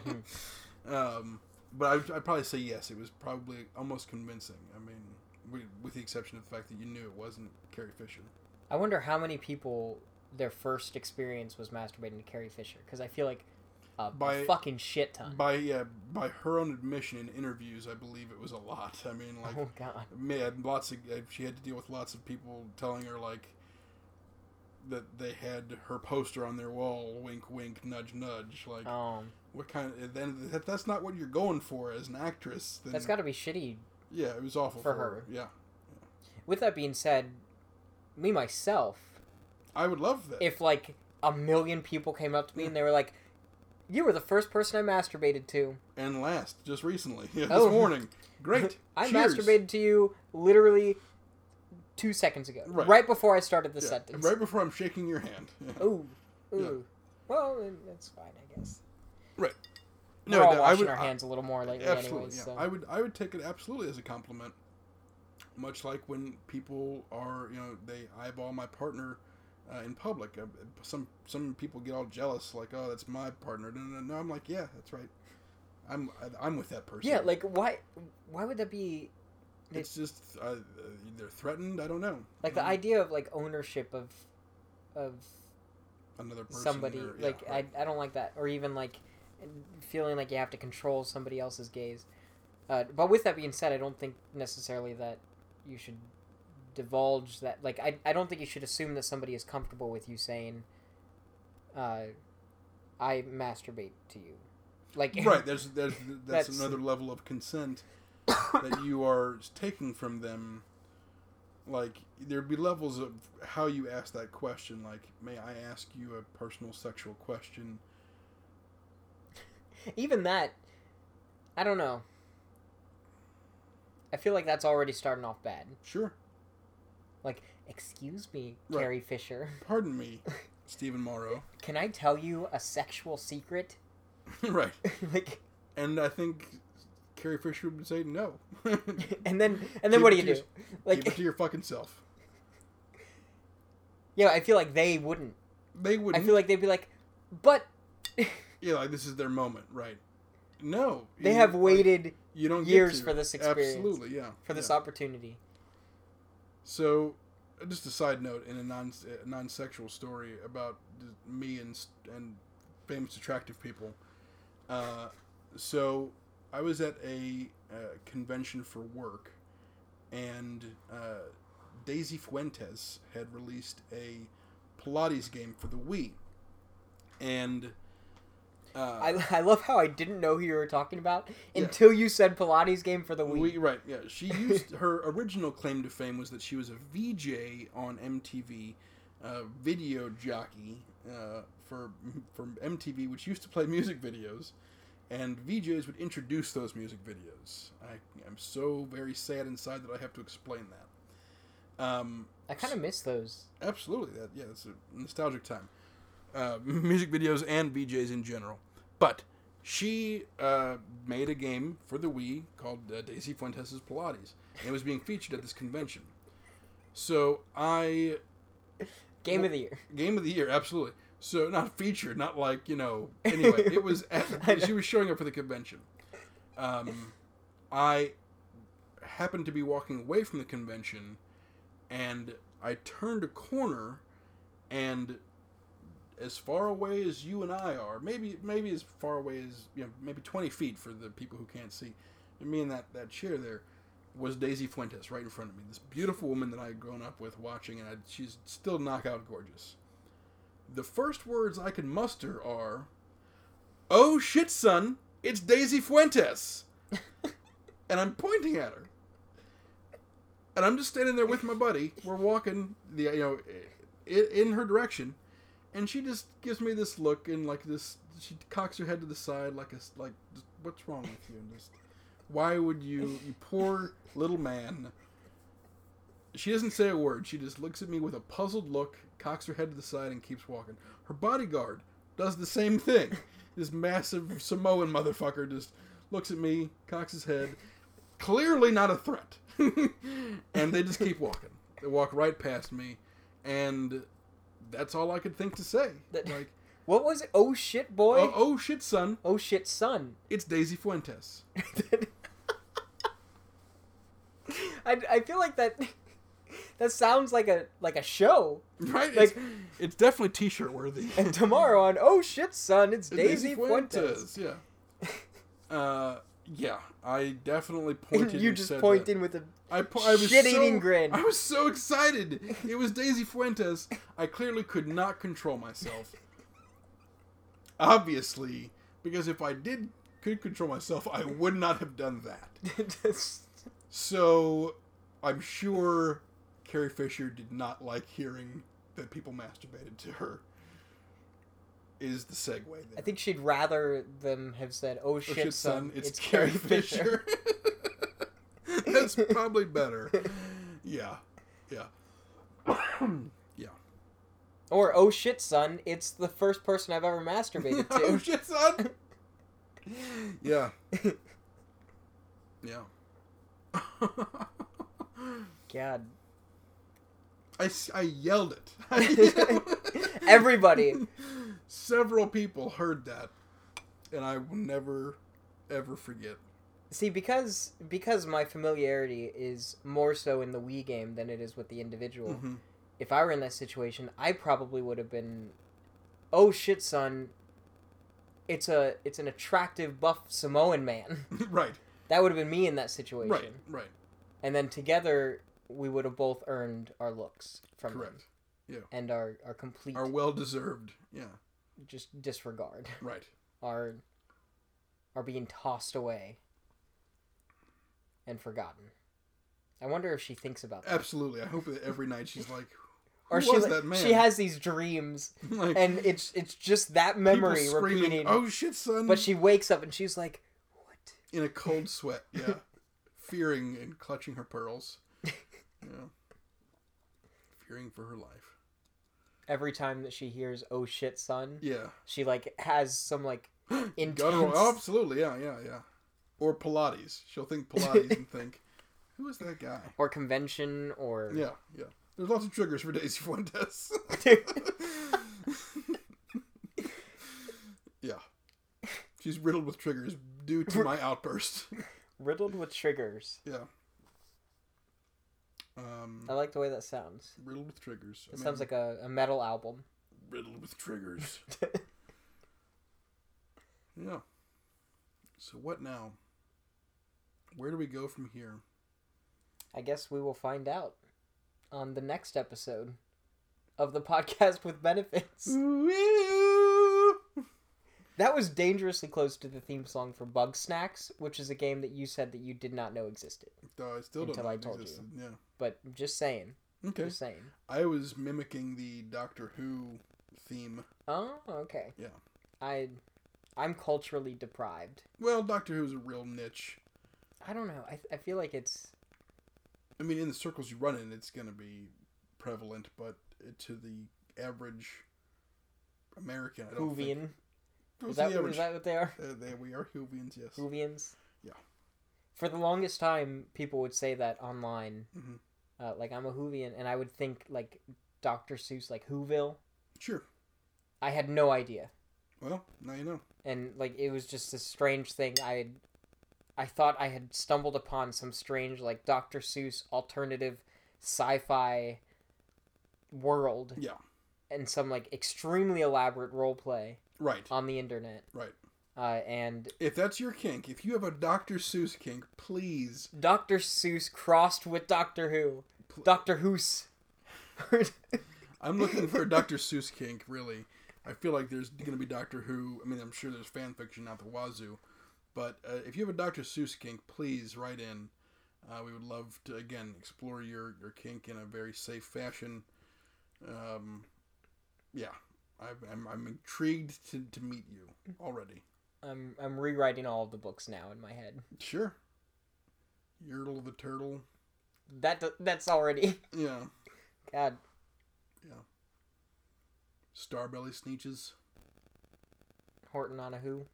[SPEAKER 2] um, but I, I'd probably say yes. It was probably almost convincing. I mean, we, with the exception of the fact that you knew it wasn't Carrie Fisher.
[SPEAKER 1] I wonder how many people their first experience was masturbating to Carrie Fisher, because I feel like a
[SPEAKER 2] By-
[SPEAKER 1] fucking shit ton.
[SPEAKER 2] By yeah, by her own admission in interviews, I believe it was a lot. I mean, like,
[SPEAKER 1] oh god.
[SPEAKER 2] may had lots of uh, she had to deal with lots of people telling her like that they had her poster on their wall wink wink nudge nudge like
[SPEAKER 1] Um,
[SPEAKER 2] what kind of then if that's not what you're going for as an actress then
[SPEAKER 1] that's got to be shitty
[SPEAKER 2] yeah it was awful
[SPEAKER 1] for
[SPEAKER 2] for,
[SPEAKER 1] her.
[SPEAKER 2] her. yeah
[SPEAKER 1] With that being said, me myself,
[SPEAKER 2] i would love that
[SPEAKER 1] if like a million people came up to me and they were like, "You were the first person I masturbated to.
[SPEAKER 2] and last just recently yeah, this
[SPEAKER 1] Oh.
[SPEAKER 2] morning great
[SPEAKER 1] I
[SPEAKER 2] Cheers.
[SPEAKER 1] masturbated to you literally two seconds ago, right,
[SPEAKER 2] Right.
[SPEAKER 1] before I started the
[SPEAKER 2] Yeah,
[SPEAKER 1] sentence." Oh,
[SPEAKER 2] right before i'm shaking your hand Yeah.
[SPEAKER 1] Ooh,
[SPEAKER 2] Yeah.
[SPEAKER 1] ooh. Well, then that's fine, I guess.
[SPEAKER 2] no,
[SPEAKER 1] we're all
[SPEAKER 2] no, I
[SPEAKER 1] washing
[SPEAKER 2] would
[SPEAKER 1] our
[SPEAKER 2] I-
[SPEAKER 1] hands a little more lately,
[SPEAKER 2] Absolutely,
[SPEAKER 1] anyways.
[SPEAKER 2] yeah.
[SPEAKER 1] So.
[SPEAKER 2] I would I would take it absolutely as a compliment. Much like when people are, you know, they eyeball my partner uh, in public. Uh, some some people get all jealous, like, "Oh, that's my partner." No, no, no. I'm like, "Yeah, that's right. I'm I- I'm with that person."
[SPEAKER 1] yeah, like why? Why would that be?
[SPEAKER 2] it's just uh, they're threatened. I don't know.
[SPEAKER 1] Like the
[SPEAKER 2] Um,
[SPEAKER 1] idea of like ownership of, of
[SPEAKER 2] another person
[SPEAKER 1] somebody
[SPEAKER 2] or- yeah,
[SPEAKER 1] like
[SPEAKER 2] right.
[SPEAKER 1] I, I don't like that or even like feeling like you have to control somebody else's gaze uh, but with that being said i don't think necessarily that you should divulge that like I, I don't think you should assume that somebody is comfortable with you saying uh, i masturbate to you like
[SPEAKER 2] right. There's there's that's,
[SPEAKER 1] That's-
[SPEAKER 2] another level of consent that you are taking from them. Like there'd be levels of how you ask that question. Like, may I ask you a personal sexual question?
[SPEAKER 1] even that i don't know i feel like that's already starting off bad
[SPEAKER 2] Sure.
[SPEAKER 1] like excuse me
[SPEAKER 2] Right.
[SPEAKER 1] carrie fisher
[SPEAKER 2] Pardon me, Stephen Morrow.
[SPEAKER 1] can i tell you a sexual secret
[SPEAKER 2] right.
[SPEAKER 1] like
[SPEAKER 2] And I think Carrie Fisher would say no.
[SPEAKER 1] and then and then what do you do
[SPEAKER 2] Like, Keep
[SPEAKER 1] like
[SPEAKER 2] it to your fucking self.
[SPEAKER 1] yeah i feel like they wouldn't
[SPEAKER 2] They
[SPEAKER 1] i
[SPEAKER 2] wouldn't.
[SPEAKER 1] feel like they'd be like but
[SPEAKER 2] yeah, like this is their moment, right? No,
[SPEAKER 1] they
[SPEAKER 2] you-
[SPEAKER 1] have
[SPEAKER 2] like,
[SPEAKER 1] waited
[SPEAKER 2] you don't get
[SPEAKER 1] years
[SPEAKER 2] to.
[SPEAKER 1] for this experience,
[SPEAKER 2] Absolutely, yeah.
[SPEAKER 1] for this
[SPEAKER 2] yeah.
[SPEAKER 1] opportunity
[SPEAKER 2] So, uh, just a side note in a non non sexual story about th- me and s- and famous attractive people. Uh, so, I was at a uh, convention for work, and uh, Daisy Fuentes had released a Pilates game for the Wii, and uh,
[SPEAKER 1] I, I love how i didn't know who you were talking about
[SPEAKER 2] Yeah.
[SPEAKER 1] until you said pilates game for the
[SPEAKER 2] We,
[SPEAKER 1] week
[SPEAKER 2] right, yeah. She used her original claim to fame was that she was a VJ on MTV, uh, video jockey uh, for for MTV, which used to play music videos, and VJs would introduce those music videos. I am so very sad inside that I have to explain that. Um,
[SPEAKER 1] I kind of miss those.
[SPEAKER 2] absolutely, that yeah, it's a nostalgic time. Uh, music videos and VJs in general, but she uh, made a game for the Wii called uh, Daisy Fuentes' Pilates, and it was being featured at this convention. So I
[SPEAKER 1] Game of the year.
[SPEAKER 2] Game of the year, absolutely. So not featured, not like you know. Anyway, it was at,
[SPEAKER 1] I know.
[SPEAKER 2] she was showing up for the convention. Um, I happened to be walking away from the convention, and I turned a corner, and as far away as you and I are, maybe maybe as far away as you know, maybe twenty feet for the people who can't see, me and that that chair there was Daisy Fuentes right in front of me. This beautiful woman that I had grown up with watching, and I, she's still knockout gorgeous. The first words I could muster are, "Oh shit, son, it's Daisy Fuentes," and I'm pointing at her, and I'm just standing there with my buddy. We're walking the you know in, in her direction, and she just gives me this look and like this. She cocks her head to the side like a s- like, "What's wrong with you?" And just why would you, you poor little man? She doesn't say a word. She just looks at me with a puzzled look, cocks her head to the side, and keeps walking. Her bodyguard does the same thing. This massive Samoan motherfucker just looks at me, cocks his head, clearly not a threat. and they just keep walking. They walk right past me, and that's all I could think to say.
[SPEAKER 1] That-
[SPEAKER 2] Like,
[SPEAKER 1] What was it? Oh shit, boy.
[SPEAKER 2] oh,
[SPEAKER 1] Oh,
[SPEAKER 2] oh shit, son,
[SPEAKER 1] shit, son.
[SPEAKER 2] it's Daisy Fuentes.
[SPEAKER 1] I, I feel like that. That sounds like a like a show.
[SPEAKER 2] Right?
[SPEAKER 1] Like-
[SPEAKER 2] it's, it's definitely t-shirt worthy.
[SPEAKER 1] And tomorrow on Oh shit, son, it's Daisy, Fuentes.
[SPEAKER 2] Yeah. Uh, yeah. I definitely
[SPEAKER 1] And
[SPEAKER 2] pointed.
[SPEAKER 1] you
[SPEAKER 2] and
[SPEAKER 1] just
[SPEAKER 2] said
[SPEAKER 1] point
[SPEAKER 2] that.
[SPEAKER 1] in with a
[SPEAKER 2] I, po- I was
[SPEAKER 1] shit-eating
[SPEAKER 2] so,
[SPEAKER 1] grin.
[SPEAKER 2] I was so excited. It was Daisy Fuentes. I clearly could not control myself. Obviously, because if I did could control myself, I would not have done that. So, I'm sure Carrie Fisher did not like hearing that people masturbated to her. Is the segue there?
[SPEAKER 1] I think she'd rather them have said, "Oh
[SPEAKER 2] Oh
[SPEAKER 1] shit,
[SPEAKER 2] shit,
[SPEAKER 1] son,
[SPEAKER 2] son, it's, Carrie Fisher. That's probably better. Yeah, yeah.
[SPEAKER 1] Or "Oh shit, son, it's the first person I've ever masturbated
[SPEAKER 2] oh
[SPEAKER 1] to."
[SPEAKER 2] shit, son. Yeah, yeah.
[SPEAKER 1] God,
[SPEAKER 2] I, s- I yelled it. I yelled-
[SPEAKER 1] everybody.
[SPEAKER 2] Several people heard that, and I will never, ever forget.
[SPEAKER 1] See, because because my familiarity is more so in the Wii game than it is with the individual.
[SPEAKER 2] Mhm.
[SPEAKER 1] If I were in that situation, I probably would have been, "Oh shit, son, it's a it's an attractive buff Samoan man."
[SPEAKER 2] right,
[SPEAKER 1] that would have been me in that situation.
[SPEAKER 2] right, right.
[SPEAKER 1] And then together we would have both earned our looks from them.
[SPEAKER 2] Correct.
[SPEAKER 1] and our our complete
[SPEAKER 2] Are well deserved. Yeah,
[SPEAKER 1] just disregard
[SPEAKER 2] right.
[SPEAKER 1] are are being tossed away and forgotten. I wonder if she thinks about that,
[SPEAKER 2] Absolutely. I hope that every night she's like,
[SPEAKER 1] or
[SPEAKER 2] who
[SPEAKER 1] she
[SPEAKER 2] was
[SPEAKER 1] like,
[SPEAKER 2] that man?
[SPEAKER 1] she has these dreams,
[SPEAKER 2] like,
[SPEAKER 1] and it's it's just that
[SPEAKER 2] people
[SPEAKER 1] memory
[SPEAKER 2] screaming,
[SPEAKER 1] repeating.
[SPEAKER 2] Oh shit, son!
[SPEAKER 1] But she wakes up and she's like, "What?"
[SPEAKER 2] in a cold sweat, yeah, fearing and clutching her pearls, yeah, fearing for her life.
[SPEAKER 1] Every time that she hears "Oh shit, son,"
[SPEAKER 2] Yeah,
[SPEAKER 1] she like has some like intense.
[SPEAKER 2] guttural. Absolutely, yeah, yeah, yeah. Or Pilates. She'll think Pilates and think, who is that guy?
[SPEAKER 1] Or convention, or
[SPEAKER 2] Yeah, yeah. There's lots of triggers for Daisy Fuentes. yeah, she's riddled with triggers due to my outburst.
[SPEAKER 1] riddled with triggers.
[SPEAKER 2] Yeah. Um,
[SPEAKER 1] I like the way that sounds.
[SPEAKER 2] riddled with triggers.
[SPEAKER 1] It sounds like a, a metal album.
[SPEAKER 2] riddled with triggers. yeah. So what now? Where do we go from here?
[SPEAKER 1] I guess we will find out on the next episode of the podcast with benefits. That was dangerously close to the theme song for Bug Snacks, which is a game that you said that you did not know existed.
[SPEAKER 2] No, I still don't
[SPEAKER 1] Until
[SPEAKER 2] know
[SPEAKER 1] I
[SPEAKER 2] if it
[SPEAKER 1] told you.
[SPEAKER 2] existed. Yeah.
[SPEAKER 1] But just saying,
[SPEAKER 2] Okay.
[SPEAKER 1] just saying.
[SPEAKER 2] I was mimicking the Doctor Who theme.
[SPEAKER 1] Oh, okay.
[SPEAKER 2] Yeah.
[SPEAKER 1] I I'm culturally deprived.
[SPEAKER 2] Well, Doctor Who's a real niche.
[SPEAKER 1] I don't know. I, I feel like it's
[SPEAKER 2] I mean, in the circles you run in, it's going to be prevalent, but to the average American, I don't think.
[SPEAKER 1] Hoovian.
[SPEAKER 2] To
[SPEAKER 1] Is
[SPEAKER 2] the
[SPEAKER 1] that,
[SPEAKER 2] average-
[SPEAKER 1] is that what they are?
[SPEAKER 2] Uh, there we are, Hoovians, yes.
[SPEAKER 1] Hoovians.
[SPEAKER 2] Yeah.
[SPEAKER 1] For the longest time, people would say that online.
[SPEAKER 2] Mhm.
[SPEAKER 1] Uh, like I'm a Hoovian, and I would think like Dr. Seuss, like Whoville.
[SPEAKER 2] Sure.
[SPEAKER 1] I had no idea,
[SPEAKER 2] Well, now you know.
[SPEAKER 1] and like it was just this strange thing. I, had, I thought I had stumbled upon some strange like Dr. Seuss alternative sci-fi world.
[SPEAKER 2] Yeah.
[SPEAKER 1] And some like extremely elaborate role play
[SPEAKER 2] Right.
[SPEAKER 1] on the internet.
[SPEAKER 2] Right.
[SPEAKER 1] Uh, and
[SPEAKER 2] If that's your kink, if you have a Dr. Seuss kink, please.
[SPEAKER 1] Dr. Seuss crossed with Doctor Who.
[SPEAKER 2] Pl-
[SPEAKER 1] Doctor Who's.
[SPEAKER 2] I'm looking for a Dr. Seuss kink, really. I feel like there's going to be Doctor Who. I mean, I'm sure there's fan fiction out the wazoo. But uh, if you have a Dr. Seuss kink, please write in. Uh, we would love to, again, explore your, your kink in a very safe fashion. Um, yeah. I've, I'm, I'm intrigued to, to meet you already.
[SPEAKER 1] I'm I'm rewriting all of the books now in my head.
[SPEAKER 2] Sure. Yertle the Turtle.
[SPEAKER 1] That do- that's already
[SPEAKER 2] Yeah.
[SPEAKER 1] God.
[SPEAKER 2] Starbelly Sneeches.
[SPEAKER 1] Horton on a Who.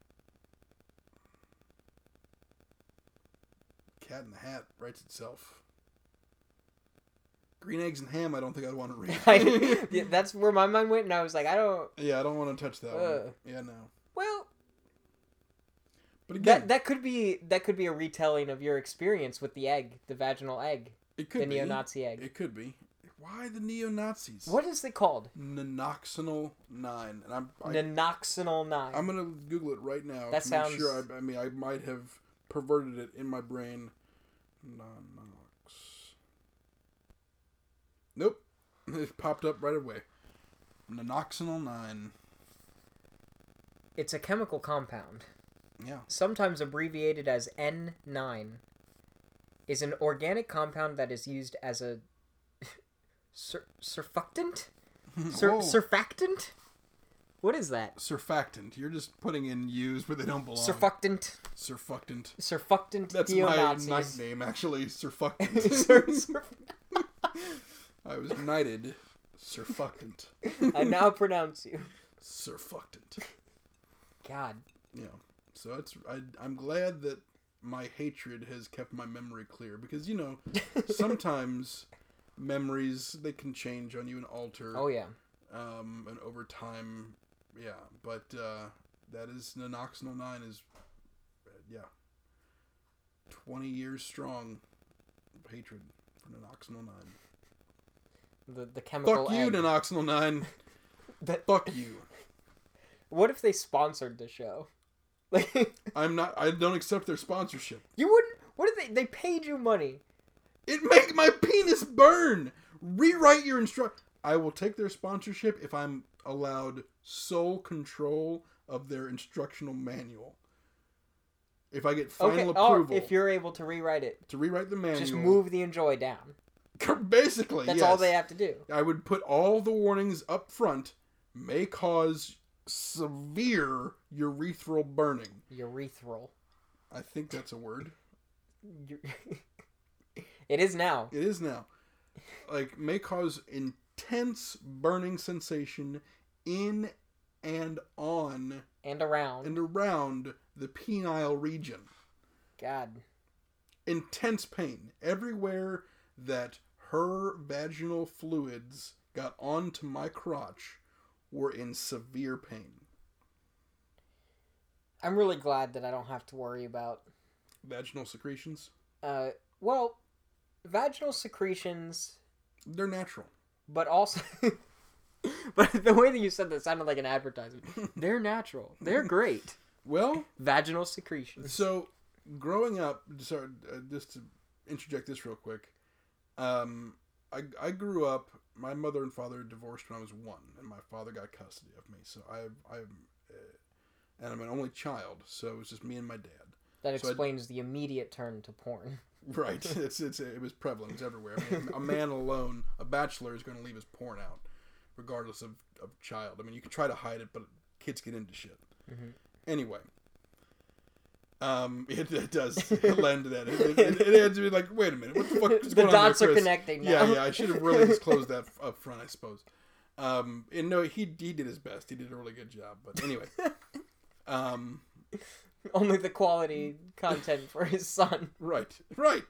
[SPEAKER 2] Cat in the Hat writes itself. Green Eggs and Ham, I don't think I'd want to read.
[SPEAKER 1] I, yeah, that's where my mind went, and I was like, I don't.
[SPEAKER 2] yeah, I don't want to touch that one.
[SPEAKER 1] Ugh.
[SPEAKER 2] Yeah, no.
[SPEAKER 1] Well,
[SPEAKER 2] But again,
[SPEAKER 1] that that could be that could be a retelling of your experience with the egg, the vaginal egg,
[SPEAKER 2] it could
[SPEAKER 1] the
[SPEAKER 2] be.
[SPEAKER 1] neo-Nazi egg.
[SPEAKER 2] It could be. Why the neo Nazis?
[SPEAKER 1] What is it called?
[SPEAKER 2] Nanoxinal nine, and I'm I,
[SPEAKER 1] Nanoxinal nine.
[SPEAKER 2] I'm gonna Google it right now.
[SPEAKER 1] That
[SPEAKER 2] to
[SPEAKER 1] sounds-
[SPEAKER 2] Make sure I, I mean, I might have perverted it in my brain. Nanox. Nope, it popped up right away. Nanoxinal nine.
[SPEAKER 1] It's a chemical compound.
[SPEAKER 2] Yeah.
[SPEAKER 1] sometimes abbreviated as N9, is an organic compound that is used as a sur- surfactant? Sur-
[SPEAKER 2] Whoa.
[SPEAKER 1] surfactant? What is that?
[SPEAKER 2] surfactant. You're just putting in U's where they don't belong.
[SPEAKER 1] Surfactant.
[SPEAKER 2] surfactant.
[SPEAKER 1] Surfactant
[SPEAKER 2] That's
[SPEAKER 1] neo-Nazis.
[SPEAKER 2] my nickname, actually.
[SPEAKER 1] Sur-
[SPEAKER 2] Surfactant.
[SPEAKER 1] surf-
[SPEAKER 2] I was knighted. Surfactant.
[SPEAKER 1] I now pronounce you.
[SPEAKER 2] Surfactant.
[SPEAKER 1] God.
[SPEAKER 2] Yeah. So it's. I, I'm glad that my hatred has kept my memory clear because you know sometimes memories they can change on you and alter.
[SPEAKER 1] Oh, yeah.
[SPEAKER 2] um, and over time, yeah. But uh, that is Nanoxinal Nine is, uh, yeah, twenty years strong of hatred for Nanoxinal Nine.
[SPEAKER 1] The, the chemical
[SPEAKER 2] Fuck you,
[SPEAKER 1] egg.
[SPEAKER 2] Nanoxinal Nine.
[SPEAKER 1] That-
[SPEAKER 2] Fuck you.
[SPEAKER 1] What if they sponsored the show? Like,
[SPEAKER 2] I'm not. I don't accept their sponsorship.
[SPEAKER 1] you wouldn't... What if they... They paid you money.
[SPEAKER 2] It make my penis burn. Rewrite your instruct. I will take their sponsorship if I'm allowed sole control of their instructional manual. If I get final
[SPEAKER 1] okay, or
[SPEAKER 2] approval
[SPEAKER 1] if you're able to rewrite it,
[SPEAKER 2] to rewrite the manual,
[SPEAKER 1] just move the enjoy down.
[SPEAKER 2] Basically,
[SPEAKER 1] That's
[SPEAKER 2] Uh, yes.
[SPEAKER 1] all they have to do.
[SPEAKER 2] I would put all the warnings up front. May cause severe urethral burning.
[SPEAKER 1] Urethral.
[SPEAKER 2] I think that's a word.
[SPEAKER 1] U- it is now.
[SPEAKER 2] It is now. Like may cause intense burning sensation in and on
[SPEAKER 1] And around.
[SPEAKER 2] and around the penile region.
[SPEAKER 1] God.
[SPEAKER 2] Intense pain everywhere that her vaginal fluids got onto my crotch were in severe pain.
[SPEAKER 1] I'm really glad that I don't have to worry about
[SPEAKER 2] vaginal secretions.
[SPEAKER 1] uh well, vaginal secretions,
[SPEAKER 2] They're natural.
[SPEAKER 1] but also But the way that you said that sounded like an advertisement. They're natural. They're great.
[SPEAKER 2] Well,
[SPEAKER 1] Vaginal secretions.
[SPEAKER 2] so growing up, sorry, uh, just to interject this real quick, um, I, I grew up. My mother and father divorced when I was one, and my father got custody of me. So I, I, uh, and I'm an only child, so it was just me and my dad.
[SPEAKER 1] That
[SPEAKER 2] so I-
[SPEAKER 1] explains the immediate turn to porn.
[SPEAKER 2] Right. It's it's it was prevalent. It's everywhere. I mean, a man alone, a bachelor, is going to leave his porn out, regardless of of child. I mean, you can try to hide it, but kids get into shit.
[SPEAKER 1] Mhm.
[SPEAKER 2] Anyway. Um, it, it does lend to that. It, it, it adds to be like, wait a minute, what the fuck is
[SPEAKER 1] the
[SPEAKER 2] going on there,
[SPEAKER 1] dots are
[SPEAKER 2] Chris?
[SPEAKER 1] connecting now.
[SPEAKER 2] Yeah, yeah. I should have really disclosed that up front, I suppose. Um, and no, he he did his best. He did a really good job. But anyway, um,
[SPEAKER 1] Only the quality content for his son.
[SPEAKER 2] right, right.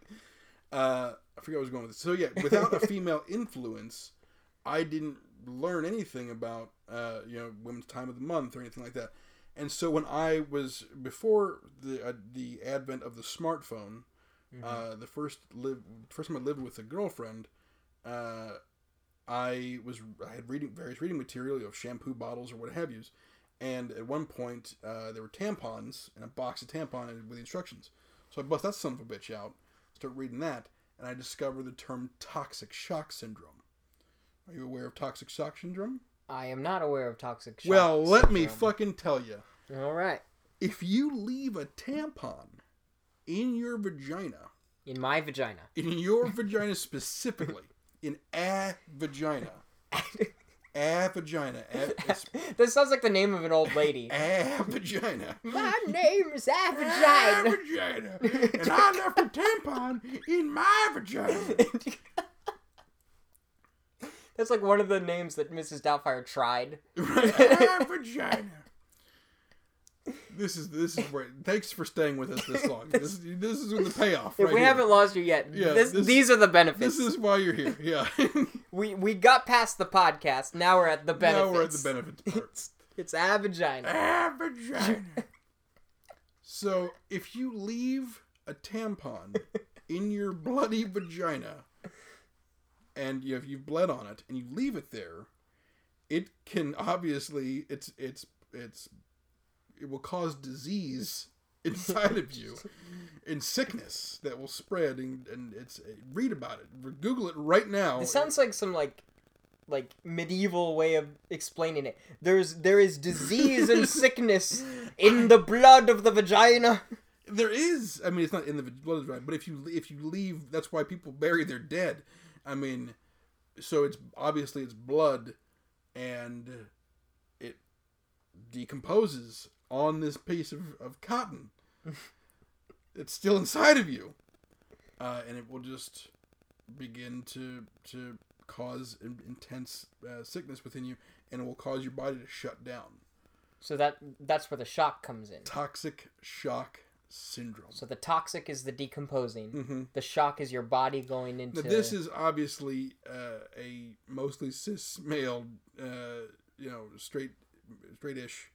[SPEAKER 2] Uh, I forgot where I was going with this. So yeah, without a female influence, I didn't learn anything about uh, you know women's time of the month or anything like that. And so when I was before the uh, the advent of the smartphone,
[SPEAKER 1] Mm-hmm.
[SPEAKER 2] Uh, the first live first time I lived with a girlfriend, uh, I was I had reading various reading material of shampoo bottles or what have yous, and at one point uh, there were tampons and a box of tampon with instructions. So I bust that son of a bitch out, start reading that, and I discover the term toxic shock syndrome. Are you aware of toxic shock syndrome?
[SPEAKER 1] I am not aware of toxic shock.
[SPEAKER 2] well, let me
[SPEAKER 1] syndrome.
[SPEAKER 2] fucking tell you.
[SPEAKER 1] All right.
[SPEAKER 2] If you leave a tampon in your vagina,
[SPEAKER 1] In my vagina.
[SPEAKER 2] in your vagina specifically, in a vagina, a vagina, a, it's
[SPEAKER 1] this sounds like the name of an old lady.
[SPEAKER 2] a vagina,
[SPEAKER 1] my name is A
[SPEAKER 2] a
[SPEAKER 1] Vagina.
[SPEAKER 2] vagina, and I left a tampon in my vagina.
[SPEAKER 1] That's like one of the names that Mrs. Doubtfire tried.
[SPEAKER 2] Ah, vagina. This is this is where. Thanks for staying with us this long. This this is the payoff.
[SPEAKER 1] If
[SPEAKER 2] Right
[SPEAKER 1] we
[SPEAKER 2] here.
[SPEAKER 1] haven't lost you yet,
[SPEAKER 2] Yeah,
[SPEAKER 1] this,
[SPEAKER 2] this-
[SPEAKER 1] these are the benefits.
[SPEAKER 2] This is why you're here. Yeah.
[SPEAKER 1] we we got past the podcast. Now we're at the benefits.
[SPEAKER 2] now we're at the benefits part.
[SPEAKER 1] It's, it's A Vagina.
[SPEAKER 2] Ah, vagina. so if you leave a tampon in your bloody vagina, and you, if you've bled on it, and you leave it there, it can obviously it's it's it's it will cause disease inside of you and sickness that will spread and, and it's read about it google it right now
[SPEAKER 1] It sounds like some like like medieval way of explaining it. There's there is disease and sickness in the blood of the vagina.
[SPEAKER 2] There is. I mean, it's not in the blood drive, but if you if you leave, that's why people bury their dead. I mean, so it's obviously it's blood, and it decomposes on this piece of, of cotton. it's still inside of you, uh, and it will just begin to to cause in, intense uh, sickness within you, and it will cause your body to shut down.
[SPEAKER 1] So that that's where the shock comes in.
[SPEAKER 2] Toxic shock syndrome.
[SPEAKER 1] So the toxic is the decomposing.
[SPEAKER 2] Mhm.
[SPEAKER 1] The shock is your body going into
[SPEAKER 2] Now, this is obviously uh, a mostly cis male, uh, you know, straight, straightish,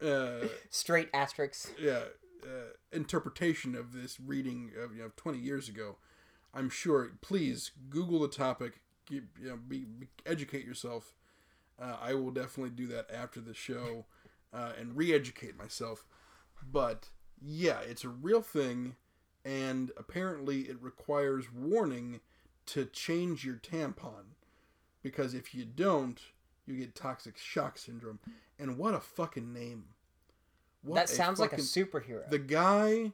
[SPEAKER 2] uh,
[SPEAKER 1] straight asterisks.
[SPEAKER 2] yeah, uh, interpretation of this reading of you know twenty years ago. I'm sure. Please Google the topic. Keep, you know, be, be- educate yourself. Uh, I will definitely do that after the show uh, and re-educate myself. But yeah, it's a real thing, and apparently it requires warning to change your tampon because if you don't, you get toxic shock syndrome. And what a fucking name! What
[SPEAKER 1] That sounds like a
[SPEAKER 2] fucking-
[SPEAKER 1] superhero.
[SPEAKER 2] the guy,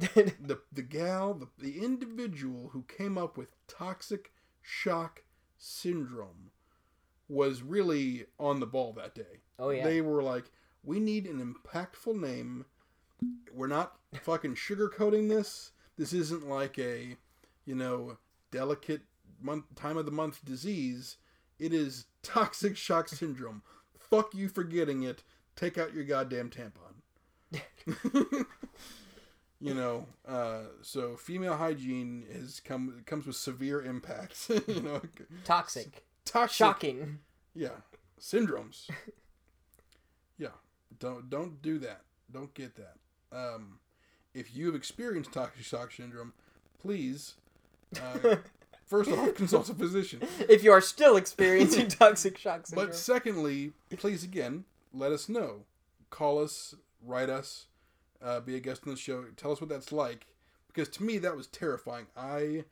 [SPEAKER 2] the the gal, the, the individual who came up with toxic shock syndrome was really on the ball that day.
[SPEAKER 1] oh yeah.
[SPEAKER 2] They were like, we need an impactful name. We're not fucking sugarcoating this. This isn't like a, you know, delicate month time of the month disease. It is toxic shock syndrome. Fuck you for getting it. Take out your goddamn tampon. you know, uh, so female hygiene has come comes with severe impacts. you know,
[SPEAKER 1] toxic.
[SPEAKER 2] toxic
[SPEAKER 1] Shocking.
[SPEAKER 2] yeah, syndromes. yeah, don't don't do that. Don't get that. Um, if you have experienced toxic shock syndrome, please uh, first off consult a physician.
[SPEAKER 1] If you are still experiencing toxic shock syndrome.
[SPEAKER 2] But secondly, please again let us know. Call us, write us, uh, be a guest on the show. Tell us what that's like because to me that was terrifying. I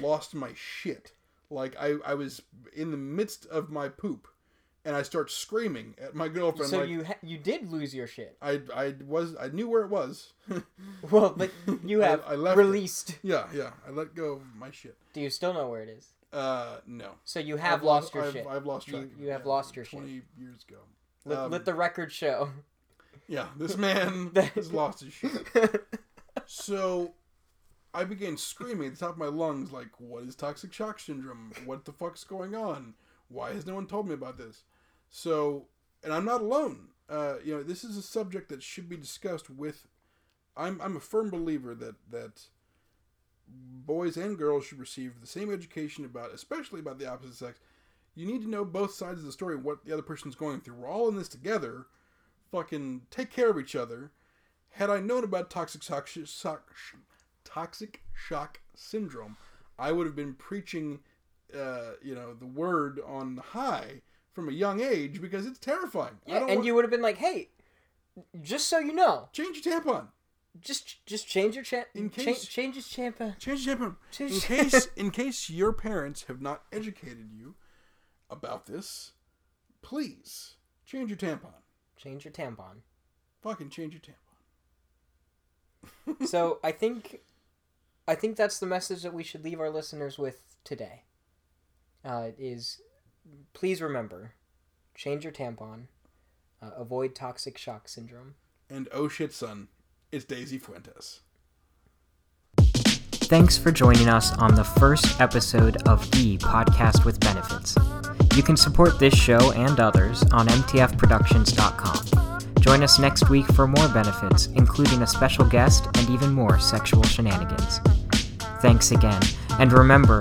[SPEAKER 2] lost my shit. Like I, I was in the midst of my poop, and I start screaming at my girlfriend.
[SPEAKER 1] so
[SPEAKER 2] like,
[SPEAKER 1] you ha- you did lose your shit.
[SPEAKER 2] I I was I knew where it was.
[SPEAKER 1] Well, but you
[SPEAKER 2] I-
[SPEAKER 1] have
[SPEAKER 2] I left it.
[SPEAKER 1] released.
[SPEAKER 2] yeah, yeah. I let go of my shit.
[SPEAKER 1] Do you still know where it is?
[SPEAKER 2] Uh, no.
[SPEAKER 1] So you have
[SPEAKER 2] I've lo-
[SPEAKER 1] lost your
[SPEAKER 2] I've,
[SPEAKER 1] shit.
[SPEAKER 2] I've lost
[SPEAKER 1] You-
[SPEAKER 2] track. of it,
[SPEAKER 1] you have
[SPEAKER 2] yeah,
[SPEAKER 1] lost your shit.
[SPEAKER 2] Twenty years ago.
[SPEAKER 1] Let,
[SPEAKER 2] Um,
[SPEAKER 1] let the record show.
[SPEAKER 2] Yeah, this man has lost his shit. So I began screaming at the top of my lungs, like, what is toxic shock syndrome? What the fuck's going on? Why has no one told me about this? So, and I'm not alone. Uh, you know, this is a subject that should be discussed with. I'm, I'm a firm believer that, that boys and girls should receive the same education about, especially about the opposite sex. You need to know both sides of the story and what the other person's going through. We're all in this together. Fucking take care of each other. Had I known about toxic shock, shock, toxic shock syndrome, I would have been preaching, uh, you know, the word on high from a young age because it's terrifying. I
[SPEAKER 1] Yeah,
[SPEAKER 2] don't
[SPEAKER 1] and
[SPEAKER 2] want-
[SPEAKER 1] you would have been like, "Hey, just so you know,
[SPEAKER 2] change your tampon.
[SPEAKER 1] just just change your cha-
[SPEAKER 2] In
[SPEAKER 1] cha-
[SPEAKER 2] case-
[SPEAKER 1] change his champa."
[SPEAKER 2] Change your tampon.
[SPEAKER 1] Change
[SPEAKER 2] in
[SPEAKER 1] your-
[SPEAKER 2] case, in case your parents have not educated you about this, please change your tampon.
[SPEAKER 1] Change your tampon.
[SPEAKER 2] Fucking change your tampon.
[SPEAKER 1] so I think, I think that's the message that we should leave our listeners with today. Uh, is please remember, change your tampon, uh, avoid toxic shock syndrome.
[SPEAKER 2] And oh shit, son, it's Daisy Fuentes.
[SPEAKER 1] Thanks for joining us on the first episode of the Podcast with Benefits. You can support this show and others on mtfproductions.com. Join us next week for more benefits, including a special guest and even more sexual shenanigans. Thanks again, and remember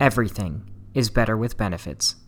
[SPEAKER 1] everything is better with benefits.